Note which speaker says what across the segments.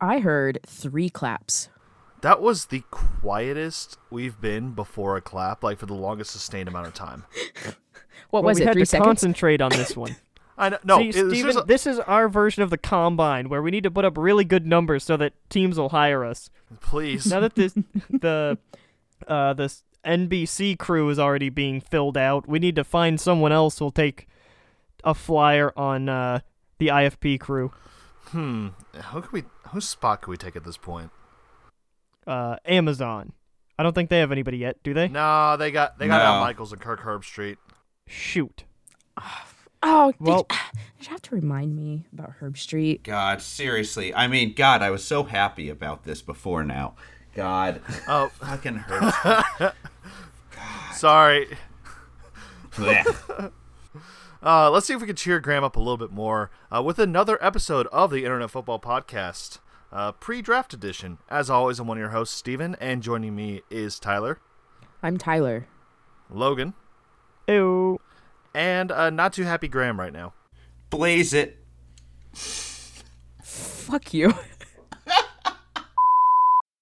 Speaker 1: I heard three claps.
Speaker 2: That was the quietest we've been before a clap, like for the longest sustained amount of time.
Speaker 1: What
Speaker 3: Well,
Speaker 1: was
Speaker 3: we
Speaker 1: it?
Speaker 3: had
Speaker 1: Three
Speaker 3: to
Speaker 1: seconds.
Speaker 3: concentrate on this one.
Speaker 2: I know, no,
Speaker 3: See,
Speaker 2: it- this
Speaker 3: Steven,
Speaker 2: is a-
Speaker 3: this is our version of the combine where we need to put up really good numbers so that teams will hire us.
Speaker 2: please.
Speaker 3: Now that this the uh this NBC crew is already being filled out, we need to find someone else who'll take a flyer on uh the IFP crew.
Speaker 2: Hmm. Who can we? Whose spot could we take at this point?
Speaker 3: Uh Amazon. I don't think they have anybody yet, do they?
Speaker 2: No, they got they got
Speaker 4: No.
Speaker 2: Al Michaels and Kirk Herbstreit.
Speaker 3: Shoot.
Speaker 1: Oh, did,
Speaker 3: Well-
Speaker 1: you, did you have to remind me about Herb Street?
Speaker 4: God, seriously. I mean, God, I was so happy about this before now. God,
Speaker 2: Oh,
Speaker 4: fucking hurts.
Speaker 2: sorry.
Speaker 4: Blech.
Speaker 2: Uh, let's see if we can cheer Graham up a little bit more uh, with another episode of the Internet Football Podcast, uh, pre-draft edition. As always, I'm one of your hosts, Steven, and joining me is Tyler,
Speaker 1: I'm Tyler.
Speaker 2: Logan,
Speaker 3: Ew.
Speaker 2: and uh, not too happy Graham right now.
Speaker 4: Blaze it.
Speaker 1: Fuck you.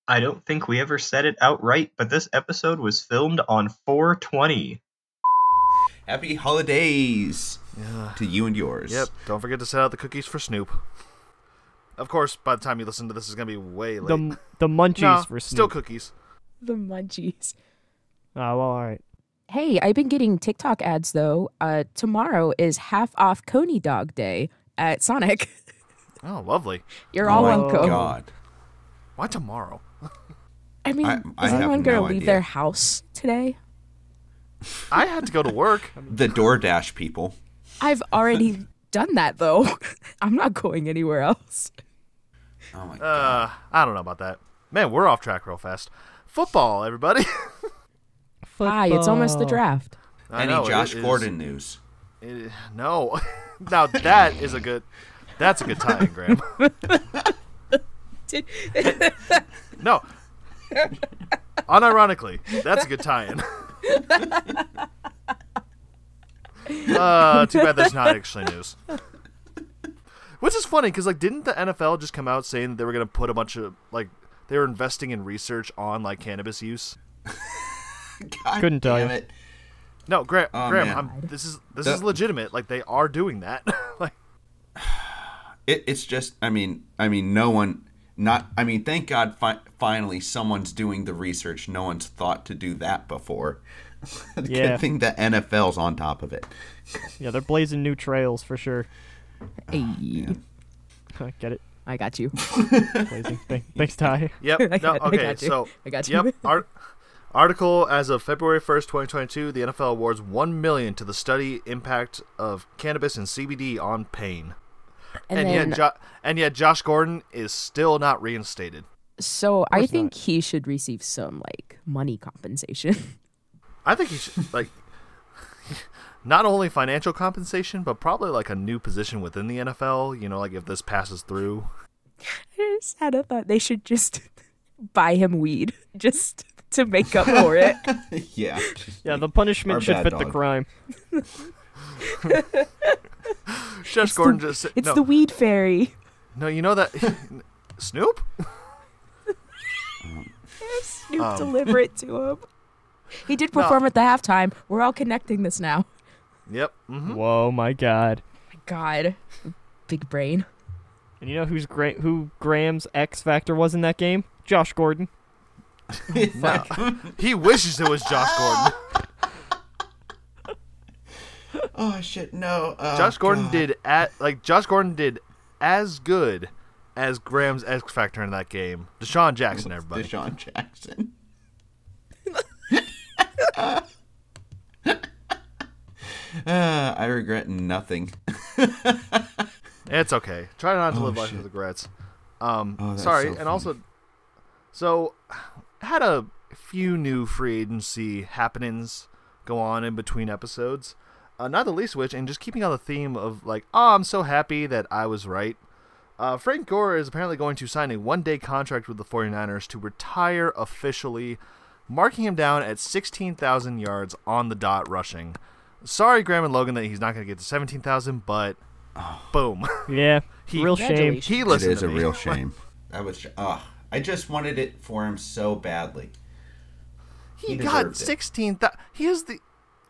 Speaker 5: I don't think we ever said it outright, but this episode was filmed on 420.
Speaker 4: Happy holidays to you and yours.
Speaker 2: Yep. Don't forget to set out the cookies for Snoop. Of course, by the time you listen to this, is gonna be way late.
Speaker 3: The m- the munchies
Speaker 2: Nah,
Speaker 3: for Snoop.
Speaker 2: still cookies.
Speaker 1: the munchies.
Speaker 3: Oh, well, all right.
Speaker 1: Hey, I've been getting TikTok ads though. Uh, tomorrow is half off Coney Dog Day at Sonic.
Speaker 2: Oh, lovely.
Speaker 1: You're all
Speaker 4: oh
Speaker 1: on
Speaker 4: my
Speaker 1: co.
Speaker 4: God.
Speaker 2: Why tomorrow?
Speaker 1: I mean,
Speaker 4: I- I
Speaker 1: is
Speaker 4: have
Speaker 1: anyone gonna
Speaker 4: no
Speaker 1: leave
Speaker 4: idea.
Speaker 1: their house today?
Speaker 2: I had to go to work.
Speaker 4: The DoorDash people.
Speaker 1: I've already done that though. I'm not going anywhere else.
Speaker 4: Oh my God.
Speaker 2: Uh, I don't know about that. Man, we're off track real fast. Football, everybody.
Speaker 1: Hi, it's almost the draft.
Speaker 2: I
Speaker 4: Any
Speaker 2: know, it
Speaker 4: Josh
Speaker 2: is-
Speaker 4: Gordon news?
Speaker 2: it- no. now that is a good. That's a good tie-in, Graham. no. Unironically, that's a good tie-in. uh, too bad that's not actually news. Which is funny because like, didn't the NFL just come out saying that they were gonna put a bunch of like they were investing in research on like cannabis use?
Speaker 4: God
Speaker 3: Couldn't tell
Speaker 4: damn
Speaker 3: you.
Speaker 4: it.
Speaker 2: No, Gra-
Speaker 4: Oh,
Speaker 2: Graham,
Speaker 4: man.
Speaker 2: I'm, this is this
Speaker 4: The-
Speaker 2: is legitimate. Like they are doing that. like
Speaker 4: it, it's just i mean i mean no one not i mean thank god fi- finally someone's doing the research no one's thought to do that before
Speaker 3: Yeah.
Speaker 4: good thing the nfl's on top of it
Speaker 3: Yeah, they're blazing new trails for sure.
Speaker 4: Ah,
Speaker 1: Hey,
Speaker 3: I get it.
Speaker 1: I got you.
Speaker 3: Blazing. Thank- Thanks, Ty.
Speaker 2: Yep.
Speaker 1: I
Speaker 2: no,
Speaker 1: got- I
Speaker 2: okay.
Speaker 1: got you.
Speaker 2: So
Speaker 1: I got you.
Speaker 2: Yep. Art- article as of February first, twenty twenty two, the NFL awards one million to the study impact of cannabis and CBD on pain.
Speaker 1: And,
Speaker 2: And,
Speaker 1: then,
Speaker 2: yet, jo- and yet, Josh Gordon is still not reinstated.
Speaker 1: so I think he should receive some like money compensation.
Speaker 2: I think he should like not only financial compensation, but probably like a new position within the NFL. You know, like if this passes through.
Speaker 1: I just had a thought they should just buy him weed just to make up for it.
Speaker 4: yeah
Speaker 3: Yeah, the
Speaker 4: Our
Speaker 3: punishment should
Speaker 4: bad
Speaker 3: fit the
Speaker 4: dog.
Speaker 3: crime.
Speaker 2: Josh Gordon just said-
Speaker 1: It's
Speaker 2: no,
Speaker 1: the weed fairy.
Speaker 2: no, you know that Snoop.
Speaker 1: Snoop
Speaker 2: Um.
Speaker 1: deliver it to him. He did perform at the halftime. We're all connecting this now.
Speaker 2: Yep. hmm
Speaker 3: Whoa, my God.
Speaker 1: My God, big brain.
Speaker 3: And you know who's Gra- who Graham's X factor was in that game? Josh Gordon.
Speaker 2: No. he wishes it was Josh Gordon.
Speaker 4: oh shit no uh,
Speaker 2: Josh Gordon did at like Josh Gordon did as good as Graham's X Factor in that game. Deshaun Jackson, everybody.
Speaker 4: Deshaun jackson uh, i regret nothing
Speaker 2: It's okay. Try not to
Speaker 4: Oh,
Speaker 2: live life
Speaker 4: shit.
Speaker 2: with regrets. Um,
Speaker 4: Oh, that's
Speaker 2: sorry,
Speaker 4: so
Speaker 2: and
Speaker 4: funny.
Speaker 2: also, so had a few new free agency happenings go on in between episodes. Uh, not the least of which, and just keeping on the theme of like, oh, I'm so happy that I was right. Uh, Frank Gore is apparently going to sign a one-day contract with the 49ers to retire officially, marking him down at 16,000 yards on the dot rushing. Sorry, Graham and Logan, that he's not going to get to 17,000, but boom.
Speaker 3: Yeah.
Speaker 2: He-
Speaker 4: Oh.
Speaker 3: Real shame.
Speaker 1: Congratulations.
Speaker 2: He
Speaker 4: it
Speaker 2: listened
Speaker 4: is
Speaker 2: to
Speaker 4: a
Speaker 2: me.
Speaker 4: real shame I was ugh. I just wanted it for him so badly.
Speaker 2: He,
Speaker 4: He deserved
Speaker 2: got
Speaker 4: it.
Speaker 2: sixteen. Th- he is the,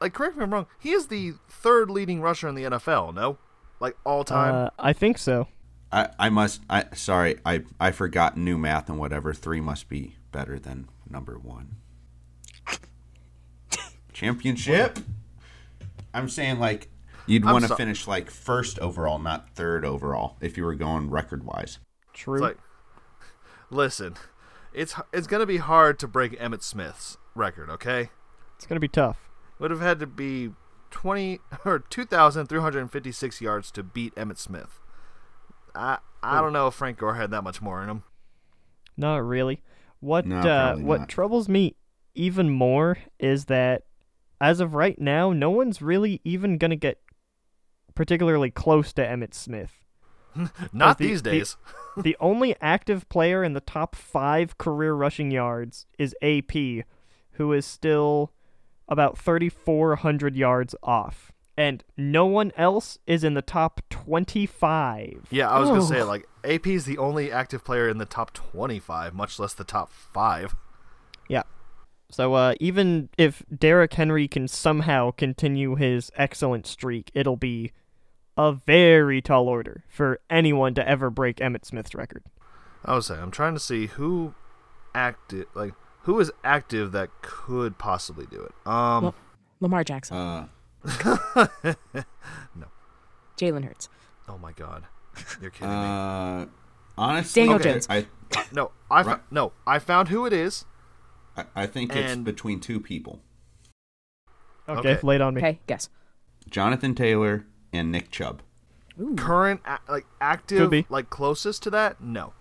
Speaker 2: like, correct me if I'm wrong. He is the third leading rusher in the NFL. No, like all time.
Speaker 3: Uh, I think so.
Speaker 4: I, I must I sorry, I I forgot new math and whatever. Three must be better than number one. Championship. I'm saying like you'd
Speaker 2: I'm
Speaker 4: want to
Speaker 2: so-
Speaker 4: finish like first overall, not third overall, if you were going record wise.
Speaker 3: True.
Speaker 2: it's like, listen, it's h- it's gonna be hard to break Emmett Smith's record. Okay,
Speaker 3: It's gonna be tough.
Speaker 2: would have had to be twenty or two thousand three hundred and fifty six yards to beat Emmett Smith. I I don't know if Frank Gore had that much more in him.
Speaker 3: Not really. What
Speaker 4: No,
Speaker 3: uh,
Speaker 4: probably
Speaker 3: what
Speaker 4: not.
Speaker 3: troubles me even more is that as of right now, no one's really even gonna get particularly close to Emmett Smith.
Speaker 2: Not
Speaker 3: the-
Speaker 2: these
Speaker 3: the-
Speaker 2: days.
Speaker 3: the only active player in the top five career rushing yards is AP, who is still about 3,400 yards off. And no one else is in the top 25.
Speaker 2: yeah, I was gonna
Speaker 1: Oh.
Speaker 2: say like AP is the only active player in the top twenty five, much less the top five.
Speaker 3: Yeah. So uh, even if Derrick Henry can somehow continue his excellent streak, it'll be a very tall order for anyone to ever break Emmett Smith's record.
Speaker 2: I was saying I'm trying to see who active like who is active that could possibly do it. Um,
Speaker 1: Well- Lamar Jackson,
Speaker 4: Uh
Speaker 1: Jalen Hurts.
Speaker 2: oh my god, you're kidding me.
Speaker 4: uh honestly
Speaker 1: Daniel
Speaker 4: I-
Speaker 1: Jones.
Speaker 4: I,
Speaker 2: No, I fo-
Speaker 4: Uh, Right.
Speaker 2: no, I found who it is.
Speaker 4: I I think it's
Speaker 2: And-
Speaker 4: between two people.
Speaker 3: Okay,
Speaker 2: Okay.
Speaker 3: laid on me.
Speaker 1: Okay, guess.
Speaker 4: Jonathan Taylor and Nick Chubb.
Speaker 1: Ooh.
Speaker 2: Current a- like active
Speaker 3: Hmm. Could be.
Speaker 2: like closest to that? No.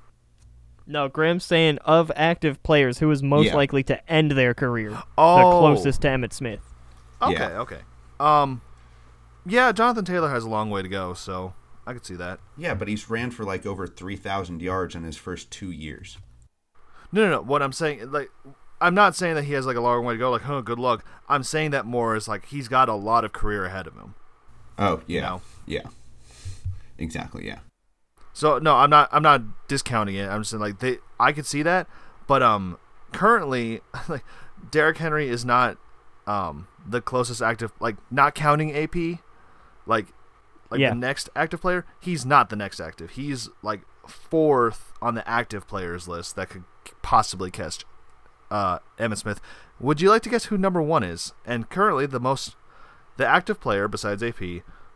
Speaker 3: No, Graham's saying of active players, who is most
Speaker 4: Yeah.
Speaker 3: likely to end their career the
Speaker 2: Oh.
Speaker 3: closest to Emmett Smith.
Speaker 2: Okay,
Speaker 4: Yeah.
Speaker 2: okay. Um yeah, Jonathan Taylor has a long way to go, so I could see that.
Speaker 4: Yeah, but he's ran for like over three thousand yards in his first two years.
Speaker 2: No, no, no. What I'm saying like I'm not saying that he has like a long way to go like, "Oh, good luck." I'm saying that more is like he's got a lot of career ahead of him.
Speaker 4: Oh yeah,
Speaker 2: No.
Speaker 4: yeah, exactly. Yeah,
Speaker 2: So no, I'm not. I'm not discounting it. I'm just saying like they. I could see that, but um, currently, like Derrick Henry is not um the closest active. Like not counting AP, like like
Speaker 3: Yeah.
Speaker 2: the next active player. He's not the next active. He's like fourth on the active players list that could possibly catch uh Emmett Smith. Would you like to guess who number one is? And currently, the most the active player besides AP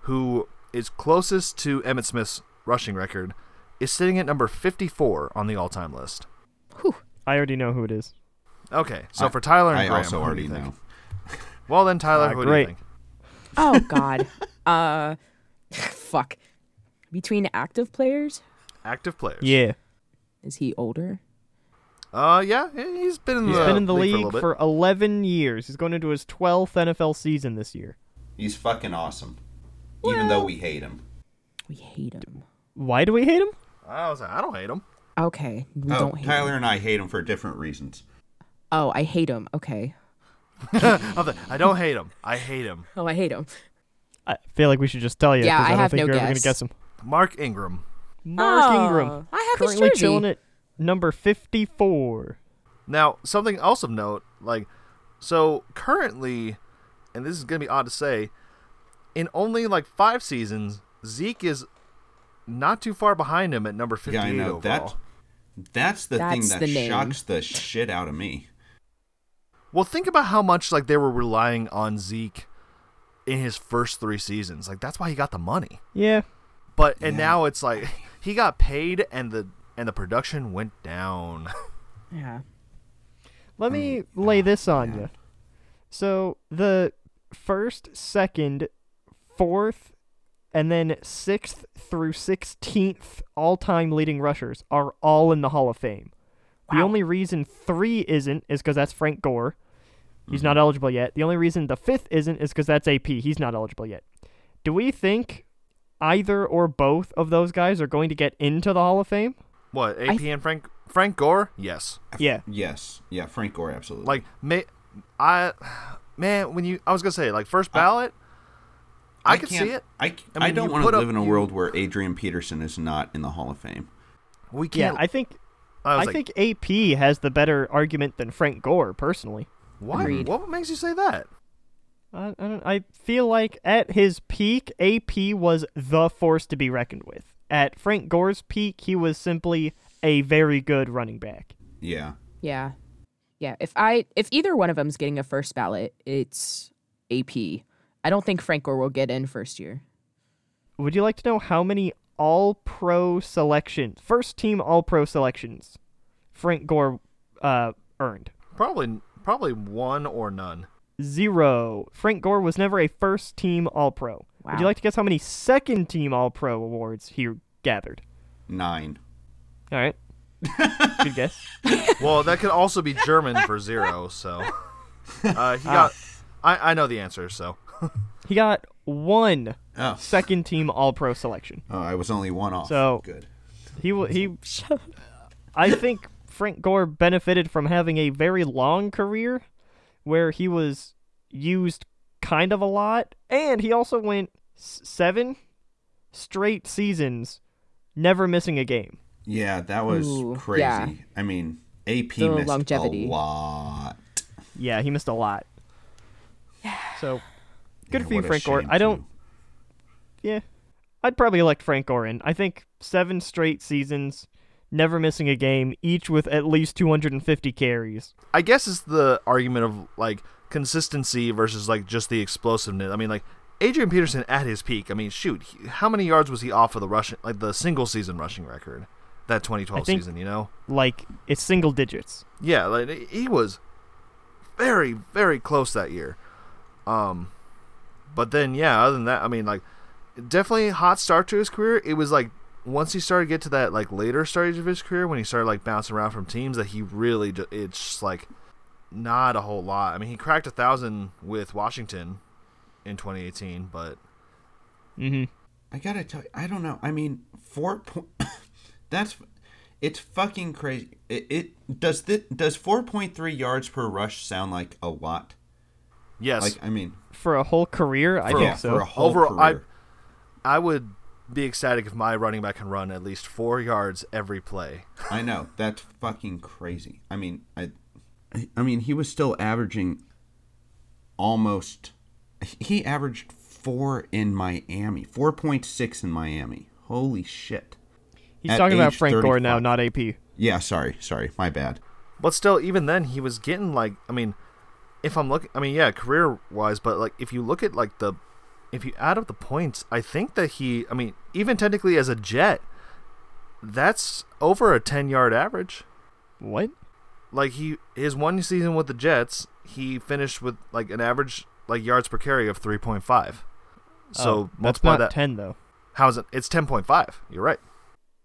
Speaker 2: who is closest to Emmett Smith's rushing record is sitting at number 54 on the all-time list.
Speaker 3: I already know who it is.
Speaker 2: Okay, so
Speaker 4: I-
Speaker 2: for Tyler and
Speaker 4: I
Speaker 2: Graham,
Speaker 4: also
Speaker 2: who do
Speaker 4: already
Speaker 2: you think?
Speaker 4: know.
Speaker 2: Well then, Tyler,
Speaker 3: Ah,
Speaker 2: who
Speaker 3: great.
Speaker 2: do you think?
Speaker 1: Oh God. uh, fuck. Between active players,
Speaker 2: Active players.
Speaker 3: Yeah.
Speaker 1: is he older?
Speaker 2: Uh, yeah, he- he's been in
Speaker 4: He's
Speaker 2: the
Speaker 3: Been in the
Speaker 2: league, for a
Speaker 3: league,
Speaker 2: little bit.
Speaker 3: for 11 years. He's going into his 12th NFL season this year.
Speaker 4: He's fucking awesome, even though we hate him.
Speaker 1: We hate him.
Speaker 3: Why do we hate him?
Speaker 2: I was like, I don't hate him.
Speaker 1: Okay, we
Speaker 4: oh,
Speaker 1: don't hate
Speaker 4: Tyler
Speaker 1: him.
Speaker 4: and I hate him for different reasons.
Speaker 1: Oh, I hate him. Okay.
Speaker 2: I'm like, I don't hate him. I hate him.
Speaker 1: Oh, I hate him.
Speaker 3: I feel like we should just tell you.
Speaker 1: Yeah,
Speaker 3: 'cause
Speaker 1: I
Speaker 3: I, don't
Speaker 1: have
Speaker 3: think
Speaker 1: no
Speaker 3: you're ever going to
Speaker 1: guess.
Speaker 3: guess him.
Speaker 2: Mark Ingram.
Speaker 3: Mark
Speaker 1: Oh,
Speaker 3: Ingram.
Speaker 1: I have his
Speaker 3: currently
Speaker 1: jersey.
Speaker 3: chilling at number 54.
Speaker 2: Now, something else of note, like, so currently, and this is going to be odd to say, in only like five seasons, Zeke is not too far behind him at number 58
Speaker 4: Yeah, I know
Speaker 2: overall.
Speaker 4: that. That's the
Speaker 1: That's
Speaker 4: thing that
Speaker 1: the name.
Speaker 4: shocks the shit out of me.
Speaker 2: Well, think about how much like they were relying on Zeke in his first three seasons. Like that's why he got the money.
Speaker 3: Yeah.
Speaker 2: But and
Speaker 4: Yeah.
Speaker 2: now it's like he got paid and the and the production went down.
Speaker 1: Yeah.
Speaker 3: Let
Speaker 4: Mm.
Speaker 3: me lay this on you. So the first, second, fourth, and then sixth through sixteenth all-time leading rushers are all in the Hall of Fame. The
Speaker 1: Wow.
Speaker 3: only reason three isn't is because that's Frank Gore. He's not eligible yet. The only reason the fifth isn't is because that's AP. He's not eligible yet. Do we think either or both of those guys are going to get into the Hall of Fame?
Speaker 2: what AP and Frank Frank Gore? Yes.
Speaker 3: Yeah.
Speaker 4: Yes, yeah, Frank Gore, absolutely.
Speaker 2: Like may, I man, when you I was gonna say like first ballot, I, could
Speaker 4: can't-
Speaker 2: see it.
Speaker 4: I, c-
Speaker 2: I
Speaker 4: I,
Speaker 2: mean,
Speaker 4: don't
Speaker 2: you
Speaker 4: want
Speaker 2: put
Speaker 4: to
Speaker 2: up-
Speaker 4: live in a
Speaker 2: you-
Speaker 4: world where Adrian Peterson is not in the Hall of Fame.
Speaker 2: We
Speaker 3: Yeah,
Speaker 2: can't.
Speaker 3: I think
Speaker 2: I
Speaker 3: I,
Speaker 2: was like,
Speaker 3: think AP has the better argument than Frank Gore, personally.
Speaker 2: what?
Speaker 1: Agreed.
Speaker 2: What makes you say that?
Speaker 3: I, I, don't, I feel like at his peak, AP was the force to be reckoned with. At Frank Gore's peak, he was simply a very good running back.
Speaker 4: Yeah.
Speaker 1: Yeah. Yeah. If I if either one of them's getting a first ballot, it's AP. I don't think Franco will get in first year.
Speaker 3: Would you like to know how many All Pro selections, first team All Pro selections, Frank Gore uh, earned?
Speaker 2: Probably, probably one or none.
Speaker 3: Zero. Frank Gore was never a first team All Pro. Would you
Speaker 1: Wow.
Speaker 3: like to guess how many second team All Pro awards he gathered?
Speaker 4: Nine.
Speaker 3: All right. Good guess.
Speaker 2: Well, that could also be German for zero. So uh, he got. I, I know the answer. So
Speaker 3: He got one
Speaker 4: Oh.
Speaker 3: second team All Pro selection.
Speaker 4: Oh, I was only one off.
Speaker 3: So-
Speaker 4: good.
Speaker 3: He wa- he. I think Frank Gore benefited from having a very long career, where he was used kind of a lot, and he also went s- seven straight seasons, never missing a game.
Speaker 4: Yeah, that was
Speaker 1: Ooh,
Speaker 4: crazy.
Speaker 1: yeah.
Speaker 4: I mean, AP
Speaker 1: The
Speaker 4: missed
Speaker 1: longevity.
Speaker 4: a lot.
Speaker 3: Yeah, he missed a lot. So, good
Speaker 4: Yeah,
Speaker 3: for you,
Speaker 4: what a
Speaker 3: Frank Gore.
Speaker 4: shame,
Speaker 3: I don't.
Speaker 4: too.
Speaker 3: Yeah, I'd probably elect Frank Gore in. I think seven straight seasons, never missing a game, each with at least 250 carries.
Speaker 2: I guess it's the argument of like consistency versus like just the explosiveness. I mean, like Adrian Peterson at his peak. I mean, shoot, he, how many yards was he off of the rushing, like the single season rushing record, that 2012
Speaker 3: I think-
Speaker 2: season? You know,
Speaker 3: Like it's single digits.
Speaker 2: yeah, like he was very, very close that year. Um, but then yeah, other than that, I mean, like definitely hot start to his career. It was like once he started to get to that like later stage of his career when he started like bouncing around from teams that he really ju- it's just, like not a whole lot. I mean, he cracked a thousand with Washington in 2018, but
Speaker 3: Mm-hmm.
Speaker 4: I gotta tell you, I don't know. I mean, four point. that's it's fucking crazy. It, it does this, does four point three yards per rush sound like a lot?
Speaker 2: yes,
Speaker 4: Like I mean,
Speaker 3: For a whole career, I
Speaker 4: for,
Speaker 3: think
Speaker 4: a,
Speaker 3: so.
Speaker 4: for a whole
Speaker 2: Overall, I-
Speaker 4: career.
Speaker 2: I would be ecstatic if my running back can run at least four yards every play.
Speaker 4: I know that's fucking crazy. I mean, I, I mean, he was still averaging almost. He averaged four in Miami, four point six in Miami. Holy shit!
Speaker 3: He's
Speaker 4: At
Speaker 3: talking about
Speaker 4: age
Speaker 3: Frank Gore now,
Speaker 4: 35.
Speaker 3: not AP.
Speaker 4: Yeah, sorry, sorry, my bad.
Speaker 2: But still, even then, he was getting like I mean, if I'm looking, I mean, yeah, career wise, but like if you look at like the, if you add up the points, I think that he, I mean, even technically as a Jet, that's over a ten yard average.
Speaker 3: What?
Speaker 2: Like he his one season with the Jets, he finished with like an average like yards per carry of three point five. So
Speaker 3: Oh, that's
Speaker 2: multiply
Speaker 3: not
Speaker 2: that.
Speaker 3: ten though.
Speaker 2: How is it? It's ten point five. You're right.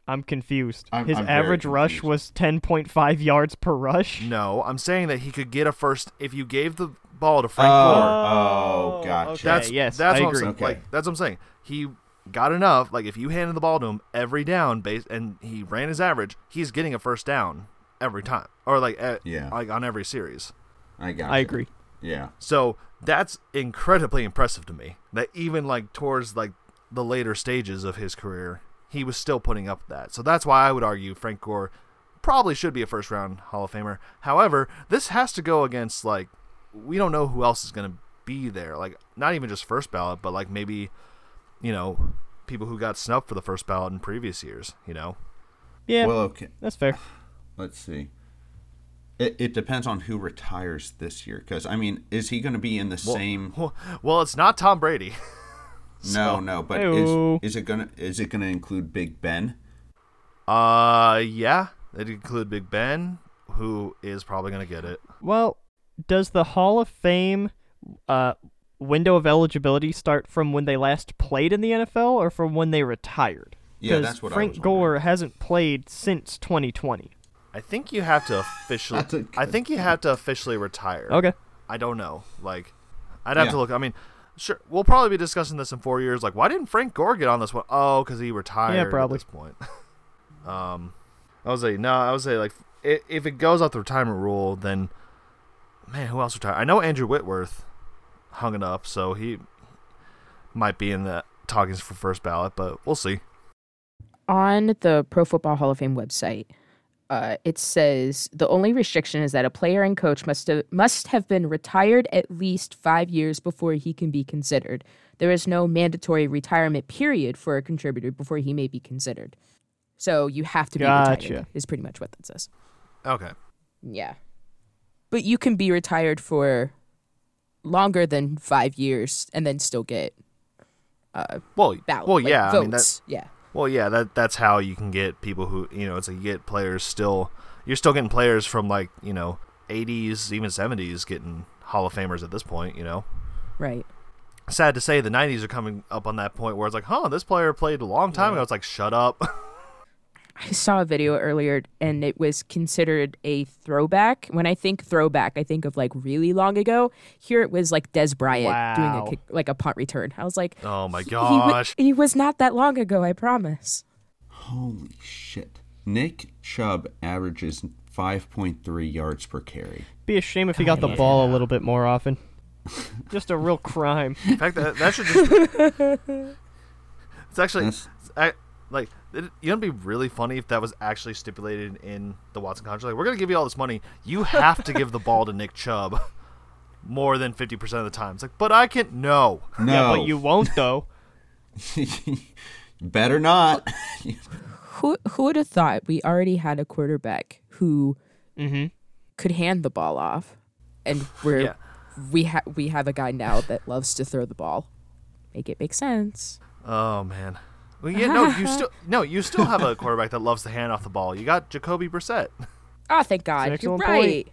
Speaker 3: I'm confused.
Speaker 4: I'm-
Speaker 3: His
Speaker 4: I'm very
Speaker 3: average rush
Speaker 4: confused.
Speaker 3: was 10.5 yards per rush.
Speaker 2: No, I'm saying that he could get a first if you gave the ball to Frank
Speaker 4: Oh,
Speaker 2: Gore.
Speaker 4: oh,
Speaker 3: Oh,
Speaker 4: gotcha.
Speaker 3: okay.
Speaker 2: That's
Speaker 3: yes,
Speaker 2: That's
Speaker 3: I
Speaker 2: what
Speaker 3: agree.
Speaker 2: I'm saying.
Speaker 4: Okay.
Speaker 2: Like that's what I'm saying. He got enough. Like if you handed the ball to him every down, base, and he ran his average, he's getting a first down every time, or like at,
Speaker 4: Yeah.
Speaker 2: like on every series.
Speaker 4: I got.
Speaker 3: I agree.
Speaker 4: Yeah.
Speaker 2: So that's incredibly impressive to me. That even like towards like the later stages of his career, he was still putting up that. So that's why I would argue Frank Gore probably should be a first round Hall of Famer. However, this has to go against like we don't know who else is going to be there. Like not even just first ballot, but like maybe you know people who got snubbed for the first ballot in previous years. You know,
Speaker 3: Yeah,
Speaker 4: Well, okay.
Speaker 3: that's fair.
Speaker 4: Let's see. It, it depends on who retires this year, because I mean, is he going to be in the same?
Speaker 2: well, well it's not Tom Brady.
Speaker 4: No, no. But
Speaker 3: Hey-o.
Speaker 4: is, is it gonna is it gonna include Big Ben?
Speaker 2: Uh, yeah, it include Big Ben, who is probably going to get it.
Speaker 3: Well, does the Hall of Fame uh, window of eligibility start from when they last played in the NFL or from when they retired?
Speaker 4: Yeah,
Speaker 3: 'Cause
Speaker 4: that's what I
Speaker 3: Frank
Speaker 4: was wondering.
Speaker 3: Gore hasn't played since 2020.
Speaker 2: I think you have to officially.
Speaker 4: That's a good
Speaker 2: I think you have to officially retire.
Speaker 3: Okay.
Speaker 2: I don't know. Like, I'd have to
Speaker 4: Yeah.
Speaker 2: look. I mean, sure, we'll probably be discussing this in four years. Like, why didn't Frank Gore get on this one? Oh, because he retired.
Speaker 3: probably.
Speaker 2: At this point. um, I was like, no, I would say like, i- if it goes off the retirement rule, then man, who else retired? I know Andrew Whitworth hung it up, so he might be in the talkings for first ballot, but we'll see.
Speaker 1: On the Pro Football Hall of Fame website, uh, it says the only restriction is that a player and coach must have, must have been retired at least five years before he can be considered. There is no mandatory retirement period for a contributor before he may be considered. So you have to be
Speaker 3: Gotcha.
Speaker 1: retired. Is pretty much what that says.
Speaker 2: Okay.
Speaker 1: Yeah, but you can be retired for longer than five years and then still get
Speaker 2: Well,
Speaker 1: ballot.
Speaker 2: well,
Speaker 1: like,
Speaker 2: yeah. I mean, that,
Speaker 1: votes. yeah.
Speaker 2: well, yeah. That that's how you can get people who you know. It's like you get players still. You're still getting players from like you know 80s, even 70s, getting Hall of Famers at this point. You know,
Speaker 1: Right.
Speaker 2: sad to say, the 90s are coming up on that point where it's like, huh, this player played a long time ago. It's like, shut up.
Speaker 1: I saw a video earlier and it was considered a throwback. When I think throwback, I think of like really long ago. Here it was like Des Bryant doing
Speaker 3: Wow.
Speaker 1: a kick, like a punt return. I was like,
Speaker 2: oh my
Speaker 1: he- he wa-
Speaker 2: gosh.
Speaker 1: he, was not that long ago. I promise.
Speaker 4: Holy shit. Nick Chubb averages 5.3 yards per carry.
Speaker 3: Be a shame if he got the ball a little bit more often. Just a real crime.
Speaker 2: In fact, that, that should just. it's actually,
Speaker 4: That's-
Speaker 2: I, like, it, you know, it'd be really funny if that was actually stipulated in the Watson contract. Like, we're gonna give you all this money. You have to give the ball to Nick Chubb more than fifty percent of the time. It's like, but I can no.
Speaker 4: No.
Speaker 3: Yeah, but you won't though.
Speaker 4: better
Speaker 1: Oh,
Speaker 4: not.
Speaker 1: Who who would have thought we already had a quarterback who
Speaker 3: Mhm.
Speaker 1: could hand the ball off, and we're
Speaker 2: Yeah.
Speaker 1: we ha- we have a guy now that loves to throw the ball. Make it make sense.
Speaker 2: Oh man. Well, yeah, no, you still no, you still have a quarterback that loves to hand off the ball. You got Jacoby Brissett.
Speaker 1: Oh, thank
Speaker 3: an
Speaker 1: God. You're
Speaker 3: excellent point.
Speaker 1: right.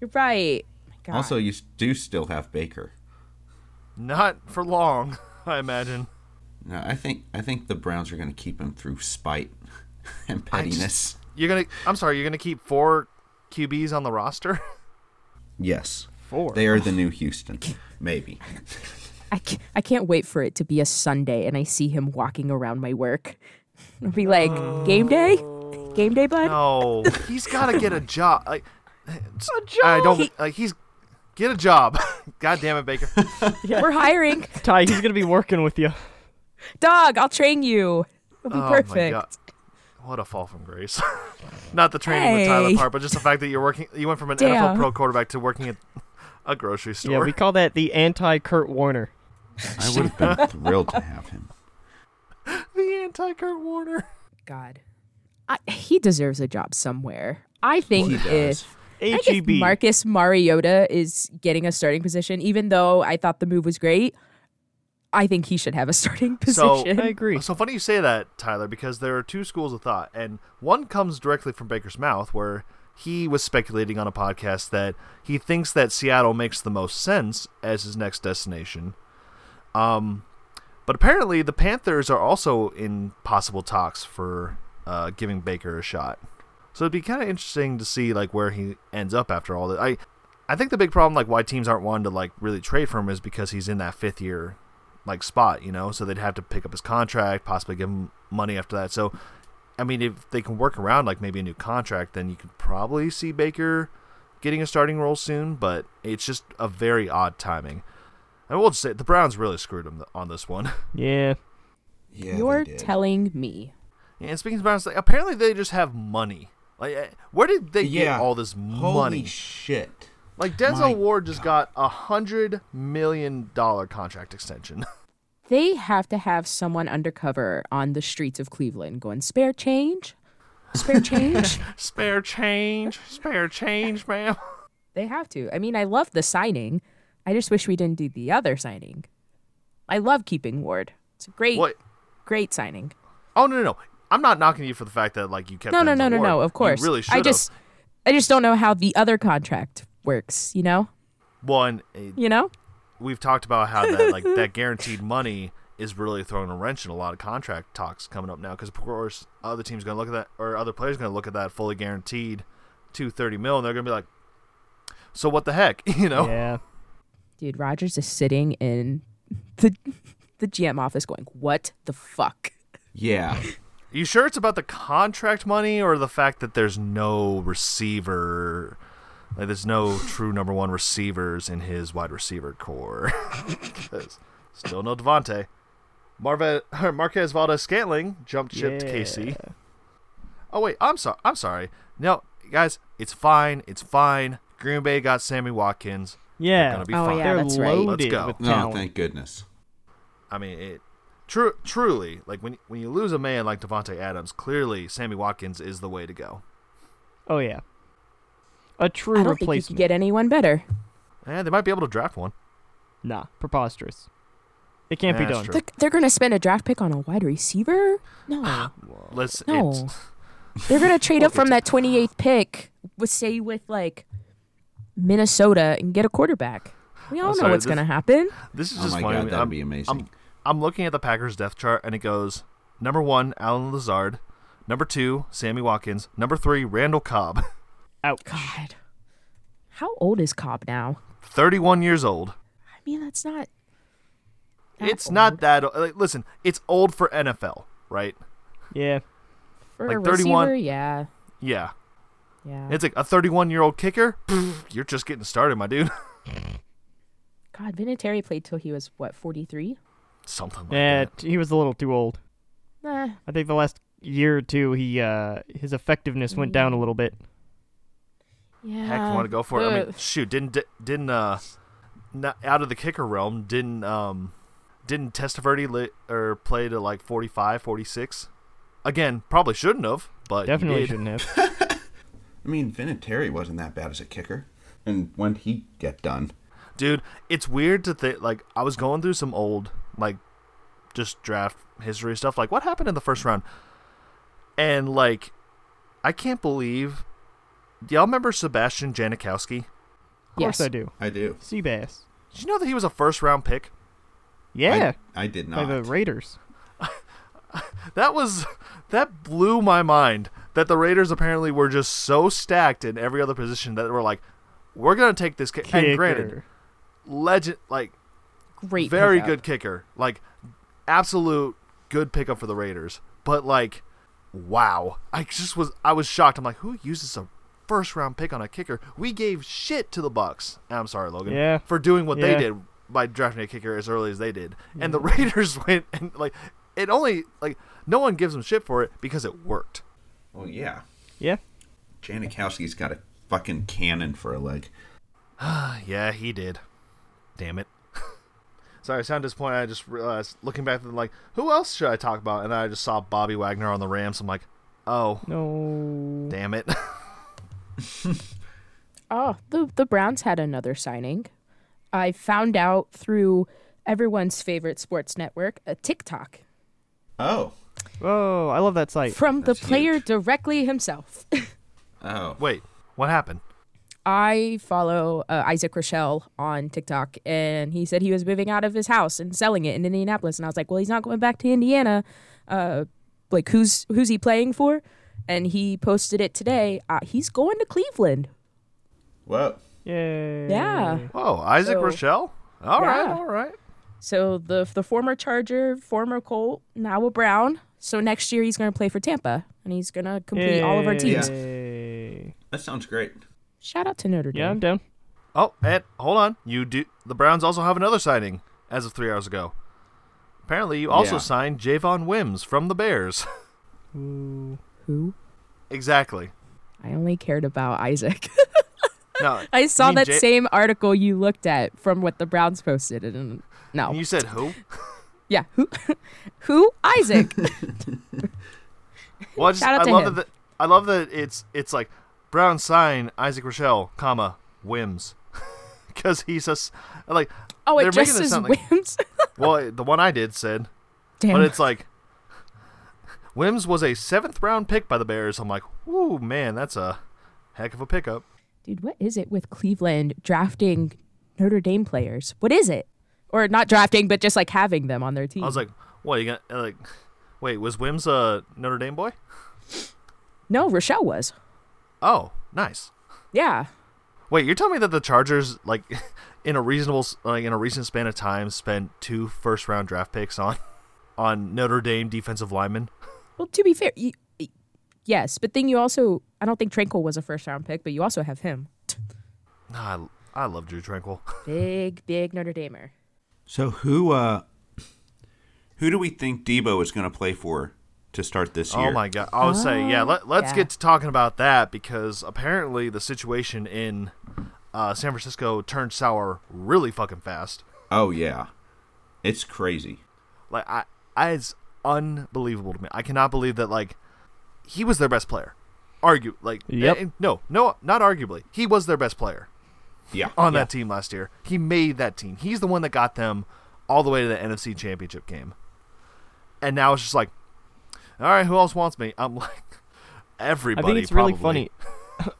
Speaker 1: You're right. My God.
Speaker 4: also, you s- do still have Baker.
Speaker 2: Not for long, I imagine.
Speaker 4: No, I think I think the Browns are going to keep him through spite and
Speaker 2: I just-
Speaker 4: pettiness.
Speaker 2: You're gonna. I'm sorry. You're gonna keep four QBs on the roster.
Speaker 4: Yes.
Speaker 3: Four.
Speaker 4: They are the new Houston. Maybe.
Speaker 1: I can't, I can't wait for it to be a Sunday and I see him walking around my work. I'll be like, game day?
Speaker 2: Oh.
Speaker 1: Game day, bud?
Speaker 2: No, he's got to get a job. Like, I don't.
Speaker 1: He-
Speaker 2: like, he's get a job. God damn it, Baker.
Speaker 1: We're hiring.
Speaker 3: Ty, he's gonna be working with you.
Speaker 1: Dog, I'll train you. It'll be
Speaker 2: Oh my
Speaker 1: perfect.
Speaker 2: God. What a fall from grace. Not the training with Tyler
Speaker 1: Hey.
Speaker 2: part, but just the fact that you're working. You went from an NFL
Speaker 1: Damn.
Speaker 2: pro quarterback to working at a grocery
Speaker 3: Yeah,
Speaker 2: store.
Speaker 3: we call that the anti Kurt Warner.
Speaker 4: I would have been thrilled to have him.
Speaker 2: the anti Kurt Warner.
Speaker 1: God. I, he deserves a job somewhere. I think
Speaker 4: He does.
Speaker 1: if. I
Speaker 2: E
Speaker 1: think if
Speaker 3: H-E-B.
Speaker 1: Marcus Mariota is getting a starting position, even though I thought the move was great, I think he should have a starting
Speaker 2: So-
Speaker 1: position.
Speaker 3: I agree.
Speaker 2: So funny you say that, Tyler, because there are two schools of thought, and one comes directly from Baker's mouth, where he was speculating on a podcast that he thinks that Seattle makes the most sense as his next destination. Um, but apparently, the Panthers are also in possible talks for uh, giving Baker a shot. So it'd be kind of interesting to see like where he ends up after all that. I, I think the big problem like why teams aren't wanting to like really trade for him is because he's in that fifth year like spot, you know, so they'd have to pick up his contract, possibly give him money after that. So, I mean, if they can work around like maybe a new contract, then you could probably see Baker getting a starting role soon. But it's just a very odd timing. And we'll just say the Browns really screwed him on this one.
Speaker 3: Yeah.
Speaker 4: Yeah, they
Speaker 1: You're
Speaker 4: did.
Speaker 1: telling me
Speaker 2: And speaking of Browns, like, apparently they just have money. Like, eh, where did they
Speaker 4: yeah.
Speaker 2: get all this
Speaker 4: Holy
Speaker 2: money?
Speaker 4: shit.
Speaker 2: like Denzel
Speaker 4: my
Speaker 2: Ward just got a hundred million dollar contract extension.
Speaker 1: they have to have someone undercover on the streets of Cleveland going spare change, spare change.
Speaker 2: spare change, spare change, ma'am.
Speaker 1: they have to. I mean, I love the signing. I just wish we didn't do the other signing. I love keeping Ward. It's a great,
Speaker 2: What?
Speaker 1: great signing.
Speaker 2: Oh no, no, no! I'm not knocking you for the fact that like you kept.
Speaker 1: No, no,
Speaker 2: Denzel
Speaker 1: no, no,
Speaker 2: Ward.
Speaker 1: no.
Speaker 2: You
Speaker 1: Of course.
Speaker 2: really should
Speaker 1: I just, I just don't know how the other contract works. You know,
Speaker 2: one. eh,
Speaker 1: you know.
Speaker 2: We've talked about how that like that guaranteed money is really throwing a wrench in a lot of contract talks coming up now because of course other teams going to look at that or other players going to look at that fully guaranteed two thirty mil and they're going to be like, so what the heck, you
Speaker 4: Oh.
Speaker 2: know?
Speaker 3: Yeah.
Speaker 1: Dude, Rogers is sitting in the the GM office going, "What the fuck."
Speaker 4: Yeah.
Speaker 2: You sure it's about the contract money or the fact that there's no receiver? Like, there's no true number one receivers in his wide receiver core. 'Cause Still no Devontae. Marve- Marquez Valdez Scantling jumped ship to KC. Oh wait, I'm sorry. I'm sorry. No, guys, it's fine. It's fine. Green Bay got Sammy Watkins.
Speaker 3: Yeah.
Speaker 2: gonna be
Speaker 1: Oh,
Speaker 2: fine.
Speaker 1: yeah,
Speaker 3: They're
Speaker 1: that's right.
Speaker 3: loaded
Speaker 2: Let's go.
Speaker 3: with
Speaker 4: No,
Speaker 3: talent.
Speaker 4: thank goodness.
Speaker 2: I mean, it true truly like when when you lose a man like Devonte Adams, clearly Sammy Watkins is the way to go.
Speaker 3: oh yeah. A true
Speaker 1: I don't think you could
Speaker 3: replacement.
Speaker 1: get anyone better.
Speaker 2: And Eh, they might be able to draft one.
Speaker 3: Nah, preposterous. It can't
Speaker 2: Nah,
Speaker 3: be
Speaker 2: that's
Speaker 3: done.
Speaker 2: true.
Speaker 1: They're, they're going to spend a draft pick on a wide receiver? No.
Speaker 2: Let's
Speaker 1: No.
Speaker 2: it's,
Speaker 1: they're going to trade up from that 28th pick, with, say, with like Minnesota and get a quarterback. We all
Speaker 2: I'm
Speaker 1: know
Speaker 2: sorry,
Speaker 1: what's
Speaker 2: this-
Speaker 1: going to happen.
Speaker 2: this is
Speaker 4: Oh
Speaker 2: just
Speaker 4: my
Speaker 2: funny.
Speaker 4: God, that'd
Speaker 2: I'm-
Speaker 4: be amazing.
Speaker 2: I'm, I'm looking at the Packers depth chart and it goes number 1 Alan Lazard, number 2 Sammy Watkins, number 3 Randall Cobb,
Speaker 3: Ouch.
Speaker 1: God. How old is Cobb now?
Speaker 2: 31 years old.
Speaker 1: I mean, that's not. that
Speaker 2: It's
Speaker 1: old
Speaker 2: not that like, listen, it's old for NFL, right?
Speaker 3: Yeah.
Speaker 1: For a
Speaker 2: like 31.
Speaker 1: receiver, yeah.
Speaker 2: Yeah.
Speaker 1: Yeah.
Speaker 2: It's like a 31-year-old kicker.
Speaker 1: Mm.
Speaker 2: Pfft, You're just getting started, my dude.
Speaker 1: God, Vinatieri played till he was, what, 43?
Speaker 2: Something like
Speaker 3: Yeah,
Speaker 2: that.
Speaker 3: t- he was a little too old.
Speaker 1: Nah.
Speaker 3: I think the last year or two, he uh, his effectiveness went down a little bit.
Speaker 2: Uh,
Speaker 1: Yeah.
Speaker 2: Heck, want to go for it? I mean,
Speaker 1: Uh, Ugh.
Speaker 2: shoot, didn't didn't uh, not out of the kicker realm, didn't um, didn't Testaverde lit or play to like 45, 46? Again, probably shouldn't have, but he
Speaker 3: Definitely
Speaker 2: did.
Speaker 3: shouldn't have.
Speaker 4: I mean, Vinatieri wasn't that bad as a kicker. And when he get done,
Speaker 2: Dude, it's weird to think. Like, I was going through some old like just draft history stuff. Like, what happened in the first round? And like, I can't believe. Do y'all remember Sebastian Janikowski?
Speaker 3: Of
Speaker 1: Yes.
Speaker 3: course I do.
Speaker 4: I do.
Speaker 3: Seabass.
Speaker 2: Did you know that he was a first round pick?
Speaker 3: Yeah.
Speaker 4: I, I did
Speaker 3: by
Speaker 4: not.
Speaker 3: the Raiders.
Speaker 2: That was that blew my mind that the Raiders apparently were just so stacked in every other position that they were like, we're gonna take this kick. And granted,
Speaker 3: Kicker.
Speaker 2: legend like
Speaker 1: Great.
Speaker 2: very
Speaker 1: pickup.
Speaker 2: good kicker, like absolute good pickup for the Raiders. But like, wow, I just was I was shocked. I'm like, who uses a first round pick on a kicker? We gave shit to the Bucks. I'm sorry, Logan,
Speaker 3: Yeah.
Speaker 2: for doing what
Speaker 3: Yeah. Mm-hmm.
Speaker 2: they did by drafting a kicker as early as they did, and the Raiders went and like it only like no one gives them shit for it because it worked.
Speaker 4: Well, Oh, yeah.
Speaker 3: Yeah.
Speaker 4: Janikowski's got a fucking cannon for a leg.
Speaker 2: Yeah, he did. Damn it. Sorry, I sound disappointed. I just realized looking back, like, who else should I talk about? And then I just saw Bobby Wagner on the Rams. I'm like, oh,
Speaker 3: No.
Speaker 2: damn it.
Speaker 1: Oh, the the Browns had another signing. I found out through everyone's favorite sports network, a TikTok
Speaker 4: Oh.
Speaker 3: Oh, I love that site.
Speaker 1: from the
Speaker 4: That's
Speaker 1: player
Speaker 4: huge.
Speaker 1: directly himself.
Speaker 4: Oh.
Speaker 2: Wait, what happened?
Speaker 1: I follow uh, Isaac Rochelle on TikTok, and he said he was moving out of his house and selling it in Indianapolis. And I was like, "Well, he's not going back to Indiana. Uh, like, who's who's he playing for?" And he posted it today. Uh, he's going to Cleveland.
Speaker 4: Whoa.
Speaker 3: Yay.
Speaker 1: Yeah.
Speaker 2: Oh, Isaac
Speaker 1: So-
Speaker 2: Rochelle? All right,
Speaker 1: Yeah.
Speaker 2: all right.
Speaker 1: So the the former Charger, former Colt, now a Brown. So next year he's going to play for Tampa, and he's going to complete all of our teams.
Speaker 3: Yay.
Speaker 4: That sounds great.
Speaker 1: Shout out to Notre
Speaker 3: Yeah, I'm
Speaker 1: Dame.
Speaker 3: down.
Speaker 2: Oh, and hold on. You do. The Browns also have another signing as of three hours ago. Apparently, you also
Speaker 4: Yeah.
Speaker 2: signed Javon Wims from the Bears.
Speaker 3: Ooh.
Speaker 1: Who?
Speaker 2: exactly.
Speaker 1: I only cared about Isaac.
Speaker 2: No,
Speaker 1: I saw
Speaker 2: mean
Speaker 1: that
Speaker 2: Ja-
Speaker 1: same article you looked at from what the Browns posted, and no,
Speaker 2: You said who?
Speaker 1: yeah, who, who Isaac?
Speaker 2: Well, I, just,
Speaker 1: Shout out
Speaker 2: I
Speaker 1: to
Speaker 2: love
Speaker 1: him.
Speaker 2: that. The, I love that it's it's like Brown sign Isaac Rochelle, comma Wims, because he's a s- like.
Speaker 1: Oh,
Speaker 2: They're
Speaker 1: it just
Speaker 2: making it
Speaker 1: is
Speaker 2: sound like-
Speaker 1: whims.
Speaker 2: Well, the one I did said,
Speaker 1: Damn,
Speaker 2: but it's like Wims was a seventh round pick by the Bears. I'm like, ooh man, that's a heck of a pickup.
Speaker 1: dude, what is it with Cleveland drafting Notre Dame players? What is it? Or not drafting, but just like having them on their team.
Speaker 2: I was like, what you got? Like, wait, was Wims a Notre Dame boy?
Speaker 1: no, Rochelle was.
Speaker 2: Oh, nice.
Speaker 1: Yeah,
Speaker 2: Wait, you're telling me that the Chargers like in a reasonable s- like in a recent span of time spent two first round draft picks on on Notre Dame defensive linemen?
Speaker 1: Well, to be fair, you, y- yes, but then you also I don't think Tranquil was a first round pick, but you also have him.
Speaker 2: Ah, I, I love Drew Tranquil.
Speaker 1: Big, big Notre Damer.
Speaker 4: So who uh who do we think Debo is going to play for to start this year.
Speaker 2: Oh my god! I would say yeah.
Speaker 1: Oh,
Speaker 2: Let, let's
Speaker 1: yeah.
Speaker 2: get to talking about that because apparently the situation in uh, San Francisco turned sour really fucking fast.
Speaker 4: Oh yeah, it's crazy.
Speaker 2: Like I, I it's unbelievable to me. I cannot believe that like he was their best player. Argue like
Speaker 3: Yep.
Speaker 2: eh, no no not arguably he was their best player
Speaker 4: Yeah.
Speaker 2: on that team last year. He made that team. He's the one that got them all the way to the NFC Championship game. And now it's just like, all right, who else wants me? I'm like,
Speaker 3: I
Speaker 2: everybody.
Speaker 3: think it's really
Speaker 2: probably.
Speaker 3: funny.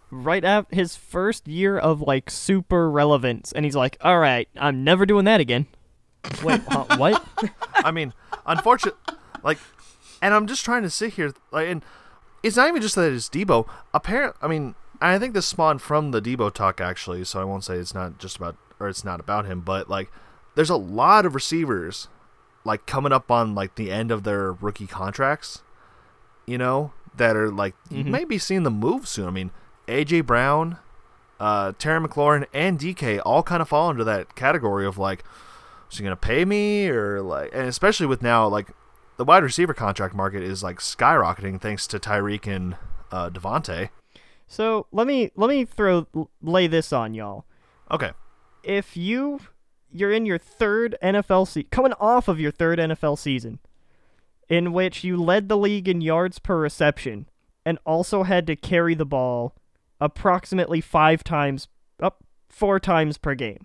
Speaker 3: right after his first year of like super relevance, and he's like, "All right, I'm never doing that again." Wait, huh, what?
Speaker 2: I mean, unfortunate, like, and I'm just trying to sit here, like, and it's not even just that it's Debo. Apparent, I mean, I think this spawned from the Debo talk actually, so I won't say it's not just about or it's not about him, but like, there's a lot of receivers like coming up on like the end of their rookie contracts, you know, that are like you may be seeing the move soon. I mean, AJ Brown. Uh, Terry McLaurin and DK all kind of fall into that category of like, is he gonna pay me or like and especially with now like the wide receiver contract market is like skyrocketing thanks to Tyreek and uh Devontae.
Speaker 3: So let me let me throw lay this on y'all.
Speaker 2: Okay.
Speaker 3: If you you're in your third NFL season, coming off of your third NFL season, in which you led the league in yards per reception, and also had to carry the ball approximately five times up four times per game,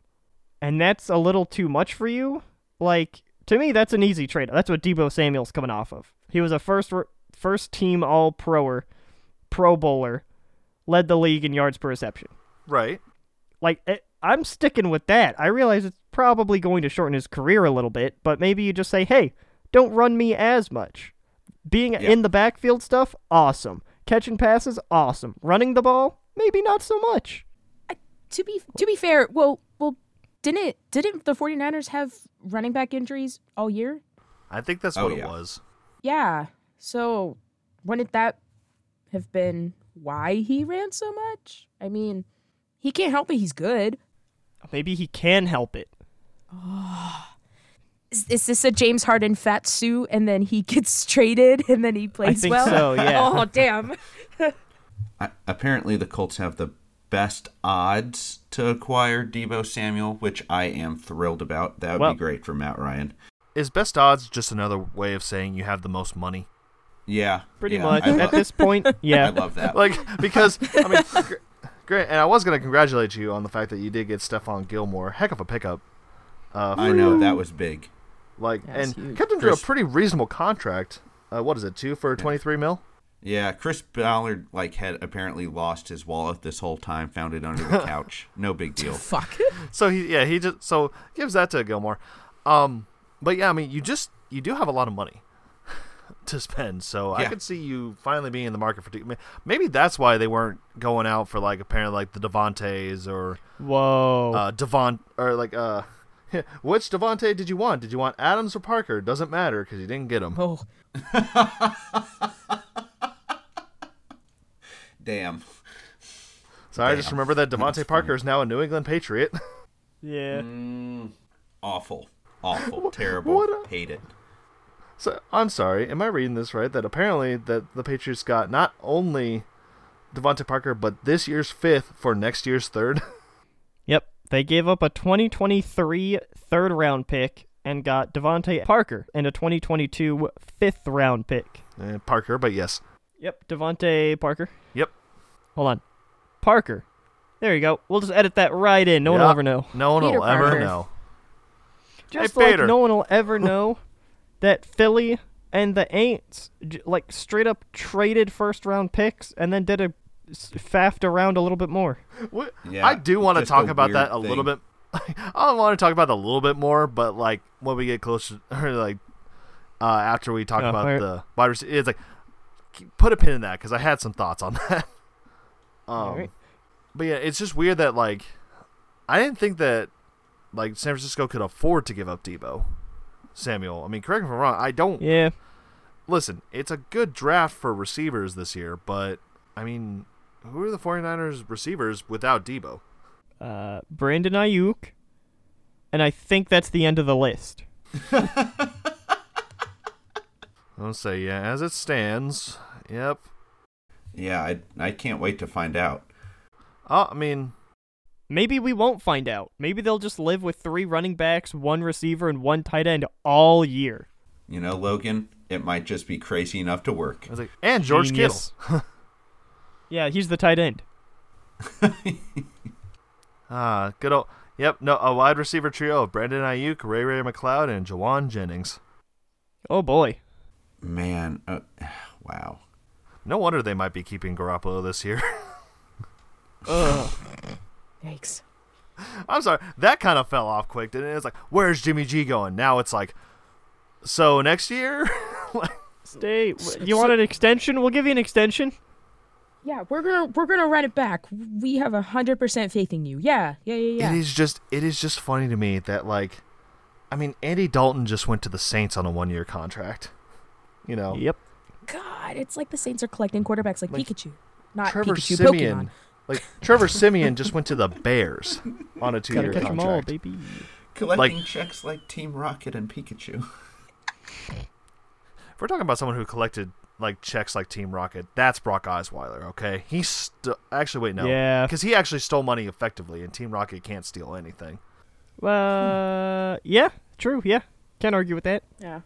Speaker 3: and that's a little too much for you. Like to me, that's an easy trade. That's what Debo Samuel's coming off of. He was a first first team All Proer, Pro Bowler, led the league in yards per reception.
Speaker 2: Right.
Speaker 3: Like it, I'm sticking with that. I realize it's probably going to shorten his career a little bit, but maybe you just say, "Hey, don't run me as much." Being
Speaker 4: Yeah.
Speaker 3: in the backfield stuff, awesome. Catching passes, awesome. Running the ball, maybe not so much.
Speaker 1: To be to be fair, well well didn't it didn't the 49ers have running back injuries all year?
Speaker 2: I think that's
Speaker 4: Oh,
Speaker 2: what it
Speaker 4: yeah.
Speaker 2: was.
Speaker 1: Yeah. So wouldn't that have been why he ran so much? I mean, he can't help it. He's good.
Speaker 3: Maybe he can help it.
Speaker 1: Is, is this a James Harden fat suit and then he gets traded and then he plays
Speaker 3: think
Speaker 1: well?
Speaker 3: so, yeah.
Speaker 1: oh, damn.
Speaker 4: I, apparently, the Colts have the best odds to acquire Debo Samuel, which I am thrilled about. That would
Speaker 3: Well-
Speaker 4: be great for Matt Ryan.
Speaker 2: Is best odds just another way of saying you have the most money?
Speaker 4: Yeah,
Speaker 3: Pretty
Speaker 4: yeah,
Speaker 3: much
Speaker 4: I
Speaker 3: at
Speaker 4: love,
Speaker 3: this point.
Speaker 4: I
Speaker 3: Yeah.
Speaker 4: love that.
Speaker 2: Like because I mean gr- great and I was gonna congratulate you on the fact that you did get Stefan Gilmore. Heck of a pickup. Uh,
Speaker 4: I know that was big.
Speaker 2: like
Speaker 1: That's
Speaker 2: and
Speaker 1: huge.
Speaker 2: kept him to a
Speaker 4: Chris-
Speaker 2: pretty reasonable contract. Uh, what is it, two for twenty three mil?
Speaker 4: Yeah, Chris Ballard like had apparently lost his wallet this whole time, found it under the couch. No big deal.
Speaker 1: Fuck.
Speaker 2: so he yeah he just so gives that to Gilmore, um, but yeah I mean you just you do have a lot of money to spend, so I
Speaker 4: Yeah.
Speaker 2: could see you finally being in the market for. D- ma- Maybe that's why they weren't going out for like apparently like the Devontes or
Speaker 3: Whoa.
Speaker 2: uh, Devon or like uh, which Devonte did you want? Did you want Adams or Parker? Doesn't matter because you didn't get him.
Speaker 1: Oh,
Speaker 4: Damn.
Speaker 2: So I just remember that Devonte Parker is now a New England Patriot.
Speaker 3: yeah.
Speaker 4: mm. Awful. Awful. Terrible.
Speaker 2: what a-
Speaker 4: Hate it.
Speaker 2: So I'm sorry, am I reading this right? That apparently that the Patriots got not only Devonte Parker, but this year's fifth for next year's third.
Speaker 3: Yep. They gave up a 2023 third round pick and got Devontae Parker and a 2022 fifth round pick.
Speaker 2: Eh, Parker, but yes.
Speaker 3: Yep. Devontae Parker.
Speaker 2: Yep.
Speaker 3: Hold on. Parker. There you go. We'll just edit that right in. No one will
Speaker 2: Yeah.
Speaker 3: ever know.
Speaker 2: No one
Speaker 1: Peter
Speaker 2: will ever
Speaker 1: Parker.
Speaker 2: know.
Speaker 3: Just
Speaker 2: Hey,
Speaker 3: like
Speaker 2: Peter.
Speaker 3: no one will ever know that Philly and the Aints j- like straight up traded first round picks and then did a s- faffed around a little bit more.
Speaker 2: What-
Speaker 4: Yeah,
Speaker 2: I do want to
Speaker 4: just
Speaker 2: talk
Speaker 4: a
Speaker 2: about
Speaker 4: weird
Speaker 2: that a
Speaker 4: thing.
Speaker 2: little bit. I want to talk about that a little bit more, but like when we get closer, or like uh, after we talk
Speaker 3: Yeah,
Speaker 2: about
Speaker 3: alright.
Speaker 2: the wide receiver, it's like keep- put a pin in that because I had some thoughts on that. Um,
Speaker 3: Alright.
Speaker 2: But yeah, it's just weird that like I didn't think that like San Francisco could afford to give up Debo Samuel. I mean, correct me if I'm wrong. I don't
Speaker 3: Yeah.
Speaker 2: listen, it's a good draft for receivers this year, but I mean, who are the 49ers receivers without Debo?
Speaker 3: Uh, Brandon Ayuk. And I think that's the end of the list.
Speaker 2: I'll say, yeah, as it stands, yep.
Speaker 4: Yeah, I I can't wait to find out.
Speaker 2: Uh, I mean,
Speaker 3: Maybe we won't find out. Maybe they'll just live with three running backs, one receiver, and one tight end all year.
Speaker 4: You know, Logan, it might just be crazy enough to work.
Speaker 2: I was like, and George
Speaker 3: Genius.
Speaker 2: Kittle.
Speaker 3: Yeah, he's the tight end.
Speaker 2: ah, good old. Yep, no, a wide receiver trio of Brandon Ayuk, Ray Ray McLeod, and Jawan Jennings.
Speaker 3: Oh boy.
Speaker 4: Man, uh, wow.
Speaker 2: No wonder they might be keeping Garoppolo this year.
Speaker 3: Ugh.
Speaker 1: Yikes.
Speaker 2: I'm sorry, that kind of fell off quick, didn't it? It's like, where's Jimmy G going? Now it's like, so next year? Like,
Speaker 3: Stay.
Speaker 1: So-
Speaker 3: You want an extension? We'll give you an extension.
Speaker 1: Yeah, we're gonna we're gonna run it back. We have a hundred percent faith in you. Yeah, yeah, yeah,
Speaker 2: It
Speaker 1: yeah.
Speaker 2: is just, it is just funny to me that like, I mean, Andy Dalton just went to the Saints on a one-year contract. You know,
Speaker 3: Yep.
Speaker 1: God, it's like the Saints are collecting quarterbacks like,
Speaker 2: Like,
Speaker 1: Pikachu, not
Speaker 2: Trevor
Speaker 1: Pikachu
Speaker 2: Simeon,
Speaker 1: Pokemon.
Speaker 2: like Trevor Simeon, just went to the Bears on a
Speaker 3: Gotta
Speaker 2: two-year
Speaker 3: catch 'em all,
Speaker 2: contract.
Speaker 3: baby.
Speaker 4: Collecting checks like Team Rocket and Pikachu.
Speaker 2: If we're talking about someone who collected like checks like Team Rocket, that's Brock Osweiler. Okay, he st- actually wait no,
Speaker 3: Yeah.
Speaker 2: because he actually stole money effectively, and Team Rocket can't steal anything.
Speaker 3: Uh, yeah, true. Yeah, can't argue with that.
Speaker 1: Yeah.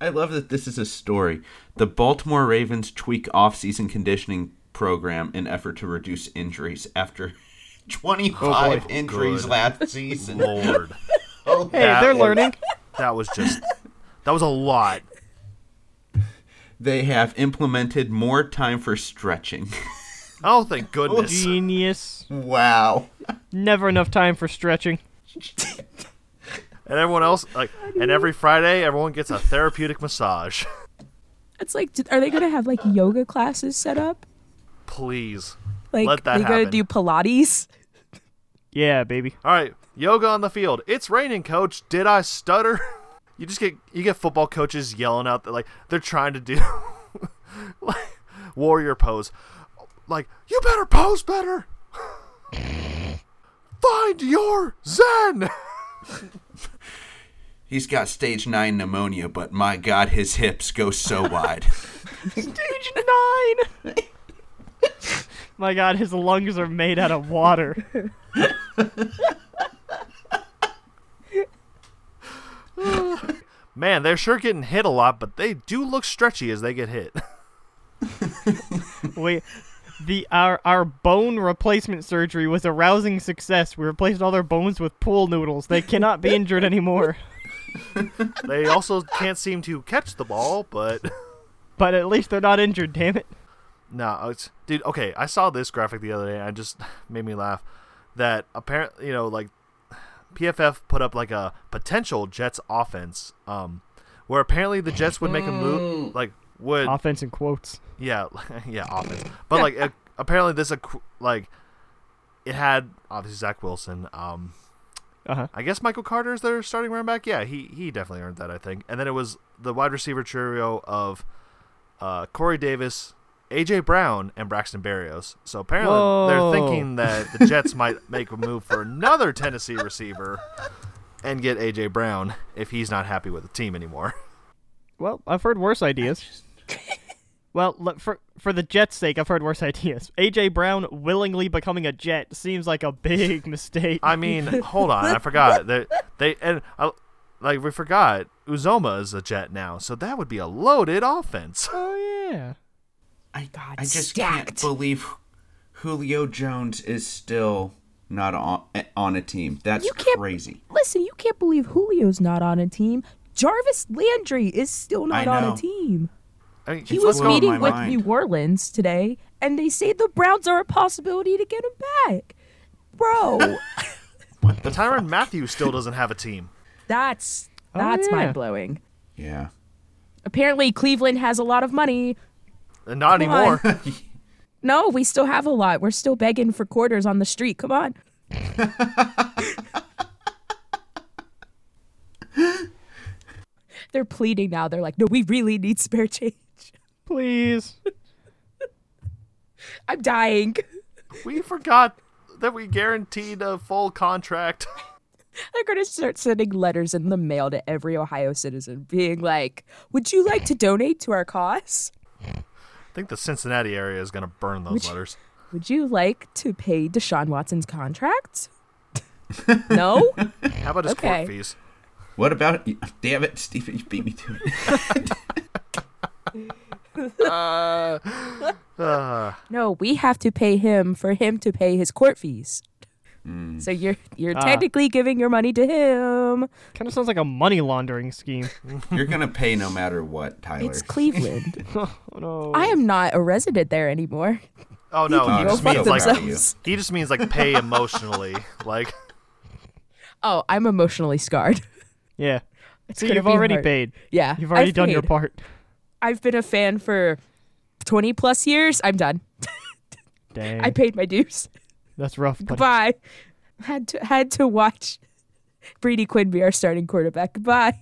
Speaker 4: I love that this is a story. The Baltimore Ravens tweak off-season conditioning program in effort to reduce injuries after 25 injuries
Speaker 2: Good
Speaker 4: last season.
Speaker 2: Lord,
Speaker 4: Oh,
Speaker 3: Hey,
Speaker 2: That
Speaker 3: they're
Speaker 2: is-
Speaker 3: learning.
Speaker 2: that was just that was a lot.
Speaker 4: They have implemented more time for stretching.
Speaker 2: Oh, thank goodness.
Speaker 3: Genius.
Speaker 4: wow.
Speaker 3: Never enough time for stretching.
Speaker 2: And everyone else, like, and every Friday, everyone gets a therapeutic massage.
Speaker 1: It's like, d- are they gonna have like yoga classes set up?
Speaker 2: Please.
Speaker 1: Like,
Speaker 2: Let that
Speaker 1: they gonna
Speaker 2: happen.
Speaker 1: do Pilates?
Speaker 3: Yeah, baby.
Speaker 2: All right, yoga on the field. It's raining, coach. Did I stutter? You just get you get football coaches yelling out that like they're trying to do like warrior pose. Like, you better pose better. Find your zen.
Speaker 4: He's got stage 9 pneumonia, but my god, his hips go so wide.
Speaker 3: Stage nine. My God, his lungs are made out of water.
Speaker 2: Man, they're sure getting hit a lot, but they do look stretchy as they get hit.
Speaker 3: We, the our our bone replacement surgery was a rousing success. We replaced all their bones with pool noodles. They cannot be injured anymore.
Speaker 2: they also can't seem to catch the ball, but
Speaker 3: But at least they're not injured. Damn it.
Speaker 2: No, it's dude. Okay, I saw this graphic the other day, and it just made me laugh. That apparently, you know, like PFF put up like a potential Jets offense, um, where apparently the Jets would make a move, like would
Speaker 3: Offense in quotes.
Speaker 2: yeah, yeah, offense. But like a, apparently this equ- like it had obviously Zach Wilson, um,
Speaker 3: Uh huh.
Speaker 2: I guess Michael Carter is their starting running back. Yeah, he he definitely earned that, I think. And then it was the wide receiver trio of uh, Corey Davis, AJ Brown, and Braxton Berrios. So apparently
Speaker 3: Whoa.
Speaker 2: they're thinking that the Jets might make a move for another Tennessee receiver and get AJ Brown if he's not happy with the team anymore.
Speaker 3: Well, I've heard worse ideas. well, look, for for the Jets' sake, I've heard worse ideas. AJ Brown willingly becoming a Jet seems like a big mistake.
Speaker 2: I mean, hold on, I forgot that they and I, like we forgot Uzoma is a Jet now, so that would be a loaded offense.
Speaker 3: oh yeah.
Speaker 4: I,
Speaker 1: God,
Speaker 4: I just can't
Speaker 1: stacked.
Speaker 4: believe Julio Jones is still not on, on a team. That's
Speaker 1: You can't-
Speaker 4: crazy.
Speaker 1: Listen, you can't believe Julio's not on a team. Jarvis Landry is still
Speaker 4: I
Speaker 1: not on
Speaker 4: know.
Speaker 1: a team.
Speaker 2: I mean,
Speaker 1: He
Speaker 4: It's
Speaker 1: was
Speaker 4: blowing
Speaker 1: meeting
Speaker 4: my
Speaker 1: with
Speaker 4: mind.
Speaker 1: New Orleans today, and they say the Browns are a possibility to get him back. Bro,
Speaker 2: Tyron Matthew still doesn't have a team.
Speaker 1: that's
Speaker 3: Oh,
Speaker 1: that's
Speaker 3: yeah.
Speaker 1: mind blowing.
Speaker 4: Yeah.
Speaker 1: Apparently, Cleveland has a lot of money.
Speaker 2: And not
Speaker 1: Come
Speaker 2: anymore.
Speaker 1: No, we still have a lot. We're still begging for quarters on the street. Come on. They're pleading now. They're like, no, we really need spare change.
Speaker 3: Please.
Speaker 1: I'm dying.
Speaker 2: we forgot that we guaranteed a full contract.
Speaker 1: They're going to start sending letters in the mail to every Ohio citizen, being like, "Would you like to donate to our cause?
Speaker 2: I think the Cincinnati area is going to burn those
Speaker 1: Which-
Speaker 2: letters.
Speaker 1: Would you like to pay Deshaun Watson's contract?" no.
Speaker 2: How about his
Speaker 1: Okay.
Speaker 2: court fees?
Speaker 4: What about? Damn it, Stephen, you beat me to it.
Speaker 2: Uh, uh,
Speaker 1: No, we have to pay him for him to pay his court fees.
Speaker 2: Mm.
Speaker 1: So you're you're
Speaker 3: Ah.
Speaker 1: technically giving your money to him.
Speaker 3: Kind of sounds like a money laundering scheme.
Speaker 4: You're gonna pay no matter what, Tyler.
Speaker 1: It's Cleveland.
Speaker 3: oh no.
Speaker 1: I am not a resident there anymore.
Speaker 2: oh no,
Speaker 4: can
Speaker 2: he
Speaker 4: go
Speaker 2: just
Speaker 4: fuck
Speaker 2: means
Speaker 4: themselves.
Speaker 2: like he just means like pay emotionally. like
Speaker 1: Oh, I'm emotionally scarred.
Speaker 3: Yeah. See,
Speaker 1: gonna
Speaker 3: you've
Speaker 1: be
Speaker 3: already
Speaker 1: hard.
Speaker 3: paid.
Speaker 1: Yeah,
Speaker 3: You've already
Speaker 1: I've
Speaker 3: done your
Speaker 1: paid.
Speaker 3: part.
Speaker 1: I've been a fan for 20 plus years. I'm done.
Speaker 3: Dang.
Speaker 1: I paid my dues.
Speaker 3: That's rough. buddy.
Speaker 1: Goodbye. Had to had to watch Brady Quinn be our starting quarterback. Goodbye.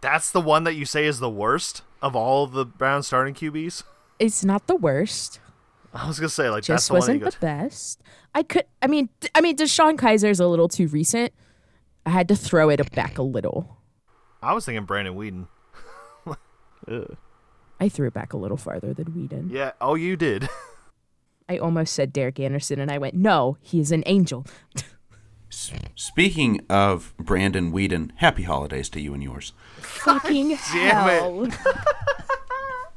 Speaker 2: that's the one that you say is the worst of all the Brown starting QBs.
Speaker 1: It's not the worst.
Speaker 2: I was gonna say like
Speaker 1: just
Speaker 2: that's the one that you
Speaker 1: wasn't
Speaker 2: go.
Speaker 1: the best. I could. I mean, d- I mean, Deshaun Kaiser's a little too recent. I had to throw it back a little.
Speaker 2: I was thinking Brandon Whedon.
Speaker 3: Ugh.
Speaker 1: I threw it back a little farther than Whedon.
Speaker 2: Yeah. Oh, you did.
Speaker 1: I almost said Derek Anderson, and I went, "No, he is an angel."
Speaker 4: S- Speaking of Brandon Whedon, happy holidays to you and yours.
Speaker 1: Fucking
Speaker 2: damn it.
Speaker 1: hell!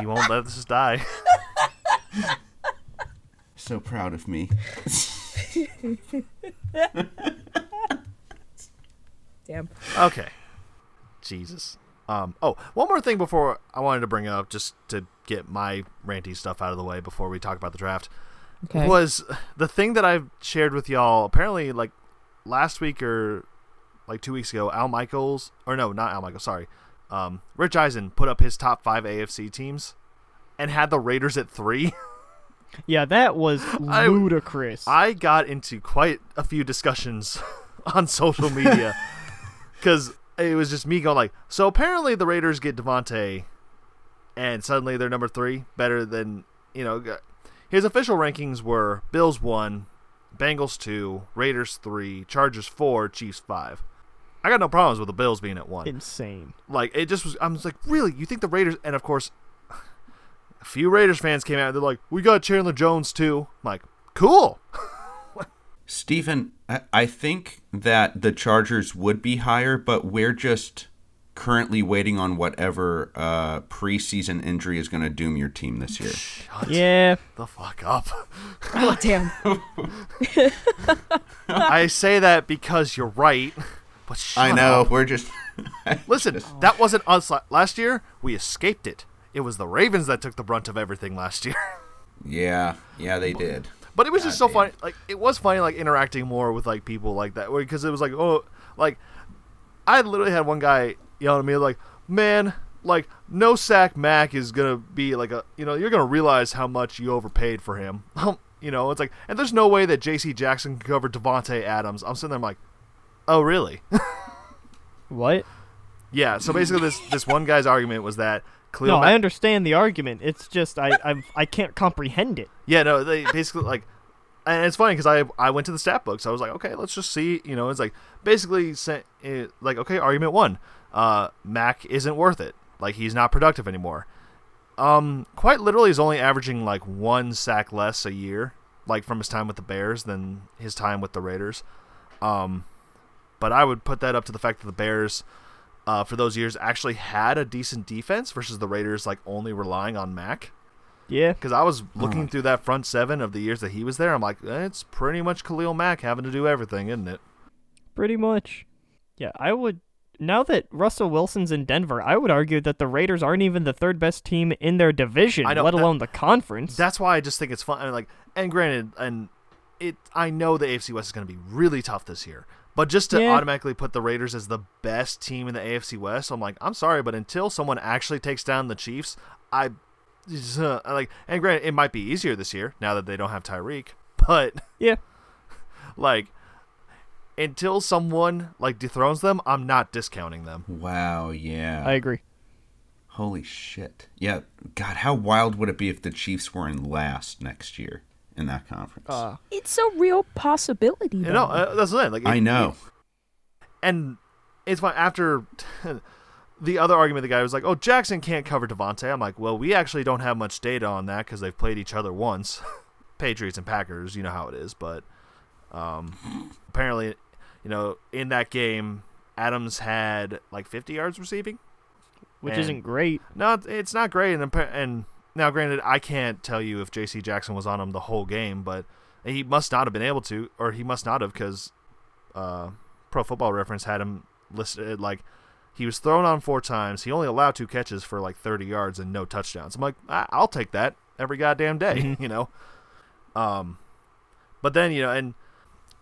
Speaker 2: He won't let us die.
Speaker 4: So proud of me.
Speaker 1: Damn.
Speaker 2: Okay. Jesus. Um, oh, one more thing before I wanted to bring up, just to get my ranty stuff out of the way before we talk about the draft,
Speaker 1: Okay.
Speaker 2: was the thing that I've shared with y'all. Apparently, like last week or like two weeks ago, Al Michaels, or no, not Al Michaels, sorry, um, Rich Eisen put up his top five AFC teams and had the Raiders at three.
Speaker 3: Yeah, that was ludicrous.
Speaker 2: I got into quite a few discussions on social media because it was just me going like, so apparently the Raiders get Devontae, and suddenly they're number three, better than you know. g- His official rankings were Bills one, Bengals two, Raiders three, Chargers four, Chiefs five. I got no problems with the Bills being at one
Speaker 3: Insane.
Speaker 2: like it just was i was like really you think the raiders and of course a few raiders fans came out they're like we got chandler jones too I'm like cool
Speaker 4: Stephen, I-, I think that the Chargers would be higher, but we're just currently waiting on whatever uh, preseason injury is going to doom your team this year.
Speaker 3: Yeah.
Speaker 2: the fuck up
Speaker 1: oh damn.
Speaker 2: i say that because you're right but shut
Speaker 4: I know.
Speaker 2: up.
Speaker 4: We're just.
Speaker 2: listen that wasn't us la- last year we escaped it it was the ravens that took the brunt of everything last year
Speaker 4: yeah, yeah, they did.
Speaker 2: But it was just so funny.
Speaker 4: Goddamn.
Speaker 2: Like it was funny, like interacting more with like people like that, because it was like, oh, like I literally had one guy yelling at me like, man, like no sack Mac is gonna be like a, you know, you're gonna realize how much you overpaid for him. Um, you know, it's like, and there's no way that J.C. Jackson can cover Devonte Adams. I'm sitting there, I'm like, oh really?
Speaker 3: What?
Speaker 2: yeah. So basically, this this one guy's argument was that. Khalil
Speaker 3: No,
Speaker 2: Mack-
Speaker 3: I understand the argument. It's just I I'm, I can't comprehend it.
Speaker 2: Yeah, no, they basically like, and it's funny because I I went to the stat book, so I was like, okay, let's just see, you know, it's like basically sent it, like okay, argument one, uh, Mac isn't worth it, like he's not productive anymore. Um, quite literally, is only averaging like one sack less a year, like from his time with the Bears than his time with the Raiders. Um, but I would put that up to the fact that the Bears. Uh, for those years, actually had a decent defense versus the Raiders, like only relying on Mac
Speaker 3: Yeah.
Speaker 2: because I was looking through that front seven of the years that he was there. I'm like, eh, it's pretty much Khalil Mack having to do everything, isn't it?
Speaker 3: Pretty much. Yeah, I would. Now that Russell Wilson's in Denver, I would argue that the Raiders aren't even the third best team in their division,
Speaker 2: I know,
Speaker 3: let
Speaker 2: that-
Speaker 3: alone the conference.
Speaker 2: That's why I just think it's fun. I mean, like, and granted, and it, I know the AFC West is going to be really tough this year, but just to
Speaker 3: Yeah.
Speaker 2: automatically put the Raiders as the best team in the AFC West, I'm like, I'm sorry, but until someone actually takes down the Chiefs, I I like. And granted, it might be easier this year now that they don't have Tyreek, but
Speaker 3: yeah.
Speaker 2: like. Until someone like dethrones them, I'm not discounting them.
Speaker 4: Wow, yeah.
Speaker 3: I agree.
Speaker 4: Holy shit. Yeah. God, how wild would it be if the Chiefs were in last next year? in that conference.
Speaker 3: Uh,
Speaker 1: It's a real possibility.
Speaker 2: You
Speaker 1: though.
Speaker 2: know, uh, that's the thing. Like,
Speaker 4: I
Speaker 2: it-
Speaker 4: know.
Speaker 2: and it's fine after the other argument the guy was like oh jackson can't cover devonte i'm like well we actually don't have much data on that because they've played each other once patriots and packers you know how it is but um, apparently you know in that game adams had like 50 yards receiving
Speaker 3: which
Speaker 2: And-
Speaker 3: isn't great.
Speaker 2: no it- it's not great and, appa- and now granted i can't tell you if jc jackson was on him the whole game but he must not have been able to or he must not have because uh, Pro Football Reference had him listed like he was thrown on four times. He only allowed two catches for like 30 yards and no touchdowns. I'm like, I- I'll take that every goddamn day, you know. Um, but then you know, and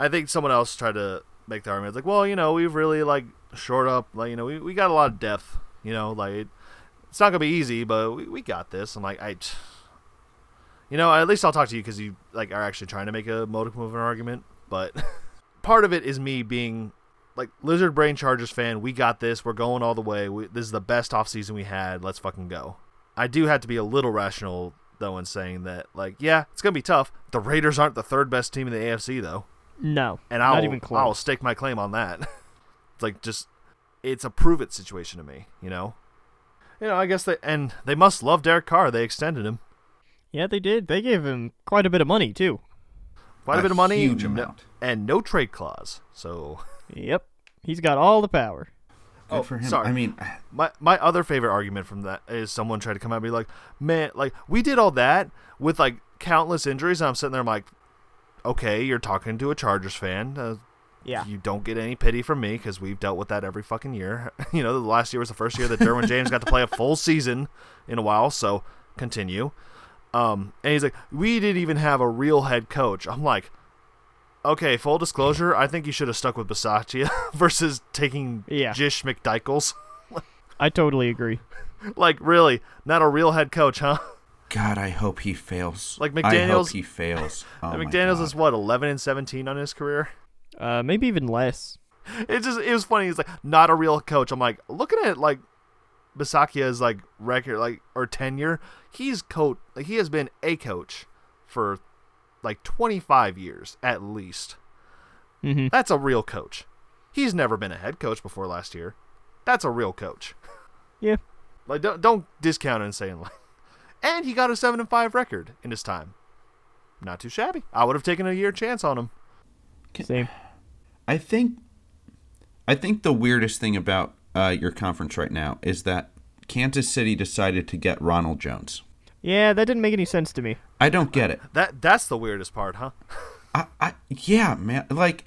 Speaker 2: I think someone else tried to make the argument like, well, you know, we've really like short up, like you know, we we got a lot of depth, you know, like it, it's not gonna be easy, but we, we got this. I'm like, I. you know, at least I'll talk to you because you like are actually trying to make a modicum of an argument. But part of it is me being like lizard brain chargers fan we got this we're going all the way we, this is the best offseason we had let's fucking go i do have to be a little rational though in saying that like yeah it's gonna be tough the raiders aren't the third best team in the afc though
Speaker 3: No,
Speaker 2: and
Speaker 3: not
Speaker 2: i'll,
Speaker 3: even close.
Speaker 2: I'll stake my claim on that it's like just it's a prove it situation to me you know you know i guess they and they must love derek carr they extended him
Speaker 3: Yeah, they did. They gave him quite a bit of money too.
Speaker 2: quite a,
Speaker 4: A
Speaker 2: bit of money
Speaker 4: huge
Speaker 2: no-
Speaker 4: amount.
Speaker 2: and no trade clause so
Speaker 3: Yep, he's got all the power.
Speaker 4: Good
Speaker 2: oh,
Speaker 4: for him.
Speaker 2: sorry.
Speaker 4: I mean,
Speaker 2: My my other favorite argument from that is someone tried to come at me like, man, like we did all that with like countless injuries, and I'm sitting there I'm like, okay, you're talking to a Chargers fan. Uh,
Speaker 3: Yeah,
Speaker 2: You don't get any pity from me because we've dealt with that every fucking year. you know, the last year was the first year that Derwin James got to play a full season in a while. So continue. Um, and he's like, we didn't even have a real head coach. I'm like, okay, full disclosure, I think you should have stuck with Basaccia versus taking
Speaker 3: Yeah.
Speaker 2: Jish McDykels
Speaker 3: I totally agree.
Speaker 2: like really not a real head coach huh
Speaker 4: God, I hope he fails.
Speaker 2: Like
Speaker 4: I hope
Speaker 2: McDaniels-
Speaker 4: he fails. Oh my
Speaker 2: mcdaniels is
Speaker 4: God.
Speaker 2: what 11 and 17 on his career
Speaker 3: Uh, maybe even less.
Speaker 2: it just it was funny he's like not a real coach i'm like looking at like Basakia's like record like or tenure he's coach like he has been a coach for like 25 years at least
Speaker 3: Mm-hmm.
Speaker 2: that's a real coach he's never been a head coach before last year that's a real coach
Speaker 3: Yeah.
Speaker 2: like don't don't discount it and saying like and he got a 7 and 5 record in his time not too shabby i would have taken a year chance on him
Speaker 3: Same.
Speaker 4: I think I think the weirdest thing about uh, your conference right now is that Kansas City decided to get Ronald Jones.
Speaker 3: Yeah, that didn't make any sense to me.
Speaker 4: I don't get it.
Speaker 2: That that's the weirdest part, huh?
Speaker 4: I, I yeah, man. Like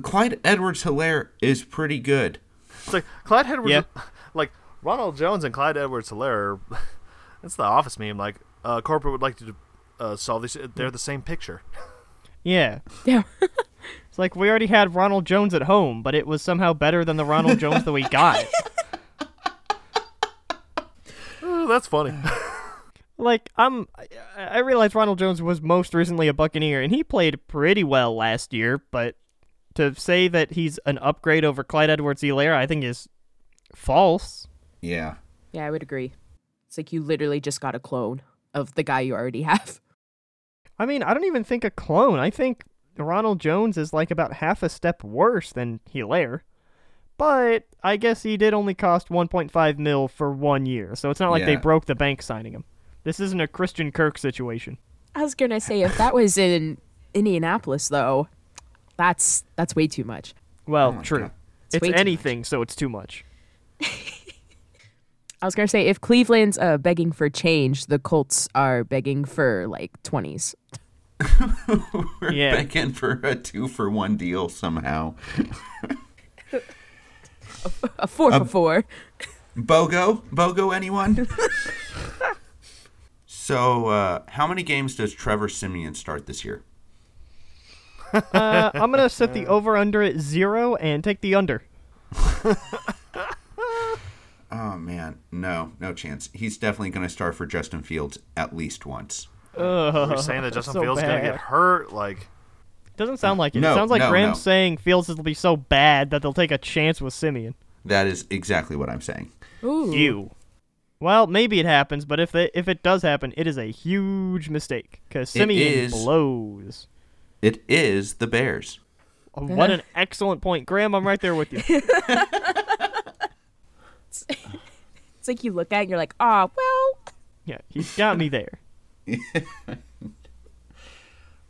Speaker 4: Clyde Edwards Hilaire is pretty good.
Speaker 2: It's like Clyde Edwards,
Speaker 3: Yeah.
Speaker 2: like Ronald Jones and Clyde Edwards Hilaire. That's the office meme. Like uh, corporate would like to uh, solve this. They're the same picture.
Speaker 3: Yeah,
Speaker 1: Yeah.
Speaker 3: it's like we already had Ronald Jones at home, but it was somehow better than the Ronald Jones that we got.
Speaker 2: Oh, that's funny.
Speaker 3: Like I'm, I- I realize Ronald Jones was most recently a Buccaneer, and he played pretty well last year. But to say that he's an upgrade over Clyde Edwards-Helaire, I think is false.
Speaker 4: Yeah.
Speaker 1: yeah, I would agree. It's like you literally just got a clone of the guy you already have.
Speaker 3: I mean, I don't even think a clone. I think Ronald Jones is like about half a step worse than Hilaire. But I guess he did only cost 1.5 mil for one year, so it's not like they
Speaker 4: Yeah.
Speaker 3: broke the bank signing him. This isn't a Christian Kirk situation.
Speaker 1: I was gonna say if that was in Indianapolis though, that's that's way too much.
Speaker 3: Well,
Speaker 4: Oh my
Speaker 3: true.
Speaker 4: God.
Speaker 1: It's
Speaker 3: It's
Speaker 1: way too much.
Speaker 3: anything, so it's too much.
Speaker 1: I was gonna say if Cleveland's uh, begging for change, the Colts are begging for like twenties.
Speaker 4: We're
Speaker 3: Yeah.
Speaker 4: back in for a two for one deal somehow.
Speaker 1: A four
Speaker 3: Um,
Speaker 1: for four.
Speaker 4: Bogo? Bogo anyone? so uh, how many games does Trevor Simeon start this year?
Speaker 3: Uh, I'm gonna set the over under at zero and take the under.
Speaker 4: Oh man, no, no chance. He's definitely going to start for Justin Fields at least once.
Speaker 2: You're saying that Justin
Speaker 3: so
Speaker 2: Fields gonna get
Speaker 3: bad.
Speaker 2: hurt? Like
Speaker 3: Doesn't sound like it.
Speaker 4: No,
Speaker 3: it sounds like
Speaker 4: no,
Speaker 3: Graham's
Speaker 4: no.
Speaker 3: saying Fields will be so bad that they'll take a chance with Simeon.
Speaker 4: That is exactly what I'm saying.
Speaker 1: Ooh.
Speaker 3: You. Well, maybe it happens, but if it, if it does happen, it is a huge mistake because
Speaker 4: It
Speaker 3: Simeon
Speaker 4: is.
Speaker 3: blows.
Speaker 4: It is the Bears.
Speaker 3: Oh, what an excellent point, Graham. I'm right there with you.
Speaker 1: It's like you look at it and you're like, ah, well.
Speaker 3: Yeah, he's got me there.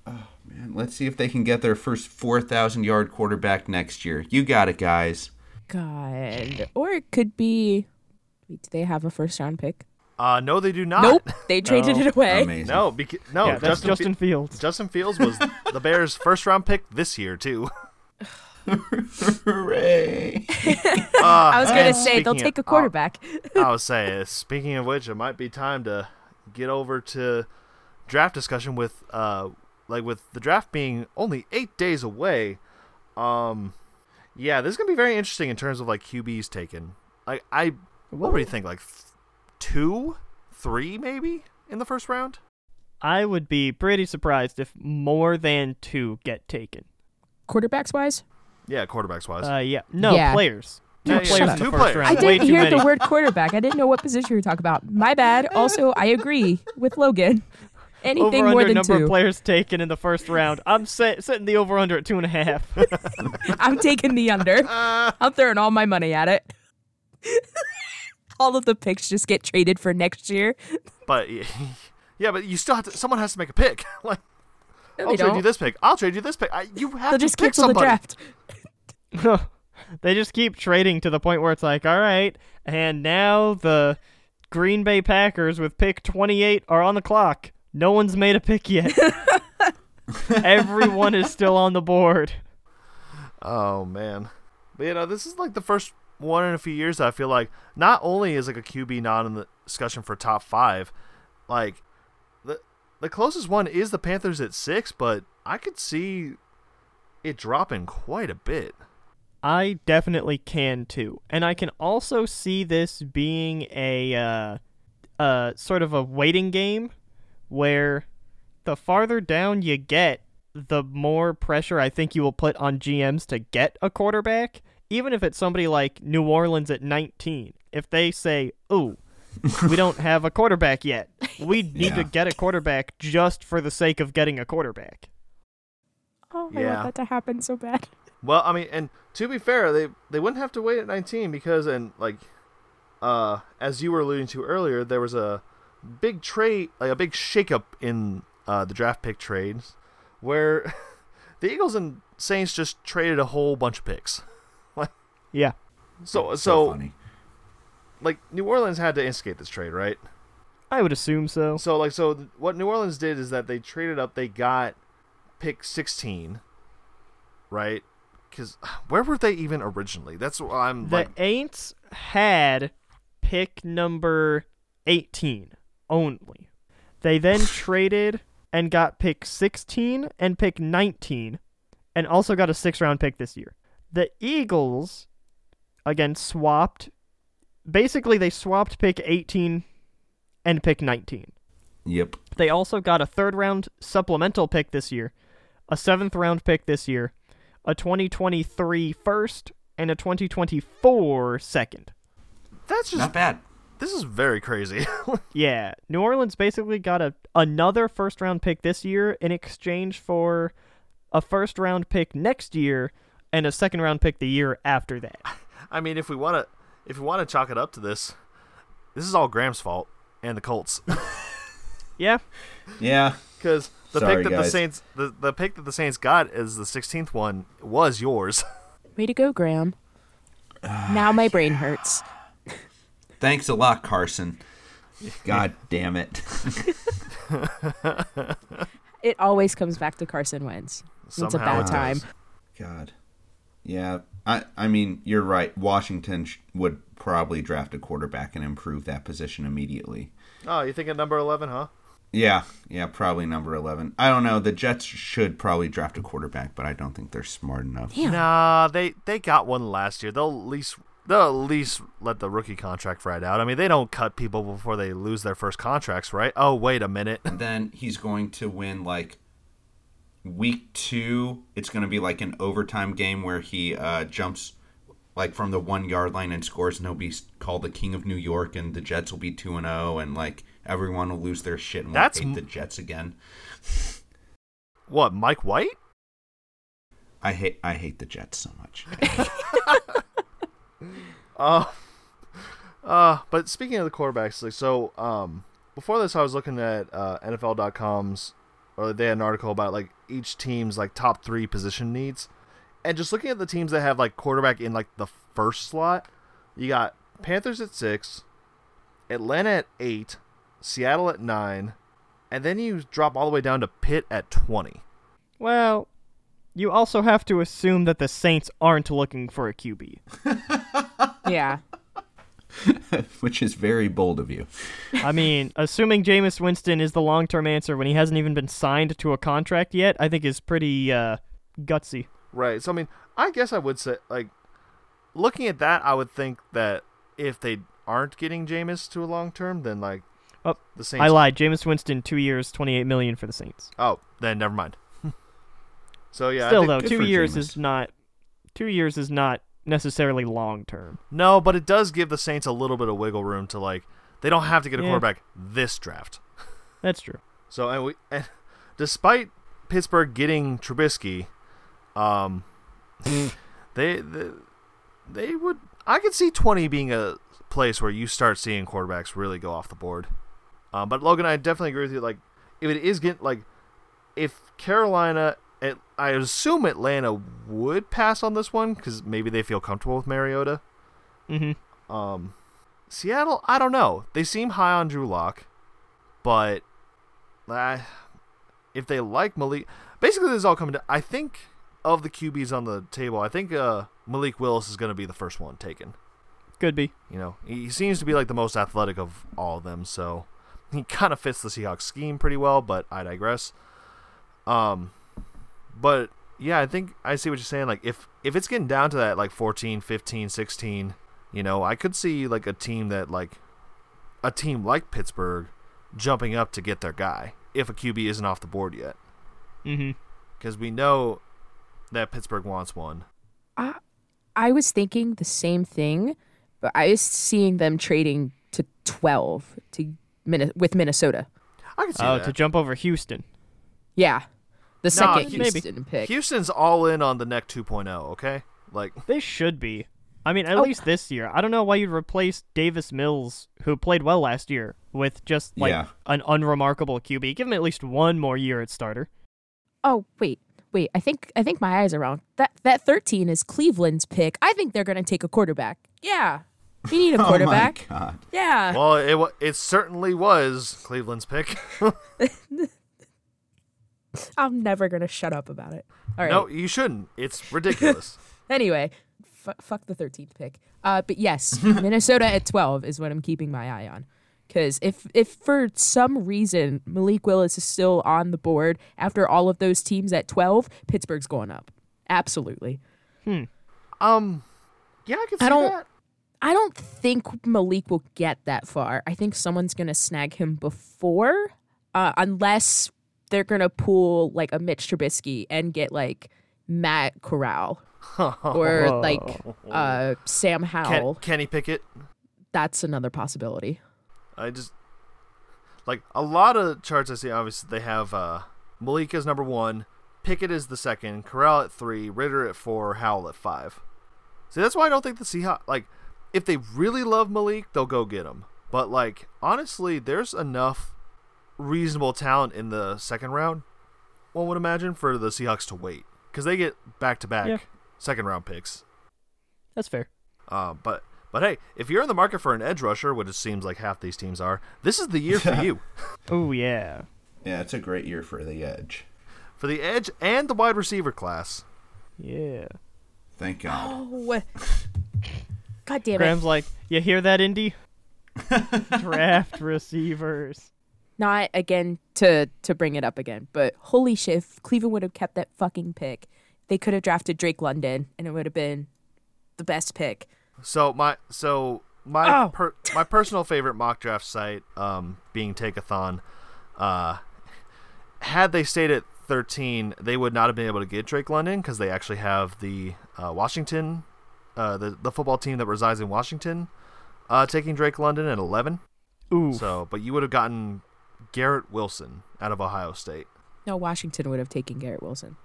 Speaker 4: Man, let's see if they can get their first 4,000 yard quarterback next year. You got it, guys.
Speaker 1: God. Or it could be. Wait, do they have a first round pick?
Speaker 2: Uh, no, they do not.
Speaker 1: Nope. They
Speaker 3: Oh,
Speaker 1: traded it away.
Speaker 4: Amazing.
Speaker 2: No, beca- no.
Speaker 3: yeah, that's
Speaker 2: Justin,
Speaker 3: Justin
Speaker 2: Fe-
Speaker 3: Fields.
Speaker 2: Justin Fields was the Bears' first round pick this year too.
Speaker 4: Hooray.
Speaker 2: Uh,
Speaker 1: I was going to say, they'll take a
Speaker 3: oh.
Speaker 1: quarterback.
Speaker 2: I was saying. Speaking of which, it might be time to get over to draft discussion with, uh, like with the draft being only eight days away. Um, yeah, this is gonna be very interesting in terms of like QBs taken. Like I, what do you think? Like th- two, three, maybe in the first round.
Speaker 3: I would be pretty surprised if more than two get taken.
Speaker 1: Quarterbacks wise?
Speaker 2: Yeah, quarterbacks wise.
Speaker 3: Uh, yeah, no
Speaker 1: Yeah.
Speaker 3: players. Two
Speaker 2: Yeah, yeah,
Speaker 3: players
Speaker 1: shut
Speaker 3: in the
Speaker 2: up. Two
Speaker 3: first
Speaker 2: players.
Speaker 3: round.
Speaker 1: I
Speaker 3: Way
Speaker 1: didn't
Speaker 3: too
Speaker 1: hear
Speaker 3: many.
Speaker 1: the word quarterback. I didn't know what position you were talking about. My bad. Also, I agree with Logan. Anything
Speaker 3: over
Speaker 1: more
Speaker 3: under
Speaker 1: than
Speaker 3: number
Speaker 1: two.
Speaker 3: of players taken in the first round. I'm set, setting the over under at two and a half.
Speaker 1: I'm taking the under. I'm throwing all my money at it. all of the picks just get traded for next year.
Speaker 2: But yeah, but you still have to. Someone has to make a pick. like
Speaker 1: No,
Speaker 2: I'll
Speaker 1: they
Speaker 2: trade
Speaker 1: don't.
Speaker 2: you this pick. I'll trade you this pick. I, you have
Speaker 1: They'll
Speaker 2: to
Speaker 1: just
Speaker 2: pick
Speaker 1: cancel
Speaker 2: somebody.
Speaker 1: the draft.
Speaker 3: they just keep trading to the point where it's like, all right, and now the Green Bay Packers with pick 28 are on the clock. No one's made a pick yet. Everyone is still on the board.
Speaker 2: Oh man, but you know this is like the first one in a few years that I feel like not only is like a QB not in the discussion for top five, like the the closest one is the Panthers at six, but I could see it dropping quite a bit.
Speaker 3: I definitely can too, and I can also see this being a uh, uh, sort of a waiting game, where the farther down you get, the more pressure I think you will put on GMs to get a quarterback. Even if it's somebody like New Orleans at 19, if they say, "Ooh, we don't have a quarterback yet. We need
Speaker 4: Yeah.
Speaker 3: to get a quarterback just for the sake of getting a quarterback."
Speaker 1: Oh, I
Speaker 2: Yeah.
Speaker 1: want that to happen so bad.
Speaker 2: Well, I mean, and to be fair, they they wouldn't have to wait at 19 because, and like, uh, as you were alluding to earlier, there was a big trade, like a big shakeup in uh, the draft pick trades, where the Eagles and Saints just traded a whole bunch of picks.
Speaker 3: Yeah.
Speaker 2: So, so,
Speaker 4: funny.
Speaker 2: like New Orleans had to instigate this trade, right?
Speaker 3: I would assume so.
Speaker 2: So like so th- what New Orleans did is that they traded up, they got pick 16, right? Cuz where were they even originally? That's what I'm
Speaker 3: The
Speaker 2: like
Speaker 3: Aints had pick number 18 only. They then traded and got pick 16 and pick 19 and also got a six round pick this year. The Eagles, again, swapped. Basically, they swapped pick 18 and pick 19.
Speaker 4: Yep.
Speaker 3: They also got a third round supplemental pick this year, a seventh round pick this year, a 2023 first, and a 2024 second.
Speaker 2: That's just
Speaker 4: Not bad.
Speaker 2: this is very crazy.
Speaker 3: Yeah, New Orleans basically got a another first round pick this year in exchange for a first round pick next year and a second round pick the year after that.
Speaker 2: I mean, if we want to if we want to chalk it up to this, this is all Graham's fault and the Colts
Speaker 3: Yeah,
Speaker 4: Yeah.
Speaker 2: cuz the
Speaker 4: Sorry,
Speaker 2: pick that the
Speaker 4: guys.
Speaker 2: Saints the, the pick that the Saints got is the 16th one was yours.
Speaker 1: Way to go, Graham. now my brain hurts.
Speaker 4: Thanks a lot, Carson. God damn it.
Speaker 1: It always comes back to Carson Wentz. it's a
Speaker 2: Somehow
Speaker 1: bad
Speaker 2: it
Speaker 1: time.
Speaker 4: God. Yeah. I, I mean, you're right. Washington sh- would probably draft a quarterback and improve that position immediately.
Speaker 2: Oh, you think at number 11, huh?
Speaker 4: Yeah. Yeah. Probably number 11. I don't know. The Jets should probably draft a quarterback, but I don't think they're smart enough.
Speaker 1: Damn.
Speaker 2: Nah, they they got one last year. They'll at least they'll at least let the rookie contract ride out. I mean, they don't cut people before they lose their first contracts, right? Oh, wait a minute.
Speaker 4: And then he's going to win like week two. It's going to be like an overtime game where he uh, jumps like from the one yard line and scores, and he'll be called the king of New York, and the Jets will be two and zero, and like everyone will lose their shit and we'll
Speaker 2: That's
Speaker 4: hate
Speaker 2: m-
Speaker 4: the Jets again.
Speaker 2: What, Mike White?
Speaker 4: I hate I hate the Jets so much.
Speaker 2: Uh, uh, but speaking of the quarterbacks, like, so um, before this, I was looking at uh, NFL.com's, or they had an article about like each team's like top three position needs, and just looking at the teams that have like quarterback in like the first slot, you got Panthers at six, Atlanta at eight, Seattle at nine, and then you drop all the way down to Pitt at twenty.
Speaker 3: Well, you also have to assume that the Saints aren't looking for a QB.
Speaker 1: Yeah.
Speaker 4: Which is very bold of you.
Speaker 3: I mean, assuming Jameis Winston is the long term answer when he hasn't even been signed to a contract yet, I think is pretty uh, gutsy.
Speaker 2: Right. So I mean, I guess I would say like looking at that, I would think that if they aren't getting Jameis to a long term, then like
Speaker 3: Oh,
Speaker 2: the Saints.
Speaker 3: I lied. Jameis Winston, two years, twenty eight million for the Saints.
Speaker 2: Oh, then never mind. so yeah, I
Speaker 3: Still
Speaker 2: think-
Speaker 3: though,
Speaker 4: good
Speaker 3: two
Speaker 4: for
Speaker 3: years
Speaker 4: Jameis.
Speaker 3: is not two years is not necessarily long term.
Speaker 2: no, but it does give the Saints a little bit of wiggle room to like they don't have to get a
Speaker 3: Yeah.
Speaker 2: quarterback this draft.
Speaker 3: That's true.
Speaker 2: So and we, and despite Pittsburgh getting Trubisky, um, they, they they would I could see twenty being a place where you start seeing quarterbacks really go off the board. Um, but Logan, I definitely agree with you. Like, if it is getting like, if Carolina, at, I assume Atlanta would pass on this one because maybe they feel comfortable with Mariota.
Speaker 3: hmm
Speaker 2: Um, Seattle, I don't know. They seem high on Drew Lock, but uh, if they like Malik, basically this is all coming to. I think of the QBs on the table, I think uh, Malik Willis is going to be the first one taken.
Speaker 3: Could be.
Speaker 2: You know, he he seems to be like the most athletic of all of them, so he kind of fits the Seahawks scheme pretty well. But I digress. Um, but yeah, I think I see what you're saying. Like if if it's getting down to that like 14, 15, 16, you know, I could see like a team that like a team like Pittsburgh jumping up to get their guy if a QB isn't off the board yet,
Speaker 3: hmm
Speaker 2: because we know that Pittsburgh wants one.
Speaker 1: I was thinking the same thing, but I was seeing them trading to 12 to Min- with Minnesota.
Speaker 2: I can see
Speaker 3: Oh,
Speaker 2: that.
Speaker 3: to jump over Houston.
Speaker 1: Yeah. The
Speaker 2: Nah,
Speaker 1: second
Speaker 3: maybe.
Speaker 1: Houston pick.
Speaker 2: Houston's all in on the neck 2.0. Okay, like.
Speaker 3: They should be. I mean, at
Speaker 1: Oh.
Speaker 3: least this year. I don't know why you'd replace Davis Mills, who played well last year, with just like
Speaker 4: Yeah.
Speaker 3: an unremarkable QB. Give him at least one more year at starter.
Speaker 1: Oh, wait. Wait, I think I think my eyes are wrong. That that 13 is Cleveland's pick. I think they're going to take a quarterback. Yeah. We need a quarterback.
Speaker 4: Oh my god.
Speaker 1: yeah.
Speaker 2: Well, it wa- it certainly was Cleveland's pick.
Speaker 1: I'm never going to shut up about it. All right.
Speaker 2: No, you shouldn't. It's ridiculous.
Speaker 1: Anyway, f- fuck the 13th pick. Uh, but yes, Minnesota at 12 is what I'm keeping my eye on. Because if, if for some reason Malik Willis is still on the board after all of those teams at 12, Pittsburgh's going up. Absolutely.
Speaker 2: um, yeah, I can see
Speaker 1: I don't-
Speaker 2: that.
Speaker 1: I don't think Malik will get that far. I think someone's going to snag him before, uh, unless they're going to pull like a Mitch Trubisky and get like Matt Corral or like uh, Sam Howell.
Speaker 2: Can, Kenny Pickett.
Speaker 1: that's another possibility.
Speaker 2: I just like a lot of charts I see. Obviously, they have uh, Malik as number one, Pickett is the second, Corral at three, Ritter at four, Howell at five. See, that's why I don't think the Seahawks like if they really love Malik, they'll go get him. But like honestly, there's enough reasonable talent in the second round. One would imagine for the Seahawks to wait because they get back to
Speaker 3: Yeah.
Speaker 2: back second round picks.
Speaker 3: That's fair.
Speaker 2: Uh, but but hey, if you're in the market for an edge rusher, which it seems like half these teams are, this is the year for you.
Speaker 3: Oh yeah.
Speaker 4: Yeah, it's a great year for the edge.
Speaker 2: for the edge and the wide receiver class.
Speaker 3: Yeah.
Speaker 4: Thank God.
Speaker 1: Oh, God damn
Speaker 3: Graham's
Speaker 1: it!
Speaker 3: like, you hear that, Indy? Draft receivers.
Speaker 1: Not again to to bring it up again, but holy shit! If Cleveland would have kept that fucking pick, they could have drafted Drake London, and it would have been the best pick.
Speaker 2: So my so my
Speaker 1: Oh.
Speaker 2: per, my personal favorite mock draft site, um, being Takeathon, uh, had they stayed at thirteen, they would not have been able to get Drake London because they actually have the uh, Washington uh, the the football team that resides in Washington, uh, taking Drake London at eleven.
Speaker 3: Ooh,
Speaker 2: So, but you would have gotten Garrett Wilson out of Ohio State.
Speaker 1: No, Washington would have taken Garrett Wilson.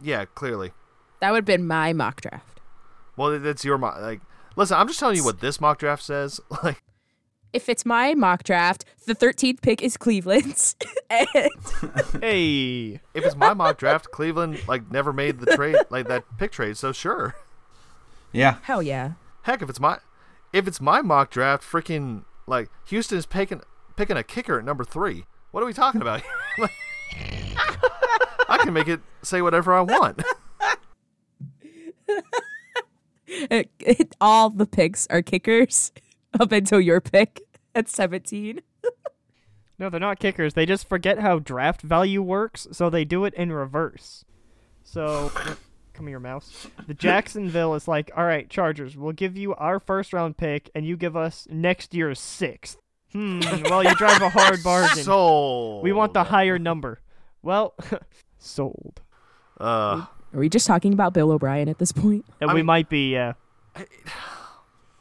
Speaker 2: Yeah, clearly.
Speaker 1: That would have been my mock draft.
Speaker 2: Well, th- that's your mo- like. Listen, I'm just telling you what this mock draft says. Like,
Speaker 1: If it's my mock draft, the 13th pick is Cleveland's. And-
Speaker 3: hey,
Speaker 2: if it's my mock draft, Cleveland like never made the trade, like that pick trade. So sure,
Speaker 4: Yeah.
Speaker 1: Hell yeah.
Speaker 2: heck, if it's my, if it's my mock draft, freaking like Houston's picking picking a kicker at number three. What are we talking about? here? Like, I can make it say whatever I want.
Speaker 1: It- it- all the picks are kickers up until your pick at 17.
Speaker 3: no, they're not kickers. They just forget how draft value works, so they do it in reverse. So, come here, mouse. The Jacksonville is like, all right, Chargers, we'll give you our first round pick, and you give us next year's sixth. Hmm. Well, you drive a hard bargain.
Speaker 2: Sold.
Speaker 3: we want the higher number. Well, sold.
Speaker 2: Uh,
Speaker 1: Are we just talking about Bill O'Brien at this point?
Speaker 3: And
Speaker 2: I
Speaker 3: we
Speaker 2: mean-
Speaker 3: might be. Uh,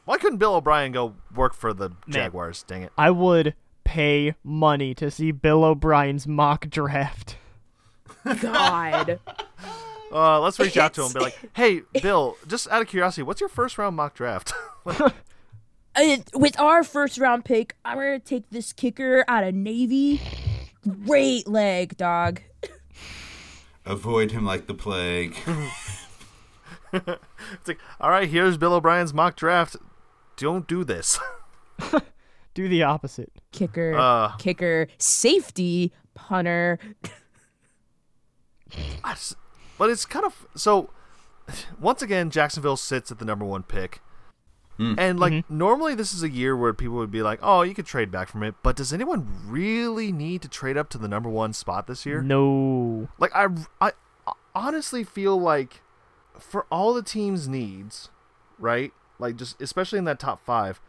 Speaker 2: why couldn't Bill O'Brien go work for the Jaguars? Dang it.
Speaker 3: I would pay money to see Bill O'Brien's mock draft.
Speaker 1: God.
Speaker 2: Uh, let's reach out to him and be like, hey, Bill, just out of curiosity, what's your first round mock draft?
Speaker 1: with our first round pick, I'm going to take this kicker out of Navy. Great leg, dog.
Speaker 4: Avoid him like the plague.
Speaker 2: it's like, all right, here's Bill O'Brien's mock draft. Don't do this.
Speaker 3: Do the opposite.
Speaker 1: Kicker,
Speaker 2: Uh.
Speaker 1: kicker, safety, punter.
Speaker 2: I s- but it's kind of so. Once again, Jacksonville sits at the number one pick, and like normally this is a year where people would be like, "Oh, you could trade back from it," but does anyone really need to trade up to the number one spot this year?
Speaker 3: No.
Speaker 2: Like I, I honestly feel like for all the team's needs, right? Like just especially in that top five,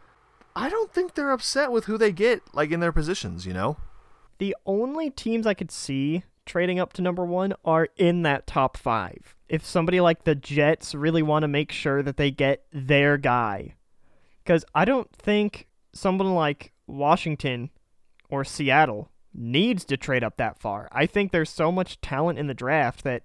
Speaker 2: I don't think they're upset with who they get like in their positions. You know?
Speaker 3: The only teams I could see trading up to number one are in that top five. If somebody like the Jets really want to make sure that they get their guy. Because I don't think someone like Washington or Seattle needs to trade up that far. I think there's so much talent in the draft that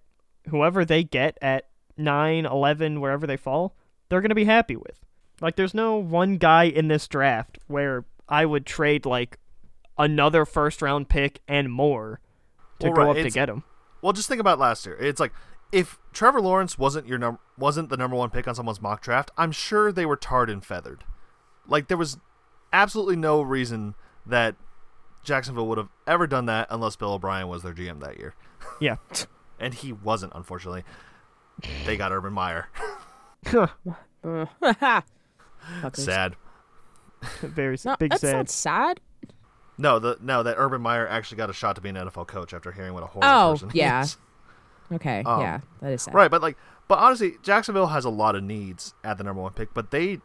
Speaker 3: whoever they get at 9, 11, wherever they fall, they're going to be happy with. Like, there's no one guy in this draft where I would trade, like, another first round pick and more to
Speaker 2: Well,
Speaker 3: go
Speaker 2: right,
Speaker 3: up to
Speaker 2: it's-
Speaker 3: get him.
Speaker 2: Well, just think about last year. It's like if Trevor Lawrence wasn't your num- wasn't the number one pick on someone's mock draft, I'm sure they were tarred and feathered. Like there was absolutely no reason that Jacksonville would have ever done that unless Bill O'Brien was their GM that year,
Speaker 3: Yeah.
Speaker 2: and he wasn't, unfortunately. They got Urban Meyer.
Speaker 1: Uh, Fuckers.
Speaker 2: Sad.
Speaker 3: Very s-
Speaker 1: No,
Speaker 3: big
Speaker 1: that's
Speaker 3: sad.
Speaker 1: not sad.
Speaker 2: No, the no that Urban Meyer actually got a shot to be an NFL coach after hearing what a horrible
Speaker 1: Oh,
Speaker 2: person he
Speaker 1: yeah.
Speaker 2: is.
Speaker 1: Okay,
Speaker 2: Um,
Speaker 1: yeah, that is sad.
Speaker 2: Right, but like, but honestly, Jacksonville has a lot of needs at the number one pick, but they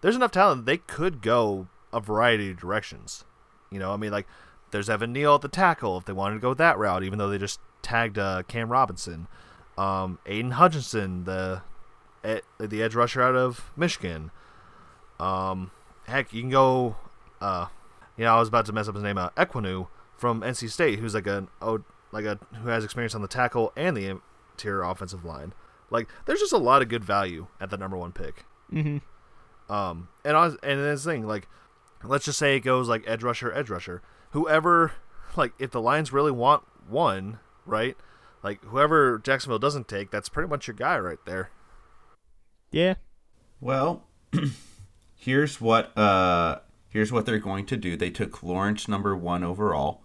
Speaker 2: there's enough talent they could go a variety of directions. You know, I mean, like there's Evan Neal at the tackle if they wanted to go that route, even though they just tagged uh, Cam Robinson, um, Aiden Hutchinson, the e- the edge rusher out of Michigan. Um, heck, you can go. Uh, you know, I was about to mess up his name. Uh, Equinu from NC State, who's like an oh, like a who has experience on the tackle and the interior offensive line. Like, there's just a lot of good value at the number one pick.
Speaker 3: Mhm.
Speaker 2: Um, and I was, and this thing, like, let's just say it goes like edge rusher, edge rusher, whoever, like, if the Lions really want one, right? Like, whoever Jacksonville doesn't take, that's pretty much your guy right there.
Speaker 3: Yeah.
Speaker 4: Well, here's what uh here's what they're going to do. They took Lawrence number 1 overall.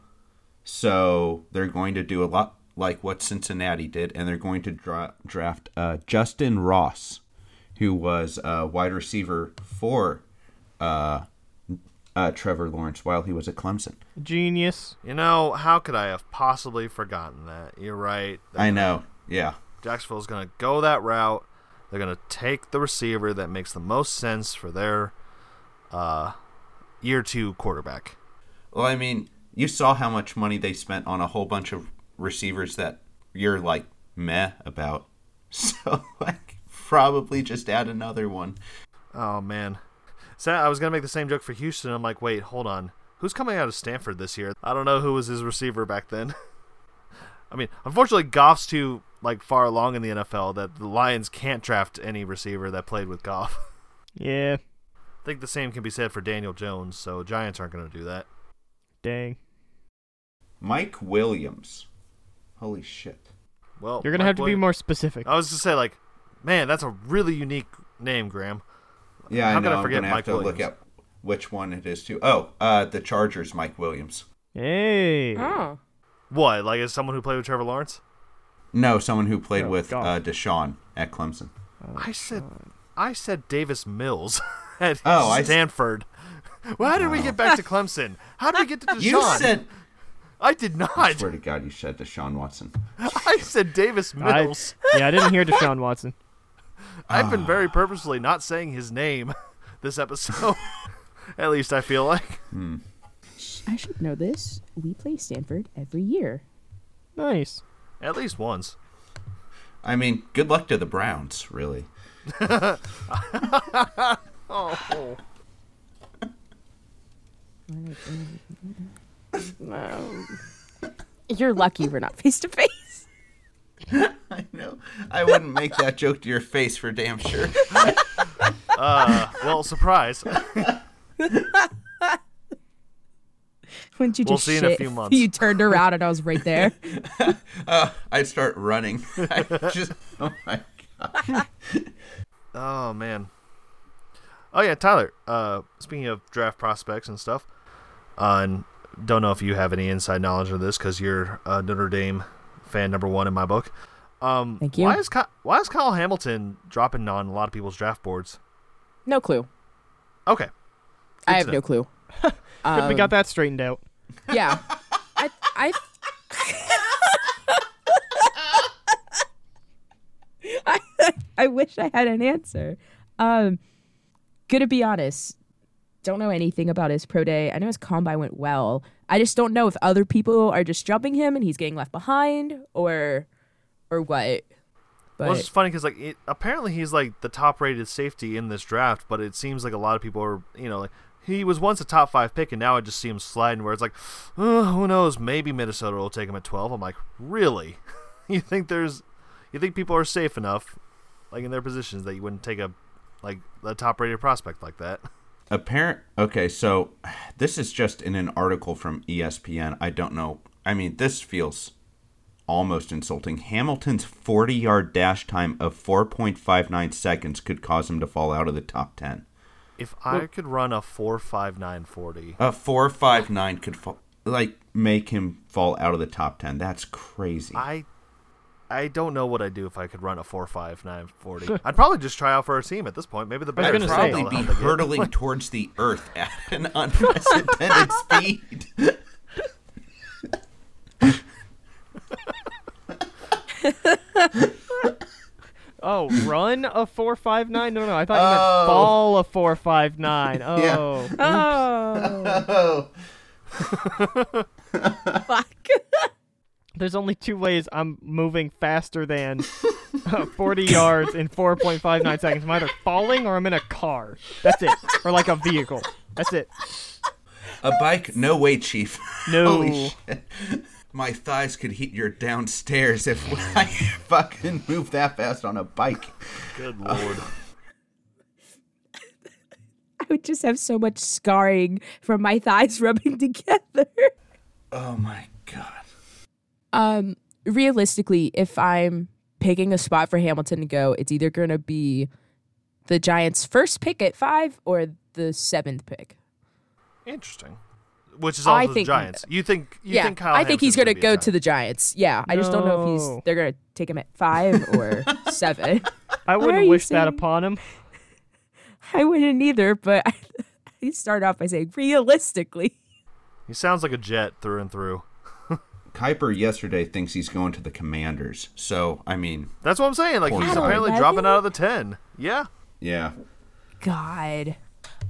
Speaker 4: So, they're going to do a lot like what Cincinnati did and they're going to dra- draft uh Justin Ross, who was a wide receiver for uh uh, Trevor Lawrence while he was at Clemson.
Speaker 3: Genius.
Speaker 2: You know, how could I have possibly forgotten that? You're right.
Speaker 4: I know. Yeah.
Speaker 2: Jacksonville's going to go that route. They're going to take the receiver that makes the most sense for their uh, year two quarterback.
Speaker 4: Well, I mean, you saw how much money they spent on a whole bunch of receivers that you're like meh about. So like probably just add another one.
Speaker 2: Oh man. So I was gonna make the same joke for Houston. I'm like, wait, hold on. Who's coming out of Stanford this year? I don't know who was his receiver back then. I mean, unfortunately, Goff's too like far along in the NFL that the Lions can't draft any receiver that played with Goff.
Speaker 3: Yeah.
Speaker 2: I think the same can be said for Daniel Jones. So Giants aren't gonna do that.
Speaker 3: Dang.
Speaker 4: Mike Williams. Holy shit.
Speaker 2: Well,
Speaker 3: You're gonna
Speaker 2: Mike
Speaker 3: have to be
Speaker 2: Williams-
Speaker 3: more specific.
Speaker 2: I was just say like, man, that's a really unique name, Graham.
Speaker 4: Yeah,
Speaker 2: How
Speaker 4: I
Speaker 2: could
Speaker 4: know.
Speaker 2: I
Speaker 4: I'm
Speaker 2: forget
Speaker 4: gonna have
Speaker 2: Mike
Speaker 4: to look
Speaker 2: Williams?
Speaker 4: up which one it is too. Oh, uh, the Chargers, Mike Williams.
Speaker 3: Hey.
Speaker 1: Oh.
Speaker 2: What? Like, is someone who played with Trevor Lawrence?
Speaker 4: No, someone who played
Speaker 2: Oh,
Speaker 3: No,
Speaker 4: with
Speaker 3: Goff.
Speaker 4: uh, Deshaun at Clemson.
Speaker 2: I said, I said Davis Mills at
Speaker 4: Oh, I s- Oh.
Speaker 2: Stanford. Well, how did we get back to Clemson? How did we get to Deshaun?
Speaker 4: You said,
Speaker 2: I did
Speaker 4: I
Speaker 2: not.
Speaker 4: swear to God, you said Deshaun Watson.
Speaker 2: I said Davis
Speaker 3: I,
Speaker 2: Mills.
Speaker 3: yeah, I didn't hear Deshaun Watson.
Speaker 2: I, have
Speaker 4: Ah.
Speaker 2: been very purposefully not saying his name this episode. At least I feel like.
Speaker 1: I should know this. We play Stanford every year.
Speaker 3: Nice.
Speaker 2: At least once.
Speaker 4: I mean, good luck to the Browns, really.
Speaker 1: You're lucky we're not face to face.
Speaker 4: I know. I wouldn't make that joke to your face for damn sure.
Speaker 2: Uh, Well, surprise.
Speaker 1: Wouldn't you
Speaker 2: We'll
Speaker 1: just
Speaker 2: see in
Speaker 1: shit?
Speaker 2: a few months.
Speaker 1: You turned around and I was right there.
Speaker 4: I'd start running. I just, oh my God.
Speaker 2: Oh man. Oh yeah, Tyler. Uh, speaking of draft prospects and stuff, uh, and don't know if you have any inside knowledge of this because you're uh, Notre Dame fan number one in my book. Um,
Speaker 1: Thank you.
Speaker 2: Why is Ky- Why is Kyle Hamilton dropping on a lot of people's draft boards?
Speaker 1: No clue.
Speaker 2: Okay,
Speaker 1: I
Speaker 2: to
Speaker 1: have
Speaker 2: know.
Speaker 1: no clue.
Speaker 3: Good
Speaker 1: Um.
Speaker 3: we got that straightened out.
Speaker 1: Yeah. I, I, I, I wish I had an answer. Um, gonna be honest, don't know anything about his pro day. I know his combine went well. I just don't know if other people are just jumping him and he's getting left behind or, or what. But
Speaker 2: well, it's funny because like it, apparently he's like the top rated safety in this draft, but it seems like a lot of people are you know like he was once a top five pick, and now I just see him sliding where it's like, "Uh, who knows? Maybe Minnesota will take him at twelve. I'm like, really? you think there's you think people are safe enough like in their positions that you wouldn't take a like a top rated prospect like that?
Speaker 4: Apparent. Okay, so this is just in an article from E ESPN. I don't know. I mean, this feels almost insulting. Hamilton's 40 yard dash time of 4.59 seconds could cause him to fall out of the top 10.
Speaker 2: If I could run a four five nine forty,
Speaker 4: A 4.59 could fall, like make him fall out of the top 10. That's crazy.
Speaker 2: I I don't know what I'd do if I could run a four five nine forty. I'd probably just try out for a team at this point. Maybe the
Speaker 3: was
Speaker 2: Bears
Speaker 3: gonna
Speaker 4: I'd
Speaker 3: say-
Speaker 2: probably
Speaker 4: probably
Speaker 2: all
Speaker 4: be
Speaker 2: the help they get.
Speaker 4: hurtling towards the earth at an unprecedented speed.
Speaker 3: Oh, run a four five nine? No, no, I thought you meant fall a four five nine. Oh,
Speaker 1: oh,
Speaker 4: Oh.
Speaker 1: fuck.
Speaker 3: there's only two ways I'm moving faster than uh, 40 yards in 4.59 seconds. I'm either falling or I'm in a car. That's it, or like a vehicle. That's it.
Speaker 4: A bike? No way, Chief.
Speaker 3: No.
Speaker 1: Oh.
Speaker 4: Holy shit. My thighs could hit your downstairs if I fucking move that fast on a bike.
Speaker 2: Good lord.
Speaker 1: I would just have so much scarring from my thighs rubbing together.
Speaker 4: Oh my god.
Speaker 1: Um, realistically, if I'm picking a spot for Hamilton to go, it's either going to be the Giants' first pick at five or the seventh pick.
Speaker 2: Interesting. Which is
Speaker 1: I
Speaker 2: also the
Speaker 1: think-
Speaker 2: Giants. You think? You
Speaker 1: yeah,
Speaker 2: think Kyle?
Speaker 1: I think he's going to
Speaker 2: Hamilton's be a
Speaker 1: go
Speaker 2: Giant.
Speaker 1: to the Giants. Yeah, I just don't know if
Speaker 3: No.
Speaker 1: he's they're going to take him at five or seven.
Speaker 3: I
Speaker 1: are
Speaker 3: wouldn't
Speaker 1: you
Speaker 3: wish that
Speaker 1: saying?
Speaker 3: upon him.
Speaker 1: I wouldn't either, but I, I start off by saying realistically.
Speaker 2: He sounds like a jet through and through.
Speaker 4: Kuiper yesterday thinks he's going to the commanders. So, I mean,
Speaker 2: That's what I'm saying. Like
Speaker 4: Poor
Speaker 2: he's
Speaker 4: guy.
Speaker 2: apparently
Speaker 1: Eleven?
Speaker 2: dropping out of the ten. Yeah.
Speaker 4: yeah.
Speaker 1: God.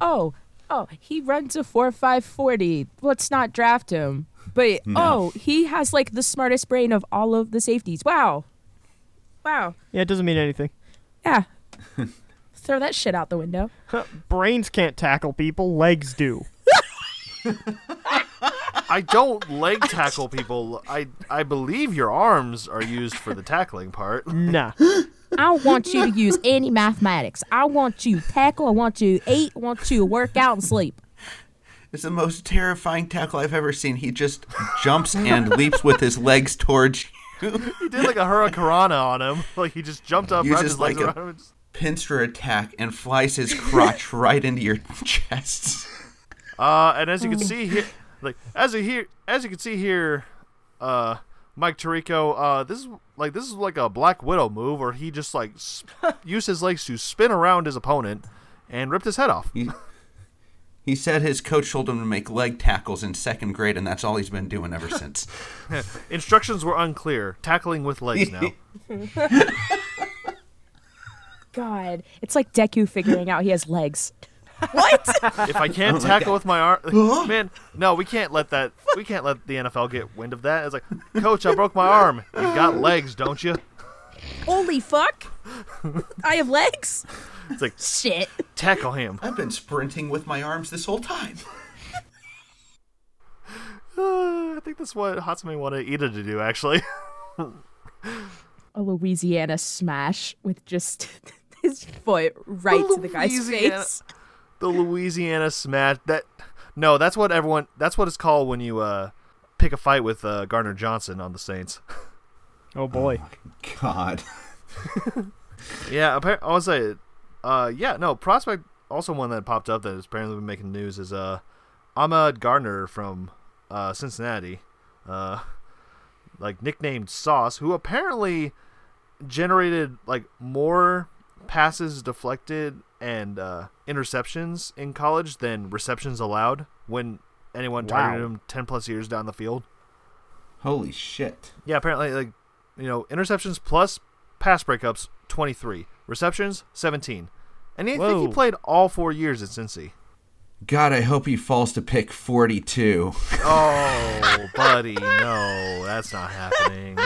Speaker 1: Oh, oh, he runs a four five forty. Let's not draft him. But oh, he has like the smartest brain of all of the safeties. Wow. Wow.
Speaker 3: Yeah, it doesn't mean anything.
Speaker 1: Yeah. Throw that shit out the window.
Speaker 3: Brains can't tackle people, legs do.
Speaker 2: I don't leg tackle people. I I believe your arms are used for the tackling part.
Speaker 3: Nah.
Speaker 1: I don't want you to use any mathematics. I want you to tackle. I want you to eat. I want you to work out and sleep.
Speaker 4: It's the most terrifying tackle I've ever seen. He just jumps and leaps with his legs towards you.
Speaker 2: He did like a hurricanrana on him. Like he just jumped up, wrapped
Speaker 4: Uses
Speaker 2: his legs
Speaker 4: like
Speaker 2: around him.
Speaker 4: a
Speaker 2: and just-
Speaker 4: pincer attack and flies his crotch right into your chest.
Speaker 2: Uh, and as you can see here, like as you hear, as you can see here, uh, Mike Tirico, uh, this is like this is like a Black Widow move where he just like s used his legs to spin around his opponent and ripped his head off.
Speaker 4: He, he said his coach told him to make leg tackles in second grade, and that's all he's been doing ever since.
Speaker 2: Instructions were unclear. Tackling with legs now.
Speaker 1: God, it's like Deku figuring out he has legs. What?
Speaker 2: If I can't tackle with my arm, man, no, we can't let that. We can't let the NFL get wind of that. It's like, coach, I broke my arm. You got legs, don't you?
Speaker 1: Holy fuck! I have legs.
Speaker 2: It's like
Speaker 1: Shit.
Speaker 2: tackle him.
Speaker 4: I've been sprinting with my arms this whole time.
Speaker 2: Uh, I think that's what Hatsumi wanted Ida to do. Actually,
Speaker 1: A Louisiana smash with just his foot right to the guy's
Speaker 2: Louisiana-
Speaker 1: face.
Speaker 2: the Louisiana smash. That no, that's what everyone. That's what it's called when you uh pick a fight with uh, Garner Johnson on the Saints.
Speaker 3: Oh boy.
Speaker 4: God.
Speaker 2: Yeah, appar- I was say, uh, yeah, no prospect. Also, one that popped up that has apparently been making news is uh, Ahmad Gardner from uh, Cincinnati, uh, like nicknamed Sauce, who apparently generated like more passes deflected and uh, interceptions in college than receptions allowed when anyone targeted
Speaker 3: Wow.
Speaker 2: him ten plus years down the field.
Speaker 4: Holy shit.
Speaker 2: Yeah, apparently, like, you know, interceptions plus pass breakups, 23. Receptions, 17. And I think he
Speaker 3: Whoa.
Speaker 2: played all four years at Cincy.
Speaker 4: God, I hope he falls to pick 42.
Speaker 2: Oh, buddy, no, that's not happening.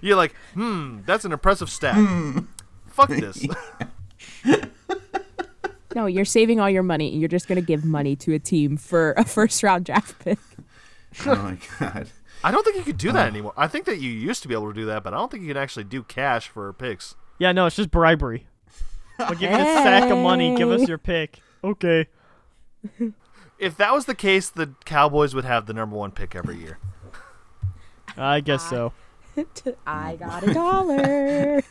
Speaker 2: You're like, hmm, that's an impressive stat. Fuck this.
Speaker 1: No, you're saving all your money. and You're just going to give money to a team for a first round draft pick.
Speaker 4: oh my god.
Speaker 2: I don't think you could do that anymore. I think that you used to be able to do that, but I don't think you can actually do cash for picks.
Speaker 3: Yeah, no, it's just bribery. We'll give you a sack of money, give us your pick. Okay.
Speaker 2: If that was the case, the Cowboys would have the number one pick every year.
Speaker 3: I guess so.
Speaker 1: I got a dollar.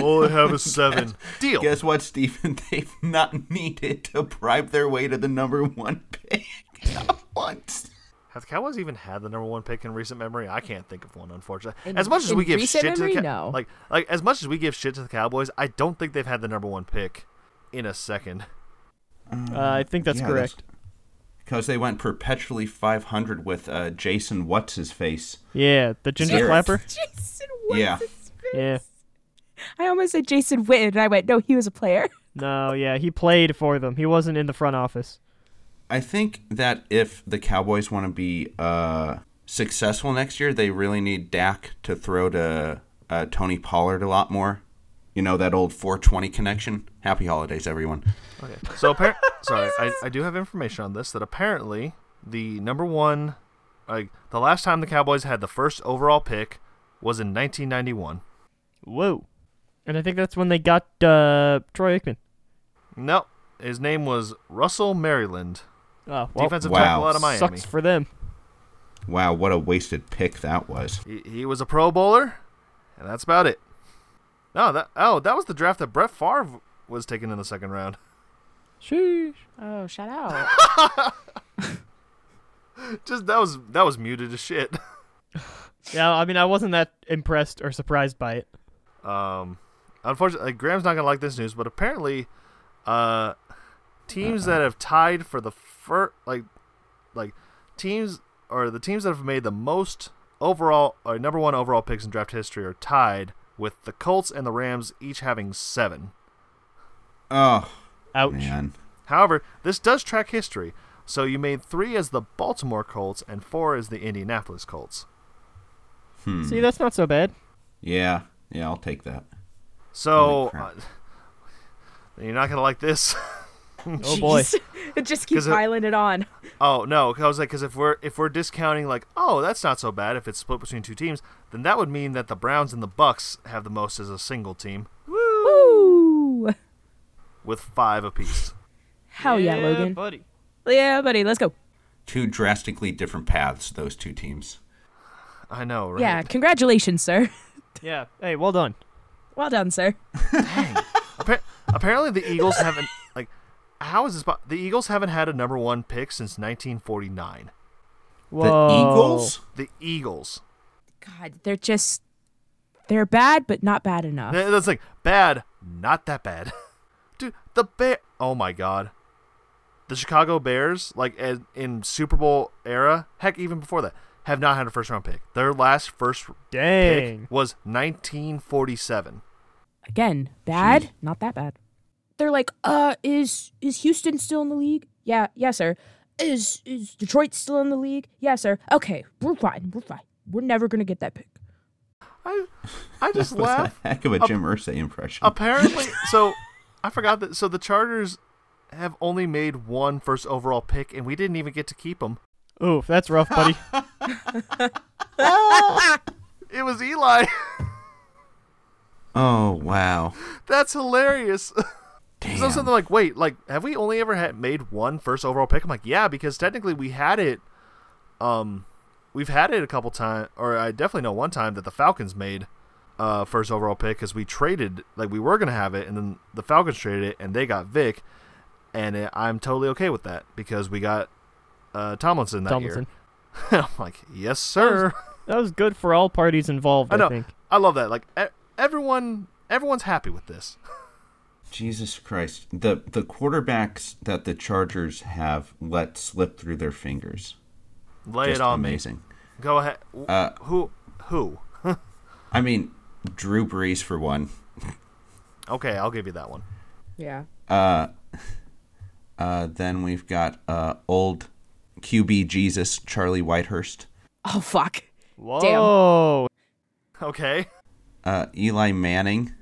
Speaker 2: All I have is seven. Deal.
Speaker 4: Guess what, Stephen? They've not needed to bribe their way to the number one pick. Not once.
Speaker 2: Have the Cowboys even had the number one pick in recent memory? I can't think of one, unfortunately.
Speaker 1: In-
Speaker 2: as much as
Speaker 1: in
Speaker 2: we give
Speaker 1: recent
Speaker 2: shit to the
Speaker 1: memory?
Speaker 2: Cow-
Speaker 1: No.
Speaker 2: like like as much as we give shit to the Cowboys, I don't think they've had the number one pick in a second.
Speaker 3: Uh, I think that's
Speaker 4: Yeah,
Speaker 3: correct.
Speaker 4: Because they went perpetually 500 with uh, Jason What's His Face.
Speaker 3: Yeah, the ginger
Speaker 4: Zero.
Speaker 3: clapper.
Speaker 1: Jason Witt.
Speaker 4: Yeah.
Speaker 3: Yeah.
Speaker 1: I almost said Jason Witt, and I went, no, he was a player.
Speaker 3: No, yeah, he played for them. He wasn't in the front office.
Speaker 4: I think that if the Cowboys want to be uh, successful next year, they really need Dak to throw to uh, Tony Pollard a lot more. You know, that old 420 connection. Happy holidays, everyone.
Speaker 2: Okay. So appar- sorry, I, I do have information on this that apparently the number one like the last time the Cowboys had the first overall pick was in 1991.
Speaker 3: Whoa. And I think that's when they got uh, Troy Aikman.
Speaker 2: No, his name was Russell Maryland,
Speaker 3: Oh, well,
Speaker 2: defensive
Speaker 4: wow.
Speaker 2: tackle out of Miami.
Speaker 3: sucks for them.
Speaker 4: Wow, what a wasted pick that was.
Speaker 2: He, he was a Pro Bowler, and that's about it. No, that oh, that was the draft that Brett Favre was taken in the second round.
Speaker 3: Sheesh.
Speaker 1: Oh, shout out.
Speaker 2: Just that was that was muted as shit.
Speaker 3: Yeah, I mean, I wasn't that impressed or surprised by it.
Speaker 2: Um, unfortunately, Graham's not gonna like this news, but apparently, uh, teams that have tied for the first, like, like teams or the teams that have made the most overall or number one overall picks in draft history are tied with the Colts and the Rams, each having seven.
Speaker 4: Oh,
Speaker 3: Ouch.
Speaker 4: man.
Speaker 2: However, this does track history. So you made three as the Baltimore Colts and four as the Indianapolis Colts.
Speaker 3: See, that's not so bad.
Speaker 4: Hmm. Yeah, yeah, I'll take that.
Speaker 2: So
Speaker 4: Holy crap.
Speaker 2: uh, you're not gonna like this.
Speaker 3: Oh boy.
Speaker 1: boy. Just keep
Speaker 2: 'Cause it-
Speaker 1: piling it on.
Speaker 2: oh no, 'cause I was like, because if we're if we're discounting like, oh, that's not so bad if it's split between two teams, then that would mean that the Browns and the Bucks have the most as a single team
Speaker 1: Woo!
Speaker 2: with five apiece.
Speaker 1: Hell yeah, Logan.
Speaker 3: buddy.
Speaker 1: yeah, buddy, let's go.
Speaker 4: Two drastically different paths, those two teams.
Speaker 2: I know, right?
Speaker 1: Yeah, congratulations, sir.
Speaker 3: Yeah. Hey, well done.
Speaker 1: Well done, sir.
Speaker 2: Appa- apparently, the Eagles haven't like. How is this? po- The Eagles haven't had a number one pick since 1949.
Speaker 3: Whoa.
Speaker 4: The Eagles?
Speaker 2: The Eagles.
Speaker 1: God, they're just they're bad, but not bad enough.
Speaker 2: Th- That's like bad, not that bad. Dude, the bear. Oh my god, the Chicago Bears, like as- in Super Bowl era, heck, even before that, have not had a first round pick. Their last first
Speaker 3: Dang.
Speaker 2: pick was 1947.
Speaker 1: Again, bad, not that bad. They're like, uh, is is Houston still in the league? Yeah, yeah, sir. Is is Detroit still in the league? Yeah, sir. Okay, we're fine. We're fine. We're never gonna get that pick.
Speaker 2: I, I just
Speaker 4: That was a
Speaker 2: laugh.
Speaker 4: heck of a
Speaker 2: Up-
Speaker 4: Jim Irsay impression.
Speaker 2: Apparently, so I forgot that. So the Chargers have only made one first overall pick, and we didn't even get to keep them.
Speaker 3: Oof, that's rough, buddy.
Speaker 2: It was Eli.
Speaker 4: oh, wow.
Speaker 2: That's hilarious.
Speaker 4: Damn.
Speaker 2: So something like, wait, like, have we only ever had made one first overall pick? I'm like, yeah, because technically we had it. Um, we've had it a couple times, or I definitely know one time that the Falcons made uh first overall pick because we traded, like, we were gonna have it, and then the Falcons traded it, and they got Vic, and it, I'm totally okay with that because we got uh Tomlinson that
Speaker 3: Tomlinson.
Speaker 2: year. I'm like, yes, sir.
Speaker 3: That was good for all parties involved,
Speaker 2: I
Speaker 3: I,
Speaker 2: know.
Speaker 3: think.
Speaker 2: I love that. Like, e- everyone, everyone's happy with this.
Speaker 4: Jesus Christ. The, the quarterbacks that the Chargers have let slip through their fingers.
Speaker 2: Lay
Speaker 4: Just
Speaker 2: it on me.
Speaker 4: amazing.
Speaker 2: Go ahead. W-
Speaker 4: Uh,
Speaker 2: who? Who?
Speaker 4: I mean, Drew Brees for one.
Speaker 2: Okay, I'll give you that one.
Speaker 1: Yeah.
Speaker 4: Uh, then we've got uh, old QB Jesus Charlie Whitehurst,
Speaker 1: Oh fuck.
Speaker 3: Whoa.
Speaker 2: Okay.
Speaker 4: uh, Eli Manning.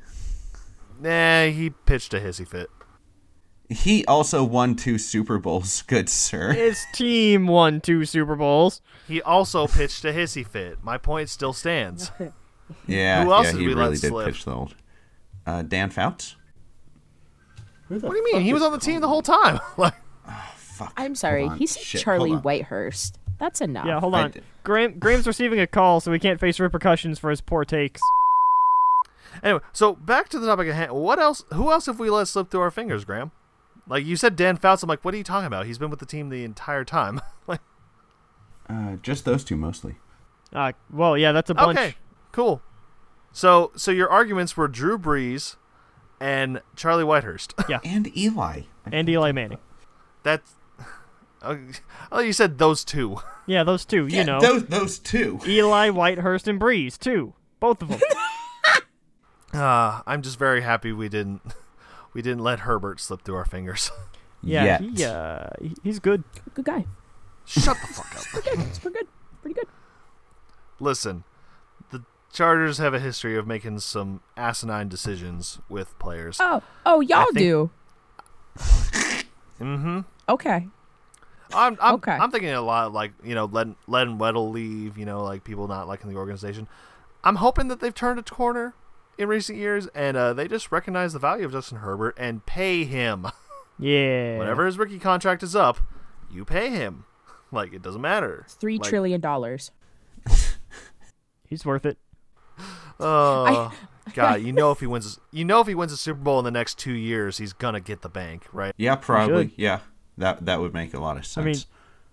Speaker 2: Nah, he pitched a hissy fit.
Speaker 4: He also won two Super Bowls, good sir.
Speaker 3: His team won two Super Bowls.
Speaker 2: He also pitched a hissy fit. My point still stands.
Speaker 4: Yeah,
Speaker 2: Who else
Speaker 4: yeah,
Speaker 2: did
Speaker 4: he
Speaker 2: we let
Speaker 4: really did
Speaker 2: slip?
Speaker 4: pitch the old. Uh, Dan Fouts.
Speaker 2: What do you mean? He was on the team the whole time. like,
Speaker 4: Ah, Fuck.
Speaker 1: I'm sorry.
Speaker 4: hold on.
Speaker 1: He said
Speaker 4: Shit,
Speaker 1: Charlie
Speaker 4: hold on.
Speaker 1: Whitehurst. That's enough.
Speaker 3: Yeah, hold
Speaker 4: I
Speaker 3: on.
Speaker 4: did-
Speaker 3: Graham Graham's receiving a call, so he can't face repercussions for his poor takes.
Speaker 2: anyway, so back to the topic at hand. What else? Who else have we let slip through our fingers, Graham? Like you said, Dan Fouts. I'm like, what are you talking about? He's been with the team the entire time. like,
Speaker 4: Uh, just those two mostly.
Speaker 3: Uh, well, yeah, that's a bunch.
Speaker 2: okay, cool. So, so your arguments were Drew Brees and Charlie Whitehurst.
Speaker 4: And Eli.
Speaker 3: And Eli Manning.
Speaker 2: That's. Oh, you said those two.
Speaker 3: Yeah, those two, you
Speaker 4: Yeah,
Speaker 3: know.
Speaker 4: Those, those two.
Speaker 3: Eli Whitehurst and Breeze, too. Both of them.
Speaker 2: Uh, I'm just very happy we didn't we didn't let Herbert slip through our fingers.
Speaker 3: Yeah,
Speaker 4: Yet.
Speaker 3: he, uh, he- he's good.
Speaker 1: Good guy.
Speaker 2: Shut the fuck up.
Speaker 1: It's pretty good. Pretty good.
Speaker 2: Listen, the Chargers have a history of making some asinine decisions with players.
Speaker 1: Oh, oh, y'all
Speaker 2: think-
Speaker 1: do.
Speaker 2: Mm-hmm.
Speaker 1: Okay.
Speaker 2: I'm I'm,
Speaker 1: Okay.
Speaker 2: I'm thinking a lot like you know letting letting Weddle leave. You know, like people not liking the organization. I'm hoping that they've turned a corner in recent years and uh, they just recognize the value of Justin Herbert and pay him.
Speaker 3: Yeah.
Speaker 2: Whenever his rookie contract is up, you pay him. Like it doesn't matter.
Speaker 1: It's three
Speaker 2: Like,
Speaker 1: trillion dollars.
Speaker 3: He's worth it.
Speaker 2: Oh God! You know if he wins, you know if he wins the Super Bowl in the next two years, he's gonna get the bank, right?
Speaker 4: Yeah, probably.
Speaker 3: should.
Speaker 4: Yeah. That that would make a lot of sense.
Speaker 3: I mean,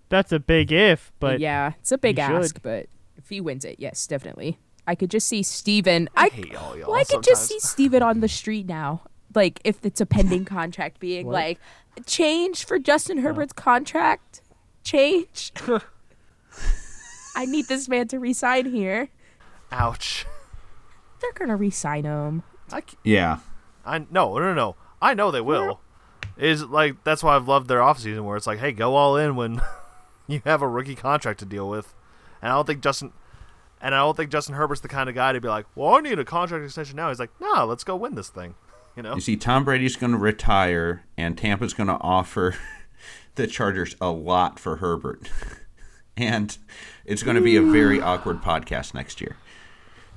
Speaker 3: that's a big if, but
Speaker 1: yeah, it's a big
Speaker 3: you should.
Speaker 1: ask, but if he wins it, yes, definitely. I could just see Steven. I,
Speaker 2: hate all y'all
Speaker 1: well, I could just see
Speaker 2: sometimes.
Speaker 1: Steven on the street now. Like if it's a pending contract being like change for Justin Herbert's contract. Change. I need this man to resign here.
Speaker 2: Ouch!
Speaker 1: They're gonna resign him.
Speaker 2: I, c-
Speaker 4: yeah.
Speaker 2: I no no no no. I know they will. Is like that's why I've loved their offseason where it's like, hey, go all in when you have a rookie contract to deal with, and I don't think Justin. And I don't think Justin Herbert's the kind of guy to be like, "Well, I need a contract extension now." He's like, "No, let's go win this thing." You know?
Speaker 4: You see, Tom Brady's going to retire, and Tampa's going to offer the Chargers a lot for Herbert. and it's going to be a very awkward podcast next year.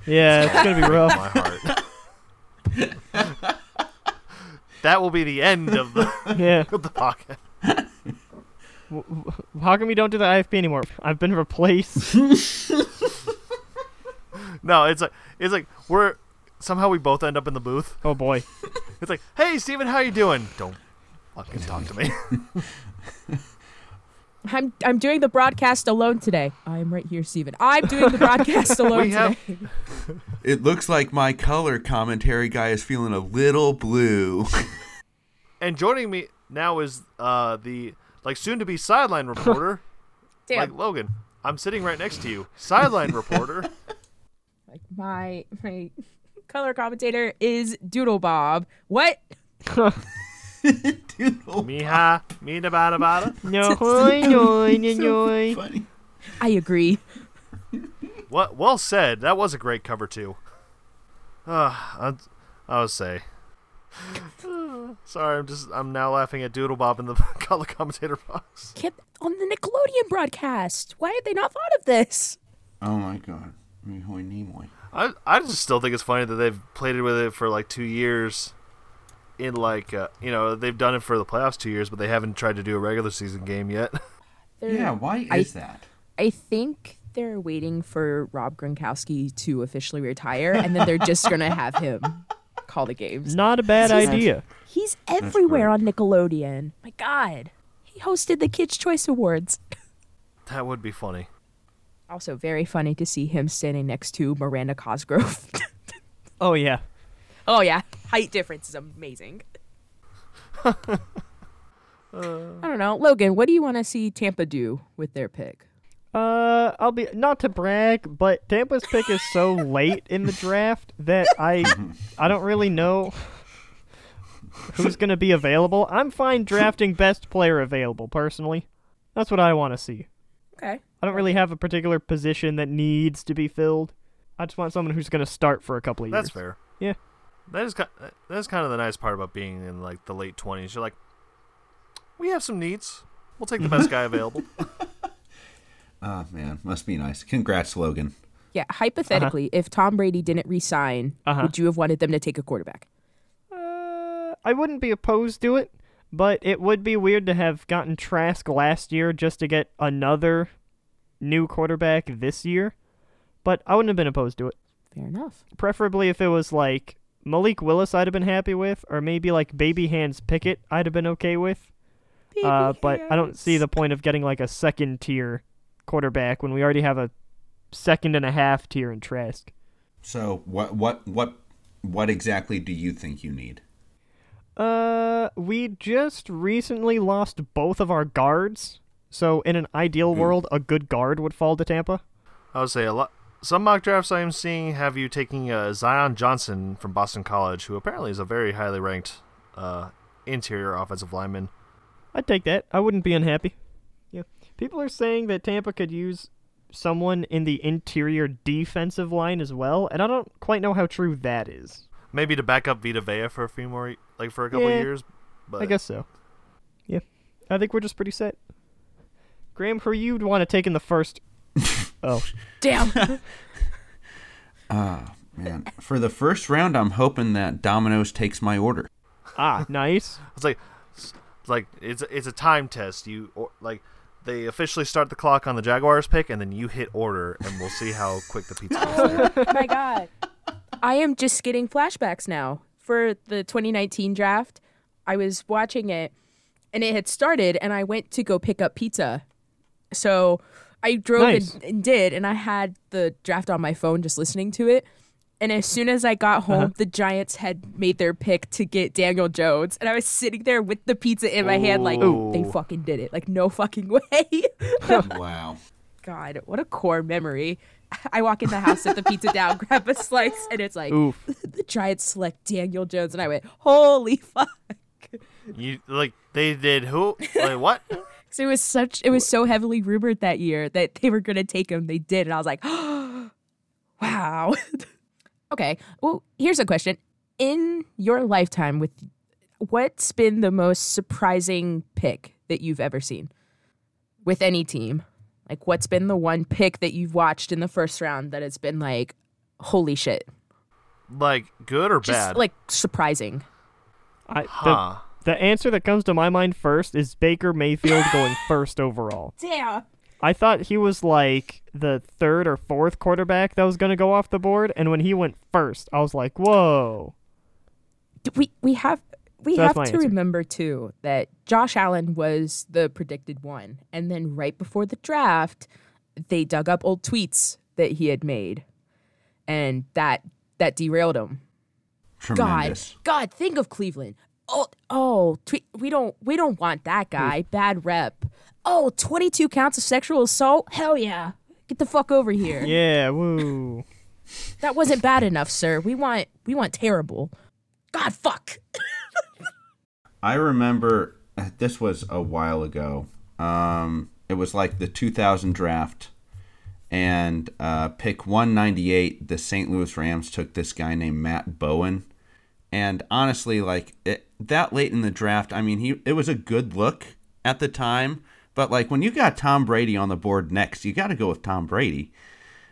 Speaker 3: Yeah, it's gonna be rough.
Speaker 2: My heart. that will be the end of the,
Speaker 3: Yeah.
Speaker 2: of the podcast.
Speaker 3: How come we don't do the IFP anymore? I've been replaced.
Speaker 2: No, it's like it's like we're somehow we both end up in the booth.
Speaker 3: Oh boy.
Speaker 2: It's like, "Hey, Steven, how you doing?" Don't fucking talk to me.
Speaker 1: I'm I'm doing the broadcast alone today. I'm right here, Steven. I'm doing the broadcast alone
Speaker 2: We have-
Speaker 1: today.
Speaker 4: It looks like my color commentary guy is feeling a little blue.
Speaker 2: and joining me now is uh, the like soon to be sideline reporter,
Speaker 1: Damn.
Speaker 2: like Logan. I'm sitting right next to you, sideline reporter.
Speaker 1: like my my color commentator is Doodle Bob. What?
Speaker 4: Dude, oh,
Speaker 2: Miha, mina bada bada.
Speaker 3: No, no, no, no.
Speaker 4: funny.
Speaker 1: I agree.
Speaker 2: What? Well said. That was a great cover too. Uh, I'd, I would say. Uh, Sorry, I'm just I'm now laughing at Doodle Bob in the color commentator box.
Speaker 1: Kip on the Nickelodeon broadcast. Why had they not thought of this?
Speaker 4: Oh my god. Ahoy Nimoy.
Speaker 2: I I just still think it's funny that they've played with it for like two years. In like uh, you know they've done it for the playoffs two years, but they haven't tried to do a regular season game yet.
Speaker 1: They're-
Speaker 4: Yeah, why
Speaker 1: I-
Speaker 4: is that?
Speaker 1: I think they're waiting for Rob Gronkowski to officially retire, and then they're just gonna have him call the games.
Speaker 3: Not a bad idea.
Speaker 1: He's everywhere on Nickelodeon. My God, he hosted the Kids' Choice Awards.
Speaker 2: That would be funny.
Speaker 1: Also, very funny to see him standing next to Miranda Cosgrove.
Speaker 3: Oh yeah.
Speaker 1: oh yeah, height difference is amazing. I don't know, Logan. What do you want to see Tampa do with their pick?
Speaker 3: Uh, I'll be not to brag, but Tampa's pick is so late in the draft that I I don't really know who's going to be available. I'm fine drafting best player available personally. That's what I want to see.
Speaker 1: Okay.
Speaker 3: I don't really have a particular position that needs to be filled. I just want someone who's going to start for a couple of years.
Speaker 2: That's fair.
Speaker 3: Yeah.
Speaker 2: That is ki- that's kind of the nice part about being in like the late twenties. You're like, we have some needs. We'll take the best guy available.
Speaker 4: Oh man, must be nice. Congrats, Logan.
Speaker 1: Yeah. Hypothetically, if Tom Brady didn't resign,
Speaker 3: Uh-huh.
Speaker 1: would you have wanted them to take a quarterback?
Speaker 3: Uh, I wouldn't be opposed to it, but it would be weird to have gotten Trask last year just to get another new quarterback this year. But I wouldn't have been opposed to it.
Speaker 1: Fair enough.
Speaker 3: Preferably if it was like Malik Willis, I'd have been happy with, or maybe like Baby Hands Pickett, I'd have been okay with. uh, but I don't see the point of getting like a second tier quarterback when we already have a second and a half tier in Trask.
Speaker 4: So what what what what exactly do you think you need?
Speaker 3: Uh, we just recently lost both of our guards. So in an ideal world, a good guard would fall to Tampa.
Speaker 2: I would say a lot. Some mock drafts I am seeing have you taking uh, Zion Johnson from Boston College, who apparently is a very highly ranked uh, interior offensive lineman.
Speaker 3: I'd take that. I wouldn't be unhappy. Yeah. People are saying that Tampa could use someone in the interior defensive line as well, and I don't quite know how true that is.
Speaker 2: Maybe to back up Vita Vea for a few more, y- like for a couple
Speaker 3: Yeah.
Speaker 2: years. But
Speaker 3: I guess so. Yeah. I think we're just pretty set. Graham, who you'd want to take in the first? oh,
Speaker 1: Damn.
Speaker 4: Man, for the first round, I'm hoping that Domino's takes my order.
Speaker 3: ah, nice.
Speaker 2: It's like it's like it's it's a time test. You or, like they officially start the clock on the Jaguars pick, and then you hit order, and we'll see how quick the pizza gets there.
Speaker 1: Oh my god. I am just getting flashbacks now for the 2019 draft. I was watching it and it had started and I went to go pick up pizza. So I drove
Speaker 3: Nice.
Speaker 1: and, and did and I had the draft on my phone just listening to it. And as soon as I got home, the Giants had made their pick to get Daniel Jones. And I was sitting there with the pizza in my hand, like,
Speaker 2: Ooh.
Speaker 1: they fucking did it. Like, no fucking way.
Speaker 4: wow.
Speaker 1: God, what a core memory. I walk in the house, set the pizza down, grab a slice, and it's like
Speaker 3: Oof.
Speaker 1: the Giants select Daniel Jones, and I went, "Holy fuck!"
Speaker 2: You like they did who? Like what?
Speaker 1: Because it was such, it was so heavily rumored that year that they were going to take him. They did, and I was like, Wow. okay. Well, here's a question. In your lifetime with what's been the most surprising pick that you've ever seen with any team? Like what's been the one pick that you've watched in the first round that has been like holy shit.
Speaker 2: Like good or
Speaker 1: Just
Speaker 2: bad?
Speaker 1: like surprising.
Speaker 3: I, the,
Speaker 2: huh.
Speaker 3: the answer that comes to my mind first is Baker Mayfield going first overall.
Speaker 1: Damn.
Speaker 3: I thought he was like the third or fourth quarterback that was going to go off the board, and when he went first, I was like, "Whoa!"
Speaker 1: we we have we
Speaker 3: So that's
Speaker 1: have to
Speaker 3: my answer.
Speaker 1: remember too that Josh Allen was the predicted one, and then right before the draft, they dug up old tweets that he had made, and that that derailed him.
Speaker 4: Tremendous.
Speaker 1: God, God, think of Cleveland. Oh, oh, tweet, we don't we don't want that guy. Bad rep. Oh, 22 counts of sexual assault. Hell yeah. Get the fuck over here.
Speaker 3: Yeah, woo.
Speaker 1: That wasn't bad enough, sir. We want we want terrible. God fuck.
Speaker 4: I remember uh, this was a while ago. Um, it was like the 2000 draft, and uh, pick 198, the St. Louis Rams took this guy named Matt Bowen. And honestly, like it, that late in the draft, I mean, he it was a good look at the time, but like when you got Tom Brady on the board next, you got to go with Tom Brady.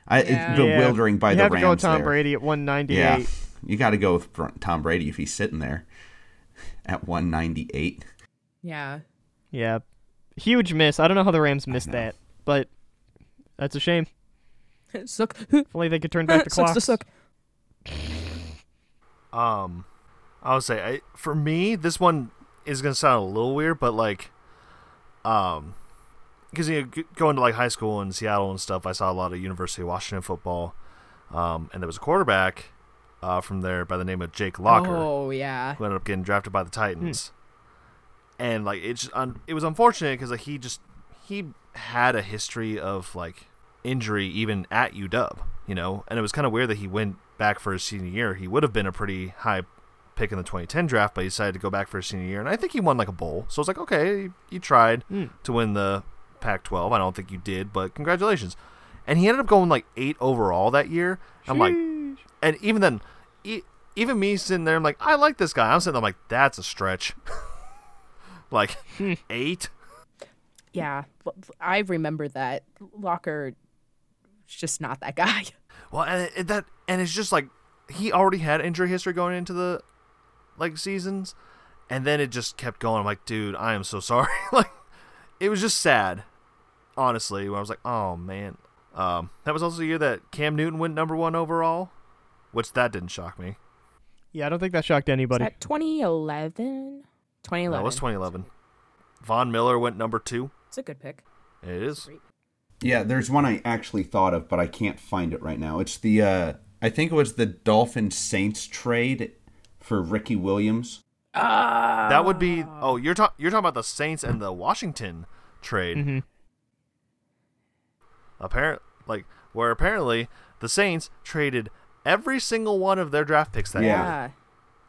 Speaker 4: I,
Speaker 1: Yeah.
Speaker 4: It's bewildering
Speaker 3: Yeah,
Speaker 4: by
Speaker 3: you
Speaker 4: the
Speaker 3: have
Speaker 4: Rams.
Speaker 3: to go with Tom
Speaker 4: there.
Speaker 3: Brady at 198.
Speaker 4: Yeah, you got to go with Br- Tom Brady if he's sitting there at 198.
Speaker 1: Yeah.
Speaker 3: Yeah. Huge miss. I don't know how the Rams missed
Speaker 4: know.
Speaker 3: that, but that's a shame.
Speaker 1: Suck.
Speaker 3: If only they could turn back the
Speaker 1: Sucks
Speaker 3: clock.
Speaker 1: to suck.
Speaker 2: Um, I would say I, for me, this one is gonna sound a little weird, but like, um, because you know, g- going to like high school in Seattle and stuff, I saw a lot of University of Washington football, um, and there was a quarterback uh, from there by the name of Jake Locker
Speaker 1: Oh yeah.
Speaker 2: who ended up getting drafted by the Titans. And like it's un- it was unfortunate because like he just he had a history of like injury even at UW, you know, and it was kind of weird that he went back for his senior year. He would have been a pretty high pick in the 2010 draft, but he decided to go back for his senior year, and I think he won like a bowl. So it's like okay, you, you tried to win the Pac-12. I don't think you did, but congratulations. And he ended up going like eight overall that year. I'm like, and even then, e- even me sitting there, I'm like, I like this guy. I'm sitting there, I'm like, that's a stretch. like, eight?
Speaker 1: Yeah. L- l- I remember that. Locker is just not that guy.
Speaker 2: Well, and it, that, and it's just like, he already had injury history going into the, like, seasons. And then it just kept going. I'm like, dude, I am so sorry. like, it was just sad, honestly, when I was like, oh, man. Um, that was also the year that Cam Newton went number one overall, which that didn't shock me.
Speaker 3: Yeah, I don't think that shocked anybody.
Speaker 1: At 2011? 2011.
Speaker 2: That was 2011. Von Miller went number two.
Speaker 1: It's a good pick.
Speaker 2: It is.
Speaker 4: Yeah, there's one I actually thought of, but I can't find it right now. It's the uh I think it was the Dolphins Saints trade for Ricky Williams.
Speaker 1: Ah.
Speaker 2: That would be. Oh, you're talking. You're talking about the Saints and the Washington trade.
Speaker 3: hmm Mm-hmm.
Speaker 2: Apparent, like where apparently the Saints traded every single one of their draft picks that
Speaker 4: Yeah.
Speaker 2: year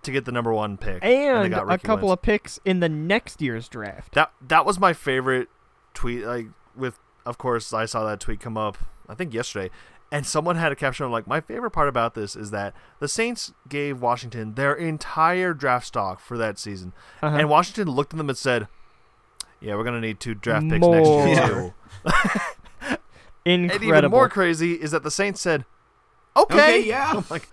Speaker 2: to get the number one pick, they
Speaker 3: And
Speaker 2: got
Speaker 3: a
Speaker 2: Ricky
Speaker 3: couple
Speaker 2: Williams.
Speaker 3: of picks in the next year's draft.
Speaker 2: that. That was my favorite tweet. Like with, of course, I saw that tweet come up. I think yesterday. And someone had a caption of like, my favorite part about this is that the Saints gave Washington their entire draft stock for that season.
Speaker 3: Uh-huh.
Speaker 2: And Washington looked at them and said, Yeah, we're going to need two draft picks next
Speaker 3: Oh.
Speaker 2: year, too.
Speaker 4: More.
Speaker 3: Incredible.
Speaker 2: And even more crazy is that the Saints said, "Okay,
Speaker 4: Okay, yeah.
Speaker 2: I'm like,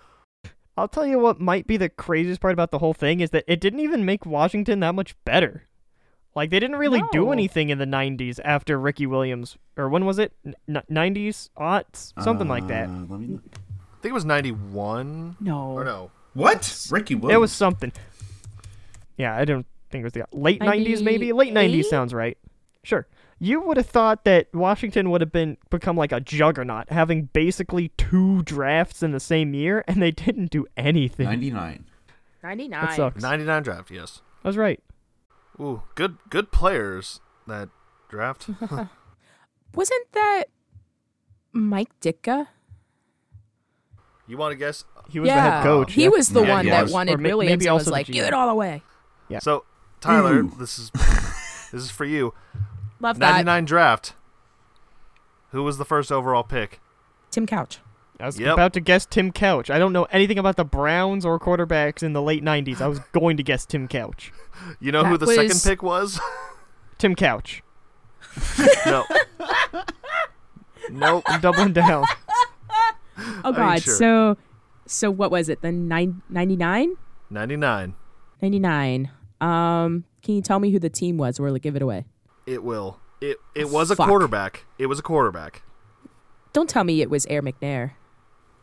Speaker 3: I'll tell you what might be the craziest part about the whole thing is that it didn't even make Washington that much better. Like they didn't really do
Speaker 1: No.
Speaker 3: anything in the 90s after Ricky Williams or when was it? N- 90s, aughts, something like that.
Speaker 4: Uh, let me look.
Speaker 2: I think it was '91
Speaker 1: No.
Speaker 2: or no,
Speaker 4: What? Ricky Williams.
Speaker 3: It was something. Yeah, I don't think it was the late 90s maybe. Late 90s
Speaker 1: 98?
Speaker 3: sounds right. Sure. You would have thought that Washington would have been become like a juggernaut having basically two drafts in the same year and they didn't do anything.
Speaker 4: 99.
Speaker 1: 99.
Speaker 3: That sucks. I
Speaker 2: '99 draft." Yes.
Speaker 3: was right.
Speaker 2: Ooh, good, good players that draft.
Speaker 1: Wasn't that Mike Ditka?
Speaker 2: you want to guess?
Speaker 3: He was
Speaker 1: yeah.
Speaker 3: the head coach.
Speaker 1: He
Speaker 3: yeah.
Speaker 1: was the
Speaker 4: Yeah,
Speaker 1: one
Speaker 4: he
Speaker 1: that
Speaker 4: was.
Speaker 1: wanted
Speaker 3: Or ma-
Speaker 1: Williams
Speaker 3: maybe
Speaker 1: and
Speaker 3: also
Speaker 1: was
Speaker 3: the
Speaker 1: like,
Speaker 3: GM.
Speaker 1: give it all away.
Speaker 3: Yeah.
Speaker 2: So Tyler,
Speaker 4: Ooh.
Speaker 2: this is this is for you.
Speaker 1: Love that.
Speaker 2: '99 draft. Who was the first overall pick?
Speaker 1: Tim Couch.
Speaker 3: I was
Speaker 2: Yep.
Speaker 3: about to guess Tim Couch. I don't know anything about the Browns or quarterbacks in the late 90s. I was going to guess Tim Couch.
Speaker 2: You know who
Speaker 1: That
Speaker 2: the second
Speaker 1: was-
Speaker 2: pick was?
Speaker 3: Tim Couch.
Speaker 2: no. Nope.
Speaker 3: I'm doubling down.
Speaker 2: I
Speaker 1: Oh
Speaker 2: mean,
Speaker 1: God.
Speaker 2: sure.
Speaker 1: So, so what was it? The nine ninety nine.
Speaker 2: 99.
Speaker 1: 99. Um, can you tell me who the team was? Or will it give it away?
Speaker 2: It will. It it was a
Speaker 1: Fuck.
Speaker 2: quarterback. It was a quarterback.
Speaker 1: Don't tell me it was Air McNair.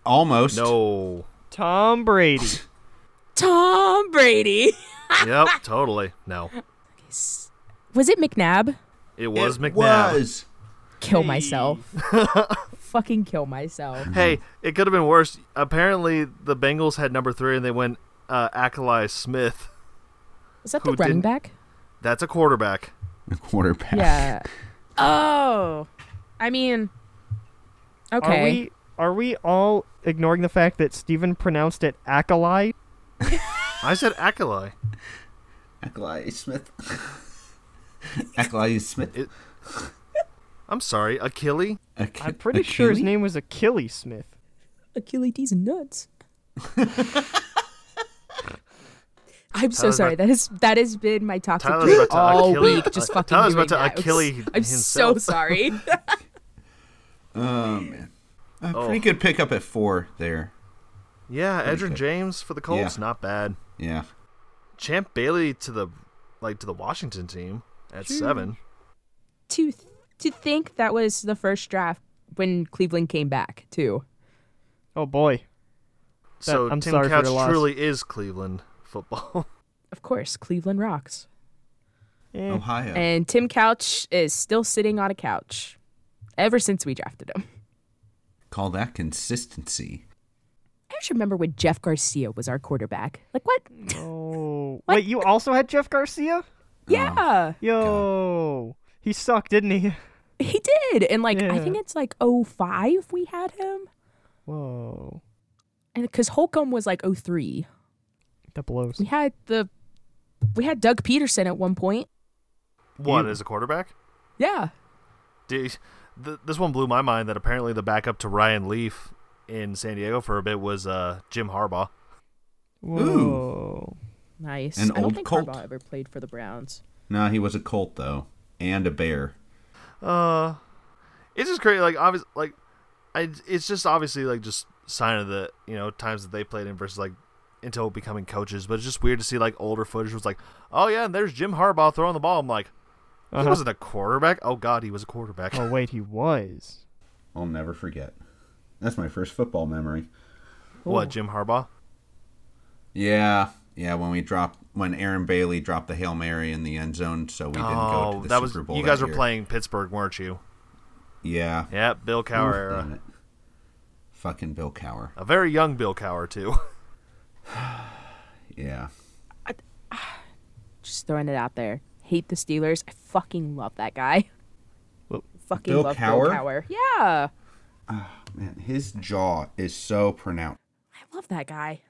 Speaker 4: Almost.
Speaker 2: No.
Speaker 3: Tom Brady.
Speaker 1: Tom Brady.
Speaker 2: Yep, totally. No.
Speaker 1: Was it McNabb?
Speaker 2: It
Speaker 4: It
Speaker 2: was McNabb.
Speaker 4: was.
Speaker 1: Kill myself. Fucking kill myself.
Speaker 2: Hey, it could have been worse. Apparently, the Bengals had number three, and they went uh, Akali Smith.
Speaker 1: Is that
Speaker 2: Who
Speaker 1: the running
Speaker 2: didn't-
Speaker 1: back?
Speaker 2: That's a quarterback.
Speaker 4: The quarterback.
Speaker 1: Yeah. Oh. I mean, okay.
Speaker 3: Are we are we all ignoring the fact that Steven pronounced it acolyte?
Speaker 2: I said Akali.
Speaker 4: Akali Smith. Akali Smith.
Speaker 2: I'm sorry, Achille.
Speaker 4: Ak-
Speaker 3: I'm pretty sure his
Speaker 4: Achilles?
Speaker 3: name was Achilles Smith.
Speaker 1: Achilles D's nuts. I'm so
Speaker 2: Tyler's
Speaker 1: sorry.
Speaker 2: about-
Speaker 1: That is that has been my toxic
Speaker 2: Tyler's
Speaker 1: trait
Speaker 2: about to
Speaker 1: all
Speaker 2: Achille-
Speaker 1: week. Just
Speaker 2: uh,
Speaker 1: fucking.
Speaker 2: Tyler's about
Speaker 1: doing
Speaker 2: to
Speaker 1: that.
Speaker 2: Achille
Speaker 1: I'm so
Speaker 2: himself.
Speaker 1: sorry.
Speaker 4: Oh man. A pretty good pickup at four there.
Speaker 2: Yeah, Edrin
Speaker 4: good.
Speaker 2: James for the Colts,
Speaker 4: Yeah.
Speaker 2: not bad.
Speaker 4: Yeah.
Speaker 2: Champ Bailey to the like to the Washington team at seven.
Speaker 1: to to think that was the first draft when Cleveland came back too.
Speaker 3: Oh boy.
Speaker 2: So
Speaker 3: I'm
Speaker 2: Tim
Speaker 3: sorry for
Speaker 2: Couch
Speaker 3: your loss.
Speaker 2: truly is Cleveland football.
Speaker 1: Of course, Cleveland rocks.
Speaker 3: Eh.
Speaker 4: Ohio.
Speaker 1: And Tim Couch is still sitting on a couch ever since we drafted him.
Speaker 4: Call that consistency.
Speaker 1: I just remember when Jeff Garcia was our quarterback. Like what?
Speaker 3: Oh. Wait, you also had Jeff Garcia?
Speaker 1: Yeah.
Speaker 3: Yo. He sucked, didn't he?
Speaker 1: He did. And like I
Speaker 3: Yeah.
Speaker 1: think it's like 05 we had him.
Speaker 3: Whoa.
Speaker 1: And cuz Holcomb was like 03.
Speaker 3: That blows.
Speaker 1: We had the we had Doug Peterson at one point.
Speaker 2: One
Speaker 3: You-
Speaker 2: as a quarterback.
Speaker 1: Yeah.
Speaker 2: Dude, th- this one blew my mind that apparently the backup to Ryan Leaf in San Diego for a bit was uh, Jim Harbaugh.
Speaker 3: Whoa.
Speaker 1: Nice.
Speaker 4: An
Speaker 1: I don't
Speaker 4: old
Speaker 1: think
Speaker 4: Colt.
Speaker 1: Harbaugh ever played for the Browns.
Speaker 4: No, he was a Colt though, and a bear.
Speaker 2: Uh, it's just crazy. Like obvious, like I, it's just obviously like just sign of the you know times that they played in versus like until becoming coaches. But it's just weird to see like older footage was like, oh yeah, and there's Jim Harbaugh throwing the ball. I'm like, he
Speaker 3: Uh-huh.
Speaker 2: wasn't a quarterback. Oh god, he was a quarterback.
Speaker 3: Oh wait, he was.
Speaker 4: I'll never forget. That's my first football memory.
Speaker 2: What Jim Harbaugh?
Speaker 4: Yeah, yeah. When we dropped, when Aaron Bailey dropped the hail mary in the end zone, so we didn't go to
Speaker 2: Oh,
Speaker 4: the
Speaker 2: that was
Speaker 4: Super Bowl.
Speaker 2: you guys
Speaker 4: that
Speaker 2: were
Speaker 4: year.
Speaker 2: playing Pittsburgh, weren't you?
Speaker 4: Yeah.
Speaker 2: Yeah, Bill Cower
Speaker 4: Oof, damn
Speaker 2: era.
Speaker 4: it. Fucking Bill Cower.
Speaker 2: A very young Bill Cower too.
Speaker 4: Yeah.
Speaker 1: Just throwing it out there. Hate the Steelers. I fucking love that guy.
Speaker 3: Well,
Speaker 1: fucking
Speaker 4: Bill
Speaker 1: love
Speaker 4: Cowher?
Speaker 1: Bill Cowher. Yeah.
Speaker 4: Man, his jaw is so pronounced.
Speaker 1: I love that guy.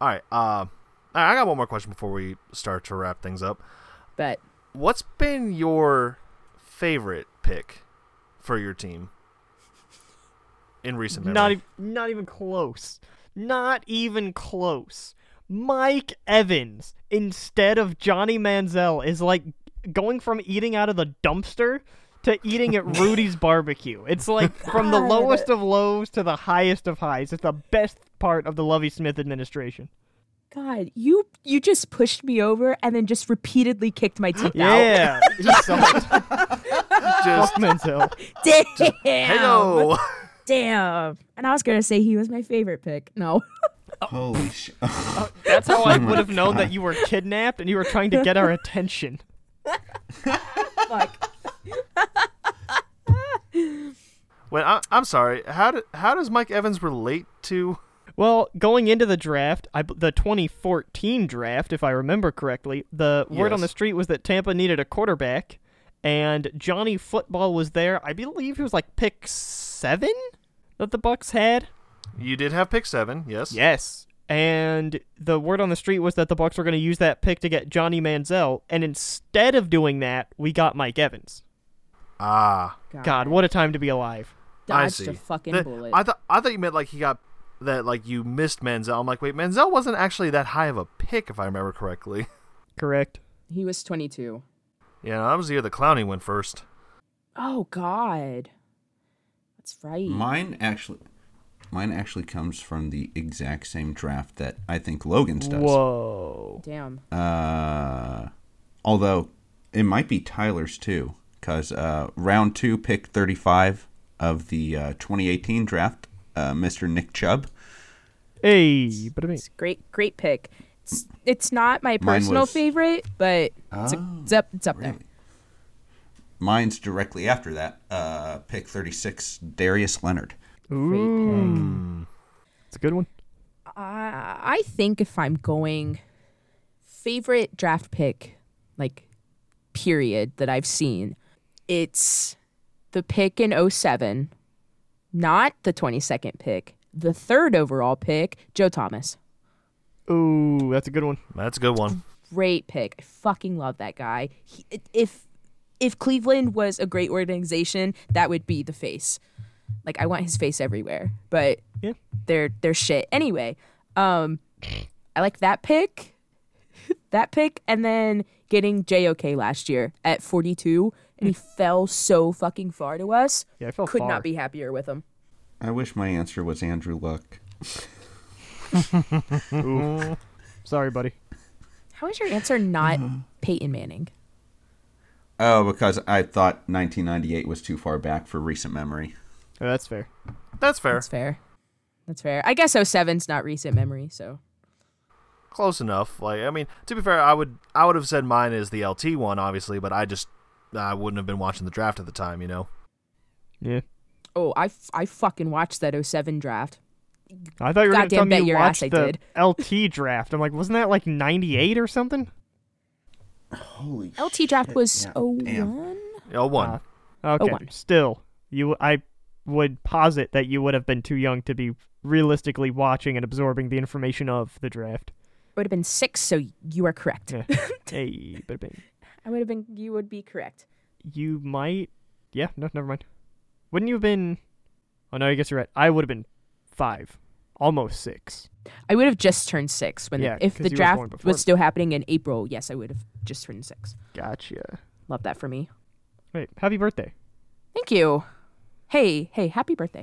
Speaker 2: All right. Uh, all right, I got one more question before we start to wrap things up.
Speaker 1: But
Speaker 2: What's been your favorite pick for your team in recent memory?
Speaker 3: Not even not even close. Not even close. Mike Evans instead of Johnny Manziel is like going from eating out of the dumpster to eating at Rudy's barbecue. It's like from the lowest of lows to the highest of highs. It's the best part of the Lovey Smith administration.
Speaker 1: God, you you just pushed me over and then just repeatedly kicked my teeth
Speaker 3: Yeah. Just salt. Fuck
Speaker 2: just
Speaker 3: Manziel.
Speaker 1: out. Damn.
Speaker 2: Heyo!
Speaker 1: Damn. And I was gonna say he was my favorite pick. No.
Speaker 4: Holy shit.
Speaker 3: That's how I
Speaker 4: my
Speaker 3: would have known that
Speaker 4: God.
Speaker 3: you were kidnapped and you were trying to get our attention.
Speaker 1: Fuck.
Speaker 2: Wait, I, I'm sorry. How do, how does Mike Evans relate to?
Speaker 3: Well, going into the draft, I, the 2014 draft, if I remember correctly, the word on
Speaker 2: Yes.
Speaker 3: the street was that Tampa needed a quarterback, and Johnny Football was there. I believe he was like pick seven that the Bucks had.
Speaker 2: You did have pick seven, yes.
Speaker 3: Yes. And the word on the street was that the Bucks were going to use that pick to get Johnny Manziel, and instead of doing that, we got Mike Evans.
Speaker 2: Ah,
Speaker 3: God, what a time to be alive!
Speaker 2: I
Speaker 1: dodged
Speaker 2: see.
Speaker 1: a fucking
Speaker 2: That-
Speaker 1: bullet.
Speaker 2: I thought I thought you meant like he got that like you missed Manziel. I'm like, wait, Manziel wasn't actually that high of a pick if I remember correctly.
Speaker 3: Correct.
Speaker 1: he was 22.
Speaker 2: Yeah, that was the year the Clowney went first.
Speaker 1: Oh God, that's right.
Speaker 4: Mine actually, mine actually comes from the exact same draft that I think Logan's does.
Speaker 3: Whoa.
Speaker 1: Damn.
Speaker 4: Uh, although it might be Tyler's too, because uh, round two, pick 35 of the uh, 2018 draft, uh, Mr. Nick Chubb.
Speaker 3: Hey, but I mean,
Speaker 1: It's great, great pick. It's, it's not my
Speaker 4: Mine
Speaker 1: personal
Speaker 4: was- Ah,
Speaker 1: favorite, but it's, a- it's up, it's up there.
Speaker 4: Really? Mine's directly after that, uh, pick 36, Darius Leonard.
Speaker 3: ooh, it's a good one.
Speaker 1: I I think if I'm going favorite draft pick, like period that I've seen, it's the pick in 07, not the 22nd pick, the third overall pick, Joe Thomas.
Speaker 3: Ooh, that's a good one.
Speaker 2: That's a good one.
Speaker 1: Great pick. I fucking love that guy. He, if if Cleveland was a great organization, that would be the face. Like I want his face everywhere, but
Speaker 3: Yeah.
Speaker 1: they're they're shit anyway. Um, I like that pick, that pick, and then getting JOK last year at 42, and he fell so fucking far to us.
Speaker 3: Yeah, I felt
Speaker 1: Could
Speaker 3: far.
Speaker 1: not be happier with him.
Speaker 4: I wish my answer was Andrew Luck.
Speaker 3: Sorry, buddy.
Speaker 1: How is your answer not
Speaker 3: Mm-hmm.
Speaker 1: Peyton Manning?
Speaker 4: Oh, because I thought 1998 was too far back for recent memory.
Speaker 3: Oh, that's fair.
Speaker 2: That's fair.
Speaker 1: That's fair. That's fair. I guess 07's not recent memory, so
Speaker 2: Close enough. Like I mean, to be fair, I would I would have said mine is the LT one, obviously, but I just I wouldn't have been watching the draft at the time, you know.
Speaker 3: Yeah.
Speaker 1: Oh, I, f- I fucking watched that 07 draft.
Speaker 3: I thought you were going
Speaker 1: Goddamn
Speaker 3: to tell me
Speaker 1: bet
Speaker 3: you
Speaker 1: your ass
Speaker 3: watched
Speaker 1: I
Speaker 3: the LT draft. I'm like, wasn't that like 98 or something?
Speaker 4: Holy
Speaker 1: LT draft was oh one.
Speaker 4: damn.
Speaker 2: Oh, one.
Speaker 3: Ah, Okay.
Speaker 1: one.
Speaker 3: Still, you, I would posit that you would have been too young to be realistically watching and absorbing the information of the draft.
Speaker 1: It would have been 6, so you are correct.
Speaker 3: Yeah. hey, but I mean,
Speaker 1: I would have been you would be correct.
Speaker 3: you might. Yeah. No, never mind. Wouldn't you have been? Oh no, I guess you're right. I would have been five, almost six.
Speaker 1: I would have just turned 6 when
Speaker 3: Yeah,
Speaker 1: if
Speaker 3: 'cause
Speaker 1: the
Speaker 3: you were born
Speaker 1: draft was,
Speaker 3: before me.
Speaker 1: still happening in April. Yes, I would have just turned 6.
Speaker 3: Gotcha.
Speaker 1: Love that for me.
Speaker 3: Wait, happy birthday.
Speaker 1: Thank you. Hey, hey, happy birthday.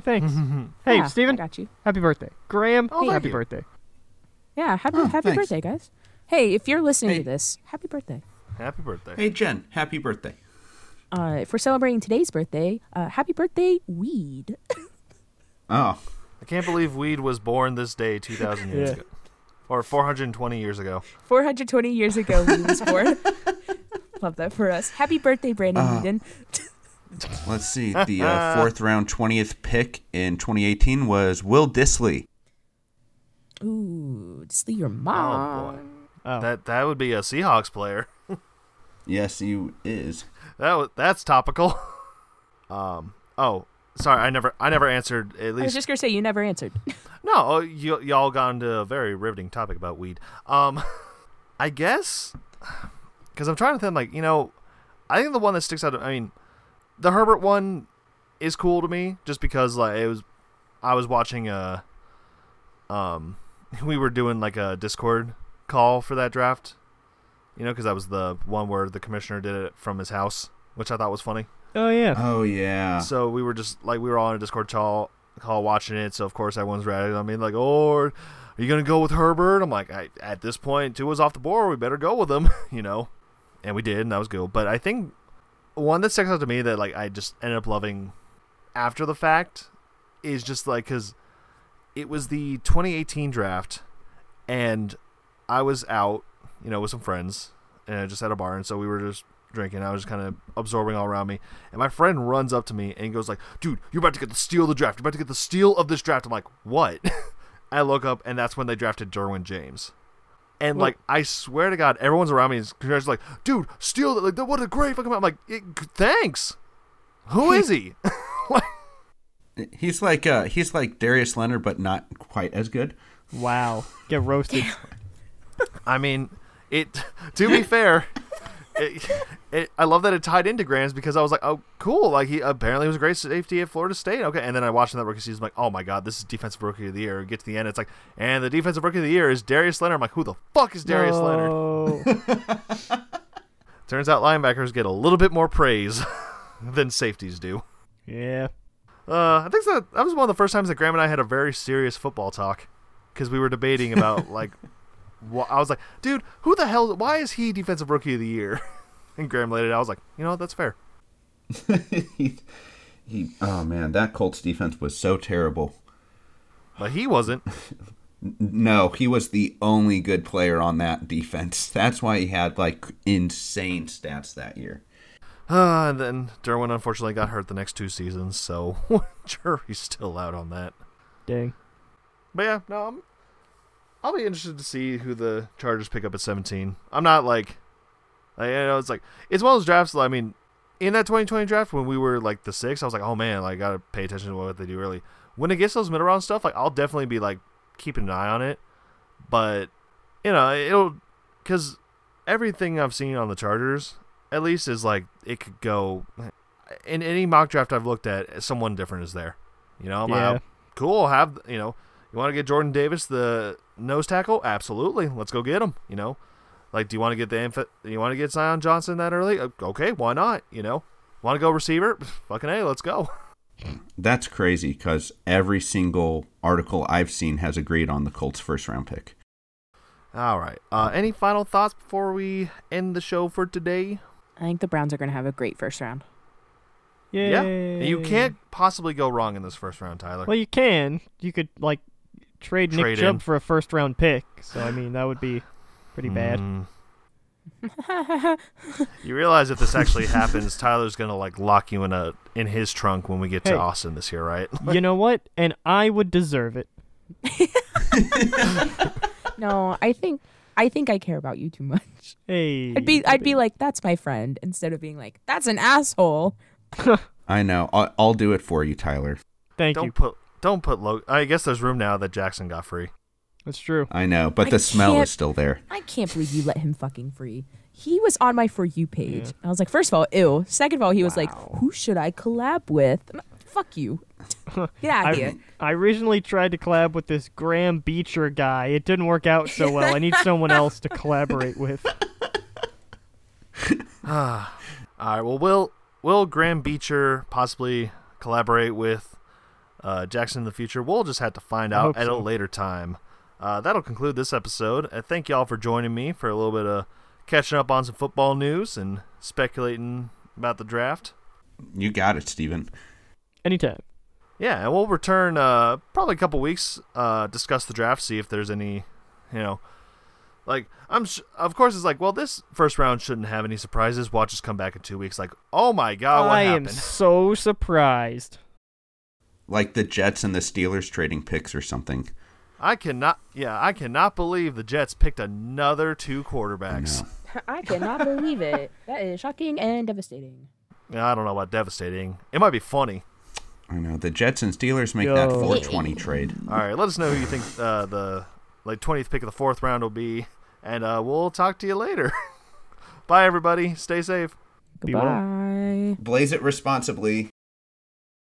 Speaker 3: thanks. hey,
Speaker 1: Yeah,
Speaker 3: Steven,
Speaker 1: I got you.
Speaker 3: happy birthday. Graham,
Speaker 2: Oh, thank
Speaker 3: happy
Speaker 2: you.
Speaker 3: birthday.
Speaker 1: Yeah, happy
Speaker 4: Oh,
Speaker 1: happy
Speaker 4: thanks.
Speaker 1: birthday, guys. Hey, if you're listening
Speaker 4: Hey.
Speaker 1: to this, happy birthday.
Speaker 2: Happy birthday.
Speaker 4: Hey, Jen, happy birthday.
Speaker 1: Uh, if we're celebrating today's birthday, uh, happy birthday, weed.
Speaker 4: Oh,
Speaker 2: I can't believe weed was born this day 2,000 years
Speaker 3: Yeah.
Speaker 2: ago, or 420 years ago.
Speaker 1: 420 years ago we was born. Love that for us. Happy birthday, Brandon Whedon.
Speaker 4: let's see. The uh, fourth round, 20th pick in 2018 was Will Disley.
Speaker 1: Ooh, just leave your
Speaker 2: Oh
Speaker 1: mom.
Speaker 2: boy,
Speaker 3: Oh.
Speaker 2: that that would be a Seahawks player.
Speaker 4: Yes, he is.
Speaker 2: That was, that's topical. um. Oh, sorry. I never I never answered. At
Speaker 1: I was
Speaker 2: least
Speaker 1: just gonna say you never answered.
Speaker 2: no. oh, You y'all got into a very riveting topic about weed. Um, I guess because I'm trying to think. Like you know, I think the one that sticks out. I mean, the Herbert one is cool to me just because like it was. I was watching a. Um, we were doing like a Discord call for that draft. You know, because that was the one where the commissioner did it from his house, which I thought was funny.
Speaker 3: Oh yeah.
Speaker 4: Oh, yeah.
Speaker 2: So we were just like we were all in a Discord call, call watching it. So of course everyone's ratting on me like, "Oh, are you gonna go with Herbert?" I'm like, I, "At this point, two was off the board. We better go with him," you know. And we did, and that was good. But I think one that sticks out to me that like I just ended up loving after the fact is just like because it was the 2018 draft, and I was out, you know, with some friends, and just at a bar, and so we were just drinking. I was just kind of absorbing all around me, and my friend runs up to me and goes like, "Dude, you're about to get the steal of the draft. You're about to get the steal of this draft." I'm like, "What?" I look up, and that's when they drafted Derwin James. And like, I swear to God, everyone's around me is just like, "Dude, steal that! Like, what a great fucking!" I'm like, "Eh, "Thanks." Who is he?
Speaker 4: He's like uh, he's like Darius Leonard, but not quite as good.
Speaker 3: Wow. Get roasted.
Speaker 2: I mean, it. To be fair, it, it, I love that it tied into Grams because I was like, oh, cool. Like he apparently was a great safety at Florida State. Okay, and then I watched him that rookie season. I'm like, oh my god, this is defensive rookie of the year. Get to the end, it's like, and the defensive rookie of the year is Darius Leonard. I'm like, who the fuck is Darius Leonard?
Speaker 3: Leonard.
Speaker 2: Turns out linebackers get a little bit more praise than safeties do.
Speaker 3: yeah.
Speaker 2: Uh, I think that that was one of the first times that Graham and I had a very serious football talk because we were debating about like, wha- I was like, dude, who the hell? Why is he defensive rookie of the year? And Graham laid it. out. I was like, you know, what, that's fair.
Speaker 4: he, he, oh man, that Colts defense was so terrible.
Speaker 2: But he wasn't.
Speaker 4: No, he was the only good player on that defense. That's why he had like insane stats that year.
Speaker 2: Uh, and then Derwin unfortunately got hurt the next two seasons, so jury's still out on that.
Speaker 3: Dang.
Speaker 2: But yeah, no, I'm, I'll be interested to see who the Chargers pick up at 17. I'm not like, I you know it's like it's one of those drafts. I mean, in that 2020 draft when we were like the six, I was like, oh man, like gotta pay attention to what they do early. When it gets those middle round stuff, like I'll definitely be like keeping an eye on it. But you know, it'll because everything I've seen on the Chargers, at least, is like it could go. In any mock draft I've looked at, someone different is there. You know, I'm
Speaker 3: Yeah.
Speaker 2: like, cool. Have you know? You want to get Jordan Davis the nose tackle? Absolutely. Let's go get him. You know, like do you want to get the inf- you want to get Zion Johnson that early? Uh, Okay, why not? You know, want to go receiver? Fucking a, let's go.
Speaker 4: That's crazy because every single article I've seen has agreed on the Colts' first round pick.
Speaker 2: All right. Uh, any final thoughts before we end the show for today?
Speaker 1: I think the Browns are going to have a great first round.
Speaker 3: Yay.
Speaker 2: Yeah. You can't possibly go wrong in this first round, Tyler.
Speaker 3: Eh. Well, you can. You could like trade, Nick
Speaker 2: Trade
Speaker 3: Chubb
Speaker 2: in.
Speaker 3: for a first round pick. So I mean, that would be pretty bad.
Speaker 2: Mm. you realize if this actually happens, Tyler's gonna like lock you in a in his trunk when we get to
Speaker 3: Hey.
Speaker 2: Austin this year, right?
Speaker 3: You know what? And I would deserve it.
Speaker 1: No, I think I think I care about you too much.
Speaker 3: Hey.
Speaker 1: I'd be I'd be like, that's my friend, instead of being like, that's an asshole.
Speaker 4: I know. I'll, I'll do it for you, Tyler.
Speaker 3: Thank
Speaker 2: don't
Speaker 3: you.
Speaker 2: put don't put Lo- I guess there's room now that Jackson got free.
Speaker 3: That's true.
Speaker 4: I know, but
Speaker 1: I
Speaker 4: the smell
Speaker 1: can't-
Speaker 4: is still there.
Speaker 1: I can't believe you let him fucking free. He was on my for you page. I was like, first of all, ew. Second of all, he was like, who should I collab with? I'm like, Fuck you. Get out
Speaker 3: I,
Speaker 1: of here.
Speaker 3: I originally tried to collab with this Graham Beecher guy. It didn't work out so well. I need someone else to collaborate with.
Speaker 2: All right. Well, will will Graham Beecher possibly collaborate with uh, Jackson in the future? We'll just have to find out
Speaker 3: hope
Speaker 2: at
Speaker 3: so.
Speaker 2: a later time. Uh, that'll conclude this episode. Uh, thank y'all for joining me for a little bit of catching up on some football news and speculating about the draft.
Speaker 4: You got it, Steven.
Speaker 3: Anytime.
Speaker 2: Yeah, and we'll return uh, probably a couple weeks. Uh, discuss the draft, see if there's any, you know, like I'm. Sh- of course, it's like, well, this first round shouldn't have any surprises. Watch us come back in two weeks. Like, oh my god, what
Speaker 3: I am
Speaker 2: happened?
Speaker 3: so surprised.
Speaker 4: Like the Jets and the Steelers trading picks or something.
Speaker 2: I cannot. Yeah, I cannot believe the Jets picked another two
Speaker 4: I
Speaker 2: quarterbacks.
Speaker 4: know.
Speaker 1: I cannot believe it. That is shocking and devastating.
Speaker 2: Yeah, I don't know about devastating. It might be funny.
Speaker 4: I know. The Jets and Steelers make that
Speaker 3: Yo.
Speaker 4: 420 trade.
Speaker 2: All right, let us know who you think uh, the like twentieth pick of the fourth round will be, and uh, we'll talk to you later. Bye, everybody. Stay safe.
Speaker 3: Be well.
Speaker 1: Goodbye.
Speaker 4: Blaze it responsibly.